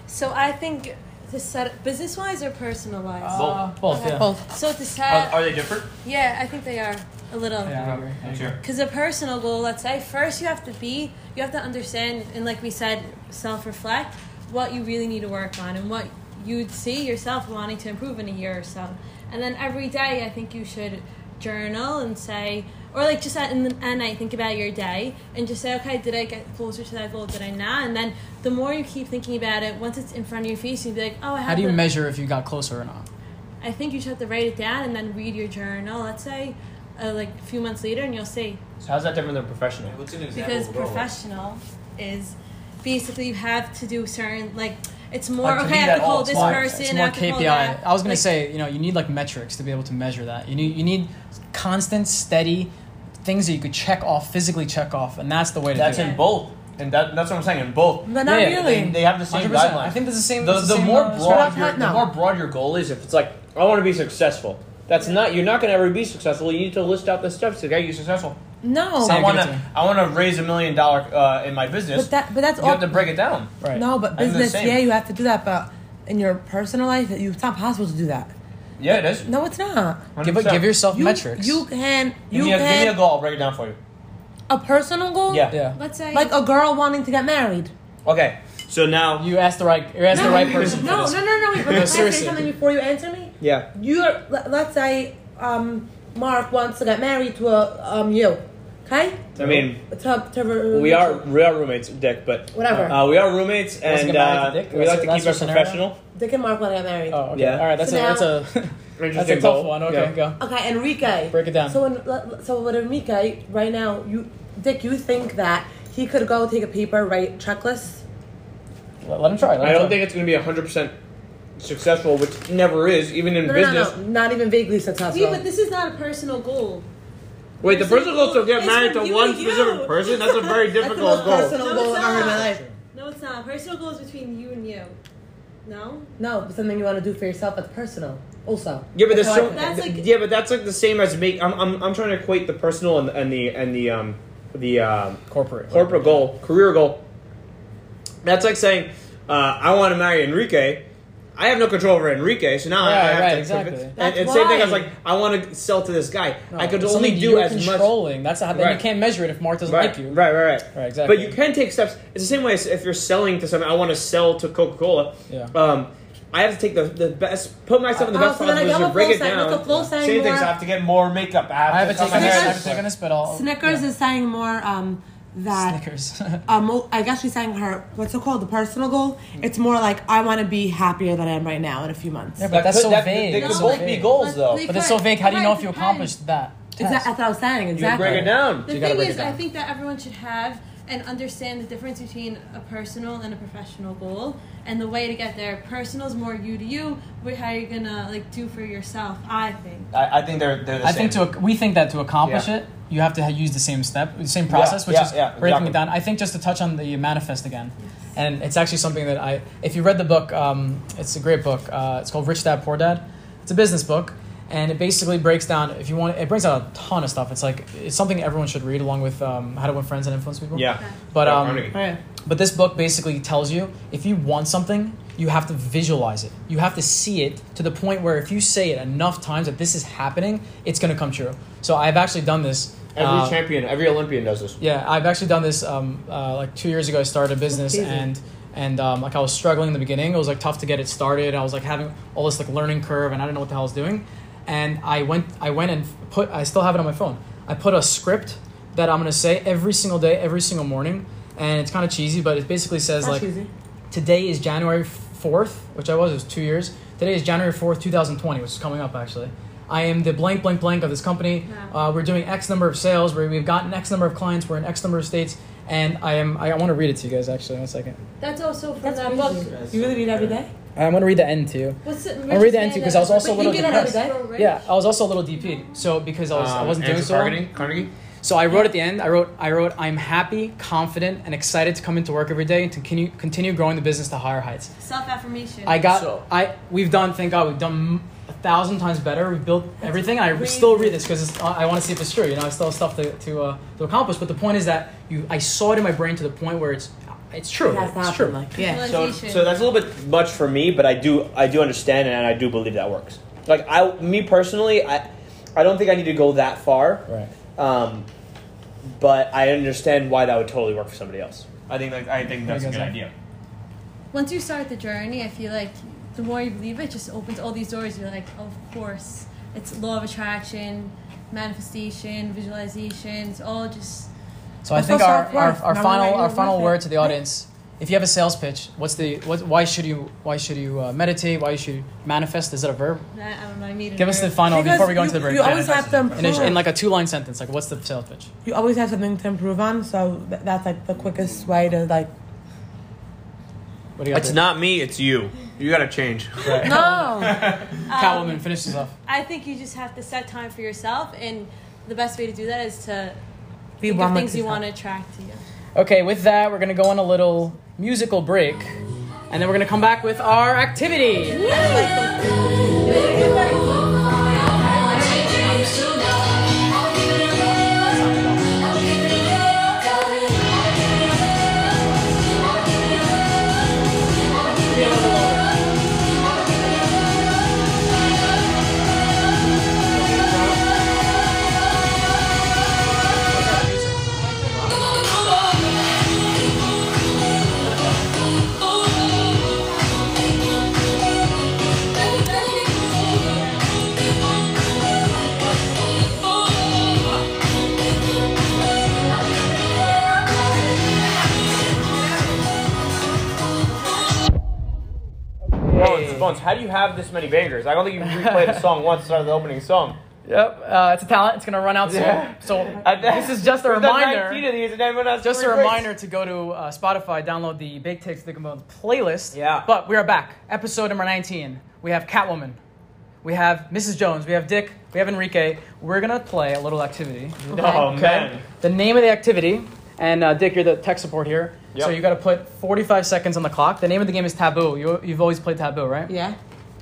[SPEAKER 7] So I think to set business wise or personal wise.
[SPEAKER 4] Both. Both.
[SPEAKER 7] Okay.
[SPEAKER 4] Yeah.
[SPEAKER 7] So to
[SPEAKER 6] Are,
[SPEAKER 7] set,
[SPEAKER 6] are they different?
[SPEAKER 7] yeah, I think they are a little.
[SPEAKER 4] Yeah, I agree. I agree.
[SPEAKER 6] Sure.
[SPEAKER 7] Because a personal goal, let's say, first you have to be, you have to understand, and like we said, self reflect what you really need to work on and what you'd see yourself wanting to improve in a year or so. And then every day, I think you should journal and say, or like just at, in the, at night, think about your day and just say, okay, did I get closer to that goal? Did I not? And then the more you keep thinking about it, once it's in front of your face, you'd be like, oh, I have
[SPEAKER 4] How do you
[SPEAKER 7] the-
[SPEAKER 4] measure if you got closer or not?
[SPEAKER 7] I think you should have to write it down and then read your journal, let's say, uh, like a few months later, and you'll see.
[SPEAKER 3] how's that different than professional?
[SPEAKER 6] What's an example
[SPEAKER 7] because
[SPEAKER 6] of a girl?
[SPEAKER 7] professional is basically you have to do certain like it's more
[SPEAKER 4] Like, to me,
[SPEAKER 7] okay. I have
[SPEAKER 4] that
[SPEAKER 7] to call
[SPEAKER 4] all-
[SPEAKER 7] this
[SPEAKER 4] it's more,
[SPEAKER 7] person.
[SPEAKER 4] It's
[SPEAKER 7] I
[SPEAKER 4] more
[SPEAKER 7] have to
[SPEAKER 4] KPI.
[SPEAKER 7] call that.
[SPEAKER 4] I was gonna
[SPEAKER 7] Like,
[SPEAKER 4] say, you know, you need like metrics to be able to measure that. You need you need constant, steady things that you could check off, physically check off, and that's the way to
[SPEAKER 3] That's
[SPEAKER 4] do it.
[SPEAKER 3] in both, and that, that's what I'm saying. In both,
[SPEAKER 5] But not
[SPEAKER 4] Yeah,
[SPEAKER 5] really.
[SPEAKER 3] and they have the same
[SPEAKER 4] 100%.
[SPEAKER 3] guidelines.
[SPEAKER 4] I think this is the same.
[SPEAKER 3] the,
[SPEAKER 4] it's
[SPEAKER 3] the
[SPEAKER 4] same,
[SPEAKER 3] more
[SPEAKER 4] uh,
[SPEAKER 3] broad your,
[SPEAKER 5] No.
[SPEAKER 3] the more broad your goal is, if it's like I want to be successful, that's not you're not going to ever be successful. You need to list out the steps to get you successful.
[SPEAKER 5] no,
[SPEAKER 4] Sam,
[SPEAKER 3] I
[SPEAKER 4] give
[SPEAKER 3] want
[SPEAKER 4] it to me.
[SPEAKER 3] to I want to raise a million dollar uh, in my business.
[SPEAKER 5] but that but that's
[SPEAKER 3] you
[SPEAKER 5] all.
[SPEAKER 3] have to break it down.
[SPEAKER 4] Right.
[SPEAKER 5] No, but
[SPEAKER 3] I'm the
[SPEAKER 5] business,
[SPEAKER 3] same.
[SPEAKER 5] yeah, you have to do that. But in your personal life, you, it's not possible to do that.
[SPEAKER 3] Yeah, it is.
[SPEAKER 5] No, it's not.
[SPEAKER 4] Give, it-
[SPEAKER 3] 100%.
[SPEAKER 4] give yourself
[SPEAKER 5] You,
[SPEAKER 4] metrics.
[SPEAKER 5] You can.
[SPEAKER 3] Give
[SPEAKER 5] You
[SPEAKER 3] me, a, give
[SPEAKER 5] can.
[SPEAKER 3] me a goal. I'll break it down for you.
[SPEAKER 5] a personal goal.
[SPEAKER 3] Yeah.
[SPEAKER 4] yeah.
[SPEAKER 7] Let's say
[SPEAKER 5] Like a girl wanting to get married.
[SPEAKER 3] Okay. So now.
[SPEAKER 4] You asked the right. You asked the right person.
[SPEAKER 5] No,
[SPEAKER 4] for this.
[SPEAKER 5] no, no, no. Wait, but can I say
[SPEAKER 4] seriously.
[SPEAKER 5] something before you answer me?
[SPEAKER 3] Yeah.
[SPEAKER 5] You're let, let's say um, Mark wants to get married to a um you, okay?
[SPEAKER 3] I mean,
[SPEAKER 5] To, to
[SPEAKER 3] we are we are roommates, Dick. But
[SPEAKER 5] whatever.
[SPEAKER 3] Uh, we are roommates,
[SPEAKER 4] wants to
[SPEAKER 3] and
[SPEAKER 4] get married to
[SPEAKER 3] uh,
[SPEAKER 4] Dick?
[SPEAKER 3] we like
[SPEAKER 4] That's-
[SPEAKER 3] to
[SPEAKER 4] that's
[SPEAKER 3] keep it
[SPEAKER 4] your scenario?
[SPEAKER 3] professional.
[SPEAKER 5] Dick and Mark want to get married.
[SPEAKER 4] Oh, okay.
[SPEAKER 3] Yeah.
[SPEAKER 4] All right. That's
[SPEAKER 5] So
[SPEAKER 4] a
[SPEAKER 5] now-
[SPEAKER 4] that's a that's a
[SPEAKER 3] Interesting
[SPEAKER 4] tough
[SPEAKER 3] goal.
[SPEAKER 4] one.
[SPEAKER 3] Yeah.
[SPEAKER 4] Okay, go.
[SPEAKER 5] Okay, Enrique.
[SPEAKER 4] Break it down.
[SPEAKER 5] So, in, le- le- so with Enrique, right now, you, Dick, you think that he could go take a paper, write checklists?
[SPEAKER 4] Let, let him try. Let him
[SPEAKER 3] I
[SPEAKER 4] try.
[SPEAKER 3] don't think it's going to be 100% successful, which it never is, even in
[SPEAKER 5] No, no,
[SPEAKER 3] business.
[SPEAKER 5] no, no, not even vaguely successful.
[SPEAKER 7] see, but this is not a personal goal.
[SPEAKER 3] Wait, the person
[SPEAKER 7] Personal
[SPEAKER 3] goes to get
[SPEAKER 7] goal
[SPEAKER 3] married
[SPEAKER 7] is
[SPEAKER 3] to
[SPEAKER 7] for you
[SPEAKER 3] one
[SPEAKER 7] to you.
[SPEAKER 3] specific person? That's a very
[SPEAKER 5] That's the
[SPEAKER 3] difficult
[SPEAKER 5] most
[SPEAKER 3] goal.
[SPEAKER 5] personal
[SPEAKER 7] No,
[SPEAKER 5] goal I've
[SPEAKER 7] it's
[SPEAKER 5] ever heard in my
[SPEAKER 7] not.
[SPEAKER 5] life.
[SPEAKER 7] No, it's not. Personal goal is between you and you. No,
[SPEAKER 5] No, but something you want to do for yourself that's personal, also.
[SPEAKER 3] Yeah, but that's,
[SPEAKER 5] how I
[SPEAKER 3] so,
[SPEAKER 5] think.
[SPEAKER 7] That's like-
[SPEAKER 3] yeah, but that's like the same as make. I'm, I'm, I'm trying to equate the personal and, and the and the um the um,
[SPEAKER 4] corporate.
[SPEAKER 3] corporate goal, career goal. That's like saying, uh, I want to marry Enrique. I have no control over Enrique, so now I- I
[SPEAKER 4] Right,
[SPEAKER 3] have
[SPEAKER 4] right,
[SPEAKER 3] to.
[SPEAKER 4] exactly.
[SPEAKER 3] And,
[SPEAKER 5] That's
[SPEAKER 3] and same thing as
[SPEAKER 5] why.
[SPEAKER 3] like, I want to sell to this guy.
[SPEAKER 4] No,
[SPEAKER 3] I could
[SPEAKER 4] it's
[SPEAKER 3] only
[SPEAKER 4] something
[SPEAKER 3] do
[SPEAKER 4] you're
[SPEAKER 3] as much.
[SPEAKER 4] controlling. That's not,
[SPEAKER 3] Right.
[SPEAKER 4] you can't measure it if Mark doesn't
[SPEAKER 3] Right,
[SPEAKER 4] like you.
[SPEAKER 3] right, right, right.
[SPEAKER 4] Right, exactly.
[SPEAKER 3] But you can take steps. It's the same way as if you're selling to someone. I want to sell to Coca Cola.
[SPEAKER 4] Yeah.
[SPEAKER 3] Um, I have to take the, the best, put myself in the
[SPEAKER 5] Oh,
[SPEAKER 3] best
[SPEAKER 5] so then I
[SPEAKER 3] possible position,
[SPEAKER 5] have a
[SPEAKER 3] break
[SPEAKER 5] full
[SPEAKER 3] it
[SPEAKER 5] sign-
[SPEAKER 3] down.
[SPEAKER 5] that's a full sign
[SPEAKER 3] Same
[SPEAKER 5] more-
[SPEAKER 3] things. I have to get more makeup. I have,
[SPEAKER 4] I haven't
[SPEAKER 3] to cut
[SPEAKER 4] taken,
[SPEAKER 3] my
[SPEAKER 4] I
[SPEAKER 3] hair.
[SPEAKER 4] haven't taken a spit all.
[SPEAKER 5] Snickers is saying more um, that.
[SPEAKER 4] Snickers.
[SPEAKER 5] Um, I guess she's saying her what's it called the personal goal. It's more like I want to be happier than I am right now in a few months.
[SPEAKER 4] yeah, but
[SPEAKER 3] That
[SPEAKER 4] that's
[SPEAKER 3] could-
[SPEAKER 4] so
[SPEAKER 3] that-
[SPEAKER 4] vague.
[SPEAKER 3] They
[SPEAKER 4] It's
[SPEAKER 3] could
[SPEAKER 4] so
[SPEAKER 3] both be
[SPEAKER 4] vague.
[SPEAKER 3] goals, though.
[SPEAKER 7] They
[SPEAKER 4] But it's so
[SPEAKER 7] could.
[SPEAKER 4] vague. How do you
[SPEAKER 7] Right,
[SPEAKER 4] know if you
[SPEAKER 7] depends.
[SPEAKER 4] accomplished that?
[SPEAKER 5] Exactly,
[SPEAKER 4] task?
[SPEAKER 5] that's what I was saying.
[SPEAKER 3] You
[SPEAKER 5] Exactly.
[SPEAKER 3] break it down.
[SPEAKER 7] The
[SPEAKER 4] You gotta
[SPEAKER 7] thing
[SPEAKER 4] break
[SPEAKER 7] is,
[SPEAKER 4] it down.
[SPEAKER 7] I think that everyone should have and understand the difference between a personal and a professional goal, and the way to get there. Personal is more you to you, with how you're gonna like do for yourself. I think.
[SPEAKER 6] I, I think they're, they're the
[SPEAKER 4] I
[SPEAKER 6] same.
[SPEAKER 4] think to we think that to accomplish
[SPEAKER 6] Yeah.
[SPEAKER 4] it, you have to ha- use the same step, the same process,
[SPEAKER 6] Yeah,
[SPEAKER 4] which
[SPEAKER 6] yeah,
[SPEAKER 4] is
[SPEAKER 6] yeah,
[SPEAKER 4] breaking
[SPEAKER 6] exactly.
[SPEAKER 4] it down. I think just to touch on the manifest again, and it's actually something that I, if you read the book, um, it's a great book. Uh, it's called Rich Dad Poor Dad. It's a business book, and it basically breaks down. If you want, it brings out a ton of stuff. It's like it's something everyone should read, along with um, How to Win Friends and Influence People.
[SPEAKER 3] Yeah.
[SPEAKER 4] But
[SPEAKER 3] Dale
[SPEAKER 4] um,
[SPEAKER 3] Carnegie.
[SPEAKER 4] but this book basically tells you if you want something, you have to visualize it. You have to see it to the point where if you say it enough times that this is happening, it's going to come true. So I've actually done this.
[SPEAKER 3] Every
[SPEAKER 4] uh,
[SPEAKER 3] champion, every Olympian does this.
[SPEAKER 4] yeah, I've actually done this. Um, uh, like two years ago, I started a business
[SPEAKER 5] Amazing.
[SPEAKER 4] and and um, like I was struggling in the beginning. It was like tough to get it started. I was like having all this like learning curve, and I didn't know what the hell I was doing. And I went, I went and put. I still have it on my phone. I put a script that I'm gonna say every single day, every single morning, and it's kind of cheesy, but it basically says
[SPEAKER 5] Not
[SPEAKER 4] like
[SPEAKER 5] cheesy.
[SPEAKER 4] today is January 4th, which I was, it was two years. Today is January 4th, 2020, which is coming up actually. I am the blank, blank, blank of this company. Uh, we're doing X number of sales. We're, we've gotten X number of clients. We're in X number of states. And I am, I, want to read it to you guys actually, one second.
[SPEAKER 10] That's also from
[SPEAKER 5] That's
[SPEAKER 10] that
[SPEAKER 5] crazy.
[SPEAKER 10] book.
[SPEAKER 5] You really read every day?
[SPEAKER 4] I want to read the end to you.
[SPEAKER 10] What's it?
[SPEAKER 4] I'll read the end to you because I was also a
[SPEAKER 10] But you
[SPEAKER 4] little
[SPEAKER 10] did it every
[SPEAKER 4] depressed.
[SPEAKER 5] day?
[SPEAKER 10] day?
[SPEAKER 4] Yeah, I was also a little DP. So because I, was, I
[SPEAKER 3] Um,
[SPEAKER 4] wasn't doing
[SPEAKER 3] Andrew
[SPEAKER 4] so well.
[SPEAKER 3] Carnegie, Carnegie.
[SPEAKER 4] So I wrote at the end, I wrote, I wrote, I'm happy, confident, and excited to come into work every day and to continue, continue growing the business to higher heights.
[SPEAKER 10] Self affirmation.
[SPEAKER 4] I got.
[SPEAKER 3] So-
[SPEAKER 4] I we've done. Thank God, we've done a thousand times better. We've built everything. I still read this because I want to see if it's true. You know, I still have stuff to to, uh, to accomplish. But the point is that you, I saw it in my brain to the point where it's it's true.
[SPEAKER 5] It has to
[SPEAKER 4] it's
[SPEAKER 5] happen,
[SPEAKER 4] true.
[SPEAKER 5] Like, yeah.
[SPEAKER 3] So, so that's a little bit much for me, but I do I do understand and I do believe that works. Like I, me personally, I, I don't think I need to go that far.
[SPEAKER 4] Right.
[SPEAKER 3] Um, but I understand why that would totally work for somebody else. I think like, I think that's a
[SPEAKER 4] goes
[SPEAKER 3] good
[SPEAKER 4] up.
[SPEAKER 3] idea.
[SPEAKER 10] Once you start the journey, I feel like the more you believe it, it just opens all these doors. You're like, of course, it's law of attraction, manifestation, visualization. It's all just
[SPEAKER 4] So I
[SPEAKER 5] That's
[SPEAKER 4] think
[SPEAKER 5] also
[SPEAKER 4] our, our,
[SPEAKER 5] worth.
[SPEAKER 4] our
[SPEAKER 5] Now
[SPEAKER 4] final
[SPEAKER 5] we're
[SPEAKER 4] our
[SPEAKER 5] worth
[SPEAKER 4] final
[SPEAKER 5] it.
[SPEAKER 4] word to the audience. If you have a sales pitch, what's the what, why should you why should you uh, meditate? Why you should manifest? Is that a verb?
[SPEAKER 10] I don't know. I made it.
[SPEAKER 4] Give us the final
[SPEAKER 5] Mm-hmm. Because
[SPEAKER 4] before we go
[SPEAKER 5] you-
[SPEAKER 4] into the break.
[SPEAKER 5] You always have Oh. to
[SPEAKER 4] in, a, in
[SPEAKER 5] improve.
[SPEAKER 4] like a two line sentence, like what's the sales pitch?
[SPEAKER 5] You always have something to improve on, so th- that's like the quickest way to like.
[SPEAKER 4] What do you got? there?
[SPEAKER 3] not me. It's you. You gotta change.
[SPEAKER 5] No, Um,
[SPEAKER 4] Catwoman. Finish this off.
[SPEAKER 10] I think you just have to set time for yourself, and the best way to do that is to
[SPEAKER 5] be
[SPEAKER 10] think
[SPEAKER 5] one
[SPEAKER 10] of
[SPEAKER 5] with
[SPEAKER 10] things you
[SPEAKER 5] yourself.
[SPEAKER 10] want to attract to you.
[SPEAKER 4] Okay, with that, we're gonna go on a little musical break, and then we're gonna come back with our activity.
[SPEAKER 3] Bones, Bones, how do you have this many bangers? I don't think you can replay the song once out of the opening song.
[SPEAKER 4] Yep, uh, it's a talent. It's gonna run out soon.
[SPEAKER 3] Yeah.
[SPEAKER 4] So
[SPEAKER 3] And then-
[SPEAKER 4] Uh, this is just a
[SPEAKER 3] We've done 19
[SPEAKER 4] reminder.
[SPEAKER 3] of these and everyone has
[SPEAKER 4] Just a
[SPEAKER 3] three breaks.
[SPEAKER 4] reminder to go to uh, Spotify, download the Big Takes Thick and Bones playlist.
[SPEAKER 3] Yeah.
[SPEAKER 4] But we are back. Episode number 19. We have Catwoman. We have Mrs. Jones. We have Dick. We have Enrique. We're gonna play a little activity.
[SPEAKER 3] Oh man.
[SPEAKER 4] The name of the activity, and uh, Dick, you're the tech support here. So
[SPEAKER 3] Yep.
[SPEAKER 4] you got to put 45 seconds on the clock. The name of the game is Taboo. You, you've always played Taboo, right?
[SPEAKER 5] Yeah.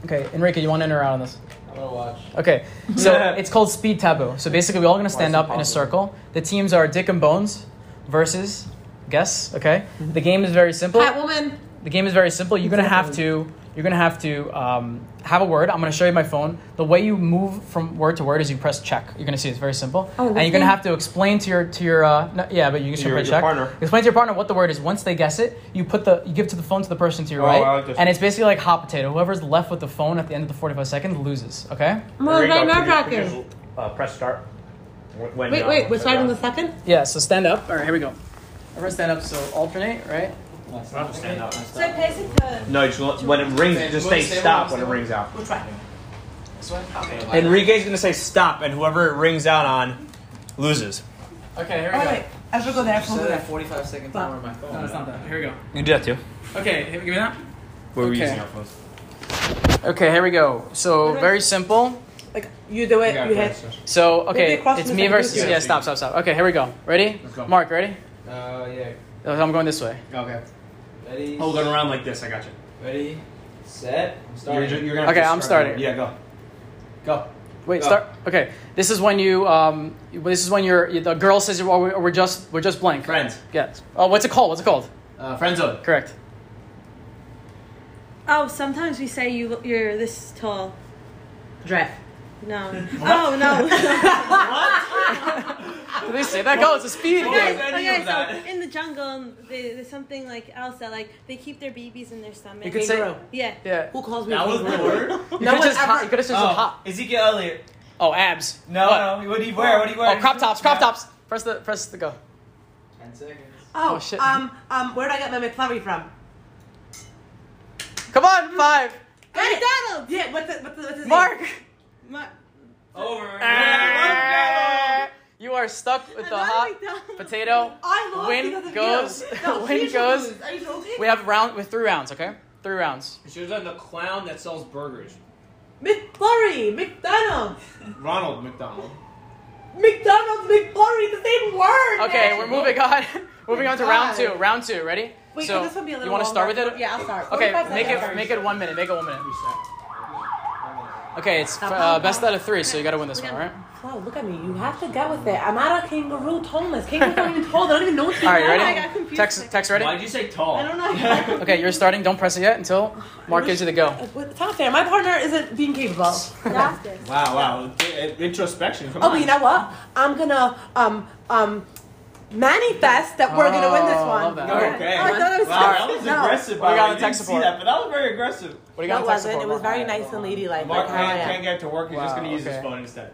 [SPEAKER 4] Okay, Enrique, you want in or out on this?
[SPEAKER 6] I'm gonna watch.
[SPEAKER 4] Okay, so it's called Speed Taboo. So basically, we're all gonna stand up in a circle. The teams are Dick and Bones versus Guess. Okay, the game is very simple.
[SPEAKER 5] Catwoman.
[SPEAKER 4] The game is very simple. You're gonna have to. You're gonna have to um, have a word. I'm gonna show you my phone. The way you move from word to word is you press check. You're gonna see it's very simple.
[SPEAKER 5] Oh,
[SPEAKER 4] and
[SPEAKER 5] that's
[SPEAKER 4] you're gonna
[SPEAKER 5] me.
[SPEAKER 4] have to explain to your to your uh, no, yeah, but you can
[SPEAKER 3] To
[SPEAKER 4] still
[SPEAKER 3] your-
[SPEAKER 4] press
[SPEAKER 3] your
[SPEAKER 4] check.
[SPEAKER 3] partner.
[SPEAKER 4] Explain to your partner what the word is. Once they guess it, you put the you give to the phone to the person to your
[SPEAKER 3] Oh, I
[SPEAKER 4] right,
[SPEAKER 3] like this.
[SPEAKER 4] and it's basically like hot potato. Whoever's left with the phone at the end of the 45 seconds loses. Okay.
[SPEAKER 5] Well,
[SPEAKER 3] Enrico,
[SPEAKER 5] right
[SPEAKER 3] could
[SPEAKER 5] now,
[SPEAKER 3] you- could
[SPEAKER 5] Kraken.
[SPEAKER 3] you, uh, press start. When,
[SPEAKER 5] Wait,
[SPEAKER 3] uh,
[SPEAKER 5] wait, we're starting
[SPEAKER 3] uh,
[SPEAKER 5] the second?
[SPEAKER 4] Yeah. So stand up. All right. Here we go. Everyone stand up. So alternate. Right.
[SPEAKER 3] Not just stand up.
[SPEAKER 7] So basically,
[SPEAKER 3] No, you just, want- when it rings, you just say stop when it rings out.
[SPEAKER 4] This one.
[SPEAKER 3] Enrique's gonna say stop, and whoever it rings out on loses.
[SPEAKER 4] Okay. Here we
[SPEAKER 5] Oh,
[SPEAKER 4] go.
[SPEAKER 5] wait, I should go there. I should go there.
[SPEAKER 6] 45 seconds
[SPEAKER 5] Stop. on
[SPEAKER 6] my
[SPEAKER 4] No, it's not that. Here we go.
[SPEAKER 3] You can do that too.
[SPEAKER 4] Okay. Here, give me that.
[SPEAKER 3] Where
[SPEAKER 4] Okay.
[SPEAKER 3] phones.
[SPEAKER 4] Okay. Here we go. So very simple.
[SPEAKER 5] Like, you do it, you hit.
[SPEAKER 4] So
[SPEAKER 5] Maybe
[SPEAKER 4] okay,
[SPEAKER 5] across
[SPEAKER 4] it's
[SPEAKER 5] from
[SPEAKER 4] me
[SPEAKER 5] the
[SPEAKER 4] versus
[SPEAKER 5] second
[SPEAKER 4] yeah. Stop, stop, stop. Okay, here we go. Ready?
[SPEAKER 6] Let's go.
[SPEAKER 4] Mark, ready?
[SPEAKER 6] Uh, yeah.
[SPEAKER 4] I'm going this way.
[SPEAKER 6] Okay.
[SPEAKER 3] Ready?
[SPEAKER 6] Oh, we're going around like this. I got you.
[SPEAKER 3] Ready? Set. I'm
[SPEAKER 6] You're,
[SPEAKER 3] starting.
[SPEAKER 6] ju- you're gonna have
[SPEAKER 4] Okay,
[SPEAKER 6] to
[SPEAKER 4] I'm
[SPEAKER 6] start.
[SPEAKER 4] starting.
[SPEAKER 6] Yeah, go. Go.
[SPEAKER 4] Wait,
[SPEAKER 3] Go.
[SPEAKER 4] start. Okay, this is when you. Um, this is when you're. The girl says, "Well, we're we're just, we're just blank."
[SPEAKER 6] Friends.
[SPEAKER 4] Yes. Oh, what's it called? What's it called?
[SPEAKER 6] Uh, friend zone.
[SPEAKER 4] Correct.
[SPEAKER 7] Oh, sometimes we say you you're this tall.
[SPEAKER 5] Drift.
[SPEAKER 7] No. Oh no.
[SPEAKER 4] Did they say that? Go. It's a speed
[SPEAKER 7] Guys,
[SPEAKER 4] game.
[SPEAKER 3] any
[SPEAKER 7] okay,
[SPEAKER 3] of that.
[SPEAKER 7] so in the jungle, um, they, there's something like Elsa, like they keep their babies in their stomach.
[SPEAKER 4] You could say.
[SPEAKER 7] yeah.
[SPEAKER 4] Yeah.
[SPEAKER 5] Who calls me?
[SPEAKER 3] That was the word. Oh,
[SPEAKER 4] You
[SPEAKER 5] No
[SPEAKER 4] could
[SPEAKER 5] one
[SPEAKER 4] just.
[SPEAKER 5] ever-
[SPEAKER 4] hot- You could have just said hot.
[SPEAKER 3] Ezekiel Elliott.
[SPEAKER 4] Oh, abs.
[SPEAKER 3] No,
[SPEAKER 4] What?
[SPEAKER 3] no. What do you wear? What do you wear?
[SPEAKER 4] Oh, crop tops. Crop tops. Press the. Press the go.
[SPEAKER 3] Ten seconds.
[SPEAKER 5] Oh,
[SPEAKER 4] Oh, shit.
[SPEAKER 5] Um, um, where did I get my McFlurry from?
[SPEAKER 4] Come on, five.
[SPEAKER 5] McDonald's. Yeah. What's the, what's the, what's his
[SPEAKER 4] Mark.
[SPEAKER 7] My,
[SPEAKER 3] Over.
[SPEAKER 4] You are stuck with the
[SPEAKER 5] Another
[SPEAKER 4] hot
[SPEAKER 5] McDonald's.
[SPEAKER 4] potato.
[SPEAKER 5] I lost
[SPEAKER 4] Win
[SPEAKER 5] because of
[SPEAKER 4] goes-
[SPEAKER 5] You. No,
[SPEAKER 4] win
[SPEAKER 5] she should
[SPEAKER 4] goes-
[SPEAKER 5] lose. Are you joking?
[SPEAKER 4] We have round with three rounds. Okay, three rounds.
[SPEAKER 6] You should have done the clown that sells burgers.
[SPEAKER 5] McFlurry, McDonald's,
[SPEAKER 6] Ronald McDonald.
[SPEAKER 5] McDonald's, McFlurry, the same word.
[SPEAKER 4] Okay,
[SPEAKER 5] man.
[SPEAKER 4] we're moving on. moving on to round two.
[SPEAKER 5] God.
[SPEAKER 4] Round two. Ready?
[SPEAKER 5] Wait,
[SPEAKER 4] so
[SPEAKER 5] can this one be a little
[SPEAKER 4] you want to start with
[SPEAKER 5] longer?
[SPEAKER 4] it?
[SPEAKER 5] Yeah, I'll start.
[SPEAKER 4] Okay,
[SPEAKER 5] 45
[SPEAKER 4] make
[SPEAKER 5] seconds.
[SPEAKER 4] it make it one minute. Make it one minute. Okay, it's
[SPEAKER 5] Now,
[SPEAKER 4] uh,
[SPEAKER 5] pound,
[SPEAKER 4] best
[SPEAKER 5] pound.
[SPEAKER 4] out of three, so you gotta win this one, alright?
[SPEAKER 5] Flo, look at me. You have to get with it. I'm not a kangaroo tallness. Kangaroos don't even tall. They don't even know what to
[SPEAKER 4] Alright, you
[SPEAKER 7] I got
[SPEAKER 4] ready?
[SPEAKER 7] confused.
[SPEAKER 4] Text, text ready?
[SPEAKER 6] Why'd you say tall?
[SPEAKER 5] I don't know.
[SPEAKER 4] Okay, you're starting. Don't press it yet until Mark gives you the go.
[SPEAKER 5] It's not fair. My partner isn't being capable.
[SPEAKER 12] That's it.
[SPEAKER 6] Wow, wow. I- I- Introspection. Come
[SPEAKER 5] Oh,
[SPEAKER 6] on.
[SPEAKER 5] but you know what? I'm gonna um um manifest that we're gonna win this
[SPEAKER 4] Oh, I
[SPEAKER 5] one.
[SPEAKER 4] love that.
[SPEAKER 5] Okay.
[SPEAKER 6] Okay.
[SPEAKER 5] Oh, I thought it was
[SPEAKER 6] Wow, that was
[SPEAKER 5] no.
[SPEAKER 6] aggressive.
[SPEAKER 4] We
[SPEAKER 6] By the
[SPEAKER 4] got
[SPEAKER 6] way.
[SPEAKER 4] a
[SPEAKER 6] You
[SPEAKER 4] tech
[SPEAKER 6] didn't see
[SPEAKER 4] support.
[SPEAKER 6] that, but that was very aggressive.
[SPEAKER 4] What do you got
[SPEAKER 5] No,
[SPEAKER 4] on
[SPEAKER 5] it
[SPEAKER 4] tech
[SPEAKER 5] wasn't.
[SPEAKER 4] support?
[SPEAKER 5] It was
[SPEAKER 4] Mark?
[SPEAKER 5] very nice and ladylike.
[SPEAKER 6] Mark
[SPEAKER 5] Like oh, how I
[SPEAKER 6] can't,
[SPEAKER 5] am.
[SPEAKER 6] can't get to work. He's just
[SPEAKER 4] Wow,
[SPEAKER 6] gonna use his
[SPEAKER 4] okay.
[SPEAKER 6] phone instead.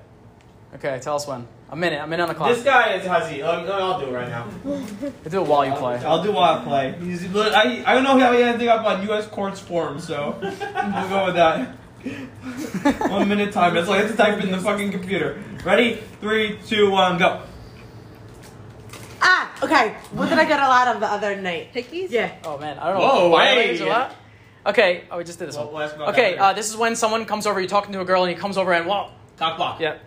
[SPEAKER 4] Okay, tell us when. A minute, a minute on the clock.
[SPEAKER 6] This guy is huzzy. Um, I'll do it right now.
[SPEAKER 4] We'll do it while you play.
[SPEAKER 3] I'll do while I play. He's, look, I, I don't know how he ended up on U.S. courts form, so we'll go with that. One minute time. That's all I have to type in the fucking computer. Ready? Three, two, one, go.
[SPEAKER 5] Ah, okay. What did I get a lot of the other night?
[SPEAKER 7] Pickies?
[SPEAKER 5] Yeah.
[SPEAKER 4] Oh man, I don't know.
[SPEAKER 6] Whoa,
[SPEAKER 4] Why
[SPEAKER 6] hey.
[SPEAKER 4] is it loud? Okay, oh, we just did this
[SPEAKER 6] Well,
[SPEAKER 4] one.
[SPEAKER 6] we'll ask about that
[SPEAKER 4] Okay,
[SPEAKER 6] later.
[SPEAKER 4] uh, this is when someone comes over, you're talking to a girl, and he comes over and, whoa.
[SPEAKER 6] Cock block.
[SPEAKER 4] Yep.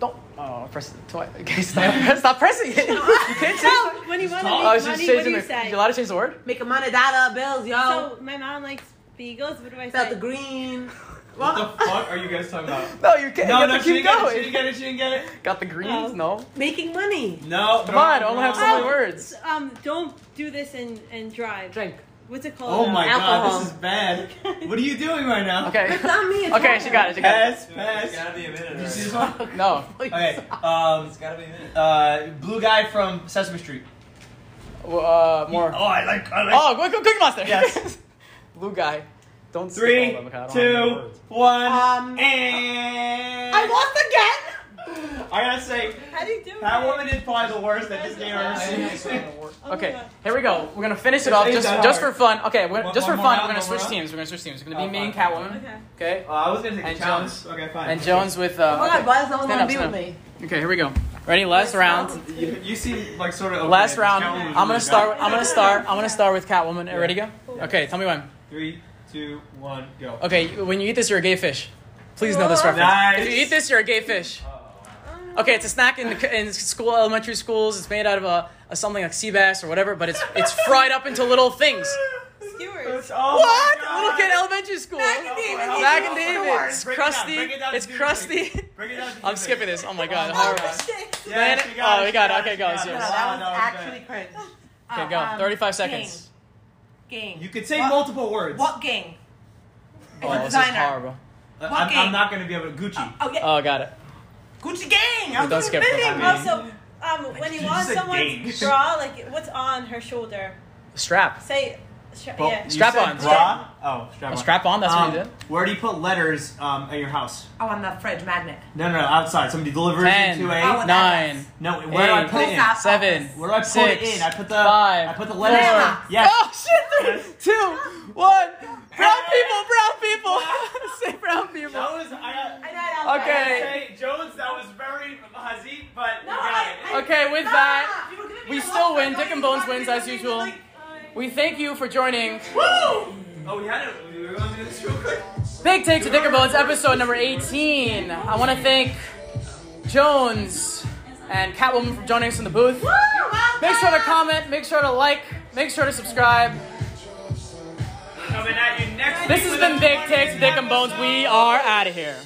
[SPEAKER 4] Don't. Oh, press it twice. Okay, stop, stop pressing it. You can't change the-
[SPEAKER 7] When you want to
[SPEAKER 6] tall.
[SPEAKER 7] make
[SPEAKER 4] Oh,
[SPEAKER 7] money,
[SPEAKER 4] she's
[SPEAKER 7] what do
[SPEAKER 4] changing
[SPEAKER 7] you
[SPEAKER 4] the.
[SPEAKER 7] say?
[SPEAKER 4] You're allowed to change the word?
[SPEAKER 5] Make a money dollar bills, yo.
[SPEAKER 4] Oh.
[SPEAKER 7] So my mom likes beagles. What do I
[SPEAKER 5] Felt
[SPEAKER 7] say?
[SPEAKER 5] the green.
[SPEAKER 3] What the fuck are you guys talking about?
[SPEAKER 4] No, you can't.
[SPEAKER 3] No,
[SPEAKER 4] you have
[SPEAKER 3] no,
[SPEAKER 4] to
[SPEAKER 3] she
[SPEAKER 4] keep
[SPEAKER 3] didn't get it. She
[SPEAKER 4] going. Oh.
[SPEAKER 3] didn't get it. She didn't get it.
[SPEAKER 4] Got the greens? No.
[SPEAKER 5] Making money.
[SPEAKER 3] No.
[SPEAKER 4] Come on, I only have so many
[SPEAKER 7] Oh.
[SPEAKER 4] words.
[SPEAKER 7] um, don't do this and and drive.
[SPEAKER 5] Drink.
[SPEAKER 7] What's it called?
[SPEAKER 3] Oh my
[SPEAKER 5] Alcohol.
[SPEAKER 3] god, this is bad. What are you doing right now?
[SPEAKER 4] Okay.
[SPEAKER 5] It's not me. It's
[SPEAKER 4] Okay,
[SPEAKER 5] her.
[SPEAKER 4] she got it. She got
[SPEAKER 3] Pass, pass.
[SPEAKER 13] It's gotta be a minute.
[SPEAKER 3] You see
[SPEAKER 13] already.
[SPEAKER 3] this one?
[SPEAKER 4] it. No.
[SPEAKER 3] Okay. Um,
[SPEAKER 13] It's gotta be a minute.
[SPEAKER 3] uh, blue guy from Sesame Street.
[SPEAKER 4] Uh,
[SPEAKER 3] Oh,
[SPEAKER 4] more.
[SPEAKER 3] I like. I like.
[SPEAKER 4] Oh, Quick- Quick- Cookie Monster.
[SPEAKER 3] Yes.
[SPEAKER 4] Blue guy. Don't skip all
[SPEAKER 3] Three,
[SPEAKER 4] of them, okay? Oh, I don't have any
[SPEAKER 3] two,
[SPEAKER 4] words.
[SPEAKER 3] one,
[SPEAKER 5] Um,
[SPEAKER 3] and
[SPEAKER 5] I lost again.
[SPEAKER 3] I gotta say,
[SPEAKER 7] How do you do
[SPEAKER 3] that
[SPEAKER 7] it?
[SPEAKER 3] woman is probably the worst that this game ever seen.
[SPEAKER 7] Oh my
[SPEAKER 4] Okay,
[SPEAKER 7] God.
[SPEAKER 4] here we go. We're gonna finish it
[SPEAKER 3] This
[SPEAKER 4] off
[SPEAKER 3] ain't
[SPEAKER 4] just
[SPEAKER 3] that
[SPEAKER 4] just for
[SPEAKER 3] hard.
[SPEAKER 4] fun. Okay, we're,
[SPEAKER 3] One-
[SPEAKER 4] just for
[SPEAKER 3] one
[SPEAKER 4] fun,
[SPEAKER 3] more round,
[SPEAKER 4] we're gonna
[SPEAKER 3] one more
[SPEAKER 4] switch
[SPEAKER 3] round?
[SPEAKER 4] teams. We're gonna switch teams. It's gonna be
[SPEAKER 3] Oh,
[SPEAKER 4] me and
[SPEAKER 3] fine.
[SPEAKER 4] Catwoman.
[SPEAKER 7] Okay.
[SPEAKER 4] Okay,
[SPEAKER 3] Uh, I was gonna take
[SPEAKER 4] And
[SPEAKER 3] the challenge.
[SPEAKER 4] Jones.
[SPEAKER 3] Okay, fine.
[SPEAKER 4] and Jones with. Uh,
[SPEAKER 5] Oh my god, why does someone
[SPEAKER 4] Stand
[SPEAKER 5] want
[SPEAKER 4] up,
[SPEAKER 5] to be
[SPEAKER 4] stand
[SPEAKER 5] with me?
[SPEAKER 4] Okay, here we go. Ready? Last round.
[SPEAKER 3] You, you seem like sort of.
[SPEAKER 4] Last
[SPEAKER 3] okay,
[SPEAKER 4] round.
[SPEAKER 3] this Catwoman was really
[SPEAKER 4] I'm gonna start.
[SPEAKER 3] bad.
[SPEAKER 4] I'm gonna start. I'm gonna start with Catwoman. Ready to go? Okay, tell me when.
[SPEAKER 3] Three, two, one, go.
[SPEAKER 4] Okay, you- when you eat this, you're a gay fish. Please know this reference.
[SPEAKER 3] Nice. Oh.
[SPEAKER 4] If you eat this, you're a gay fish. Okay, it's a snack in, the, in school, elementary schools. It's made out of a, a something like sea bass or whatever, but it's it's fried up into little things.
[SPEAKER 7] Skewers.
[SPEAKER 3] That's- oh my
[SPEAKER 4] What?
[SPEAKER 3] God.
[SPEAKER 4] Little kid, elementary school. Mac and
[SPEAKER 3] David.
[SPEAKER 4] Davis.
[SPEAKER 3] Break it down,
[SPEAKER 4] crusty.
[SPEAKER 3] break it down to
[SPEAKER 4] it's
[SPEAKER 3] two
[SPEAKER 4] crusty.
[SPEAKER 3] Bring it out to
[SPEAKER 4] I'm
[SPEAKER 3] the
[SPEAKER 4] skipping
[SPEAKER 3] face.
[SPEAKER 4] this. Oh my god.
[SPEAKER 3] Oh,
[SPEAKER 4] All right.
[SPEAKER 3] shit.
[SPEAKER 4] Man,
[SPEAKER 3] Yes, we
[SPEAKER 4] oh,
[SPEAKER 3] got
[SPEAKER 4] we
[SPEAKER 3] it.
[SPEAKER 4] got it. Okay,
[SPEAKER 3] she
[SPEAKER 4] go,
[SPEAKER 3] got
[SPEAKER 4] it's
[SPEAKER 3] it.
[SPEAKER 4] yours.
[SPEAKER 5] No,
[SPEAKER 3] Wow,
[SPEAKER 5] that was
[SPEAKER 3] no, it's
[SPEAKER 5] actually
[SPEAKER 3] bad.
[SPEAKER 5] cringe. Um,
[SPEAKER 4] Okay, go. 35 seconds.
[SPEAKER 5] Gang.
[SPEAKER 3] You could say
[SPEAKER 5] What-
[SPEAKER 3] multiple words.
[SPEAKER 5] What gang?
[SPEAKER 4] Oh,
[SPEAKER 5] It's a
[SPEAKER 4] this is
[SPEAKER 5] designer.
[SPEAKER 4] horrible.
[SPEAKER 3] Uh, I'm,
[SPEAKER 5] what
[SPEAKER 3] I'm
[SPEAKER 5] game?
[SPEAKER 3] not gonna be able to Gucci.
[SPEAKER 5] Oh yeah,
[SPEAKER 4] Oh, got it.
[SPEAKER 5] Gucci gang. I'm
[SPEAKER 4] Don't skip
[SPEAKER 5] gonna
[SPEAKER 4] it.
[SPEAKER 5] be-
[SPEAKER 3] I mean-
[SPEAKER 12] Also, um, when you
[SPEAKER 3] You
[SPEAKER 12] want
[SPEAKER 3] said
[SPEAKER 12] someone
[SPEAKER 3] gang.
[SPEAKER 12] to draw, like what's on her shoulder,
[SPEAKER 4] Strap.
[SPEAKER 12] say, sh-
[SPEAKER 3] Well,
[SPEAKER 12] yeah.
[SPEAKER 3] you
[SPEAKER 4] Strap
[SPEAKER 3] said
[SPEAKER 4] on.
[SPEAKER 3] Bra. Oh, strap
[SPEAKER 4] Oh,
[SPEAKER 3] on.
[SPEAKER 4] strap on. That's
[SPEAKER 3] um,
[SPEAKER 4] what you did.
[SPEAKER 3] Where do you put letters um, at your house?
[SPEAKER 5] Oh, on the fridge magnet.
[SPEAKER 3] No, no, no, outside. Somebody delivers
[SPEAKER 4] Ten,
[SPEAKER 3] it to a.
[SPEAKER 5] Oh, with
[SPEAKER 4] nine,
[SPEAKER 3] no, where do I
[SPEAKER 4] eight,
[SPEAKER 3] put it in?
[SPEAKER 5] Post
[SPEAKER 4] seven,
[SPEAKER 3] Where do I put
[SPEAKER 4] six,
[SPEAKER 3] it in? I put the
[SPEAKER 4] five,
[SPEAKER 3] I put the letters.
[SPEAKER 5] four.
[SPEAKER 3] in. Yes.
[SPEAKER 4] Oh shit! Three, two, one. Brown people, brown people. Say brown people.
[SPEAKER 3] was I
[SPEAKER 5] I got it.
[SPEAKER 4] Okay.
[SPEAKER 3] Jones. That was very hazit, but
[SPEAKER 5] No, I-
[SPEAKER 4] Okay, with
[SPEAKER 5] Nah,
[SPEAKER 4] that,
[SPEAKER 5] Ah! you were giving me
[SPEAKER 4] we
[SPEAKER 5] a
[SPEAKER 4] still
[SPEAKER 5] look.
[SPEAKER 4] win.
[SPEAKER 5] I
[SPEAKER 4] Dick and Bones
[SPEAKER 5] thought you were
[SPEAKER 4] wins as
[SPEAKER 5] giving me
[SPEAKER 4] usual.
[SPEAKER 5] like- uh,
[SPEAKER 4] We thank you for joining
[SPEAKER 3] Oh, we had it. We were going to do this real quick.
[SPEAKER 4] Big Take to Dick and Bones episode number 18. I want to thank Jones and Catwoman for joining us in the booth.
[SPEAKER 5] You're welcome.
[SPEAKER 4] Make sure to comment. Make sure to like. Make sure to subscribe.
[SPEAKER 6] Coming at you next
[SPEAKER 4] This
[SPEAKER 6] week
[SPEAKER 4] has
[SPEAKER 6] with
[SPEAKER 4] been
[SPEAKER 6] a
[SPEAKER 4] Big Takes, Dick and
[SPEAKER 6] bonus
[SPEAKER 4] Bones. We are out of here.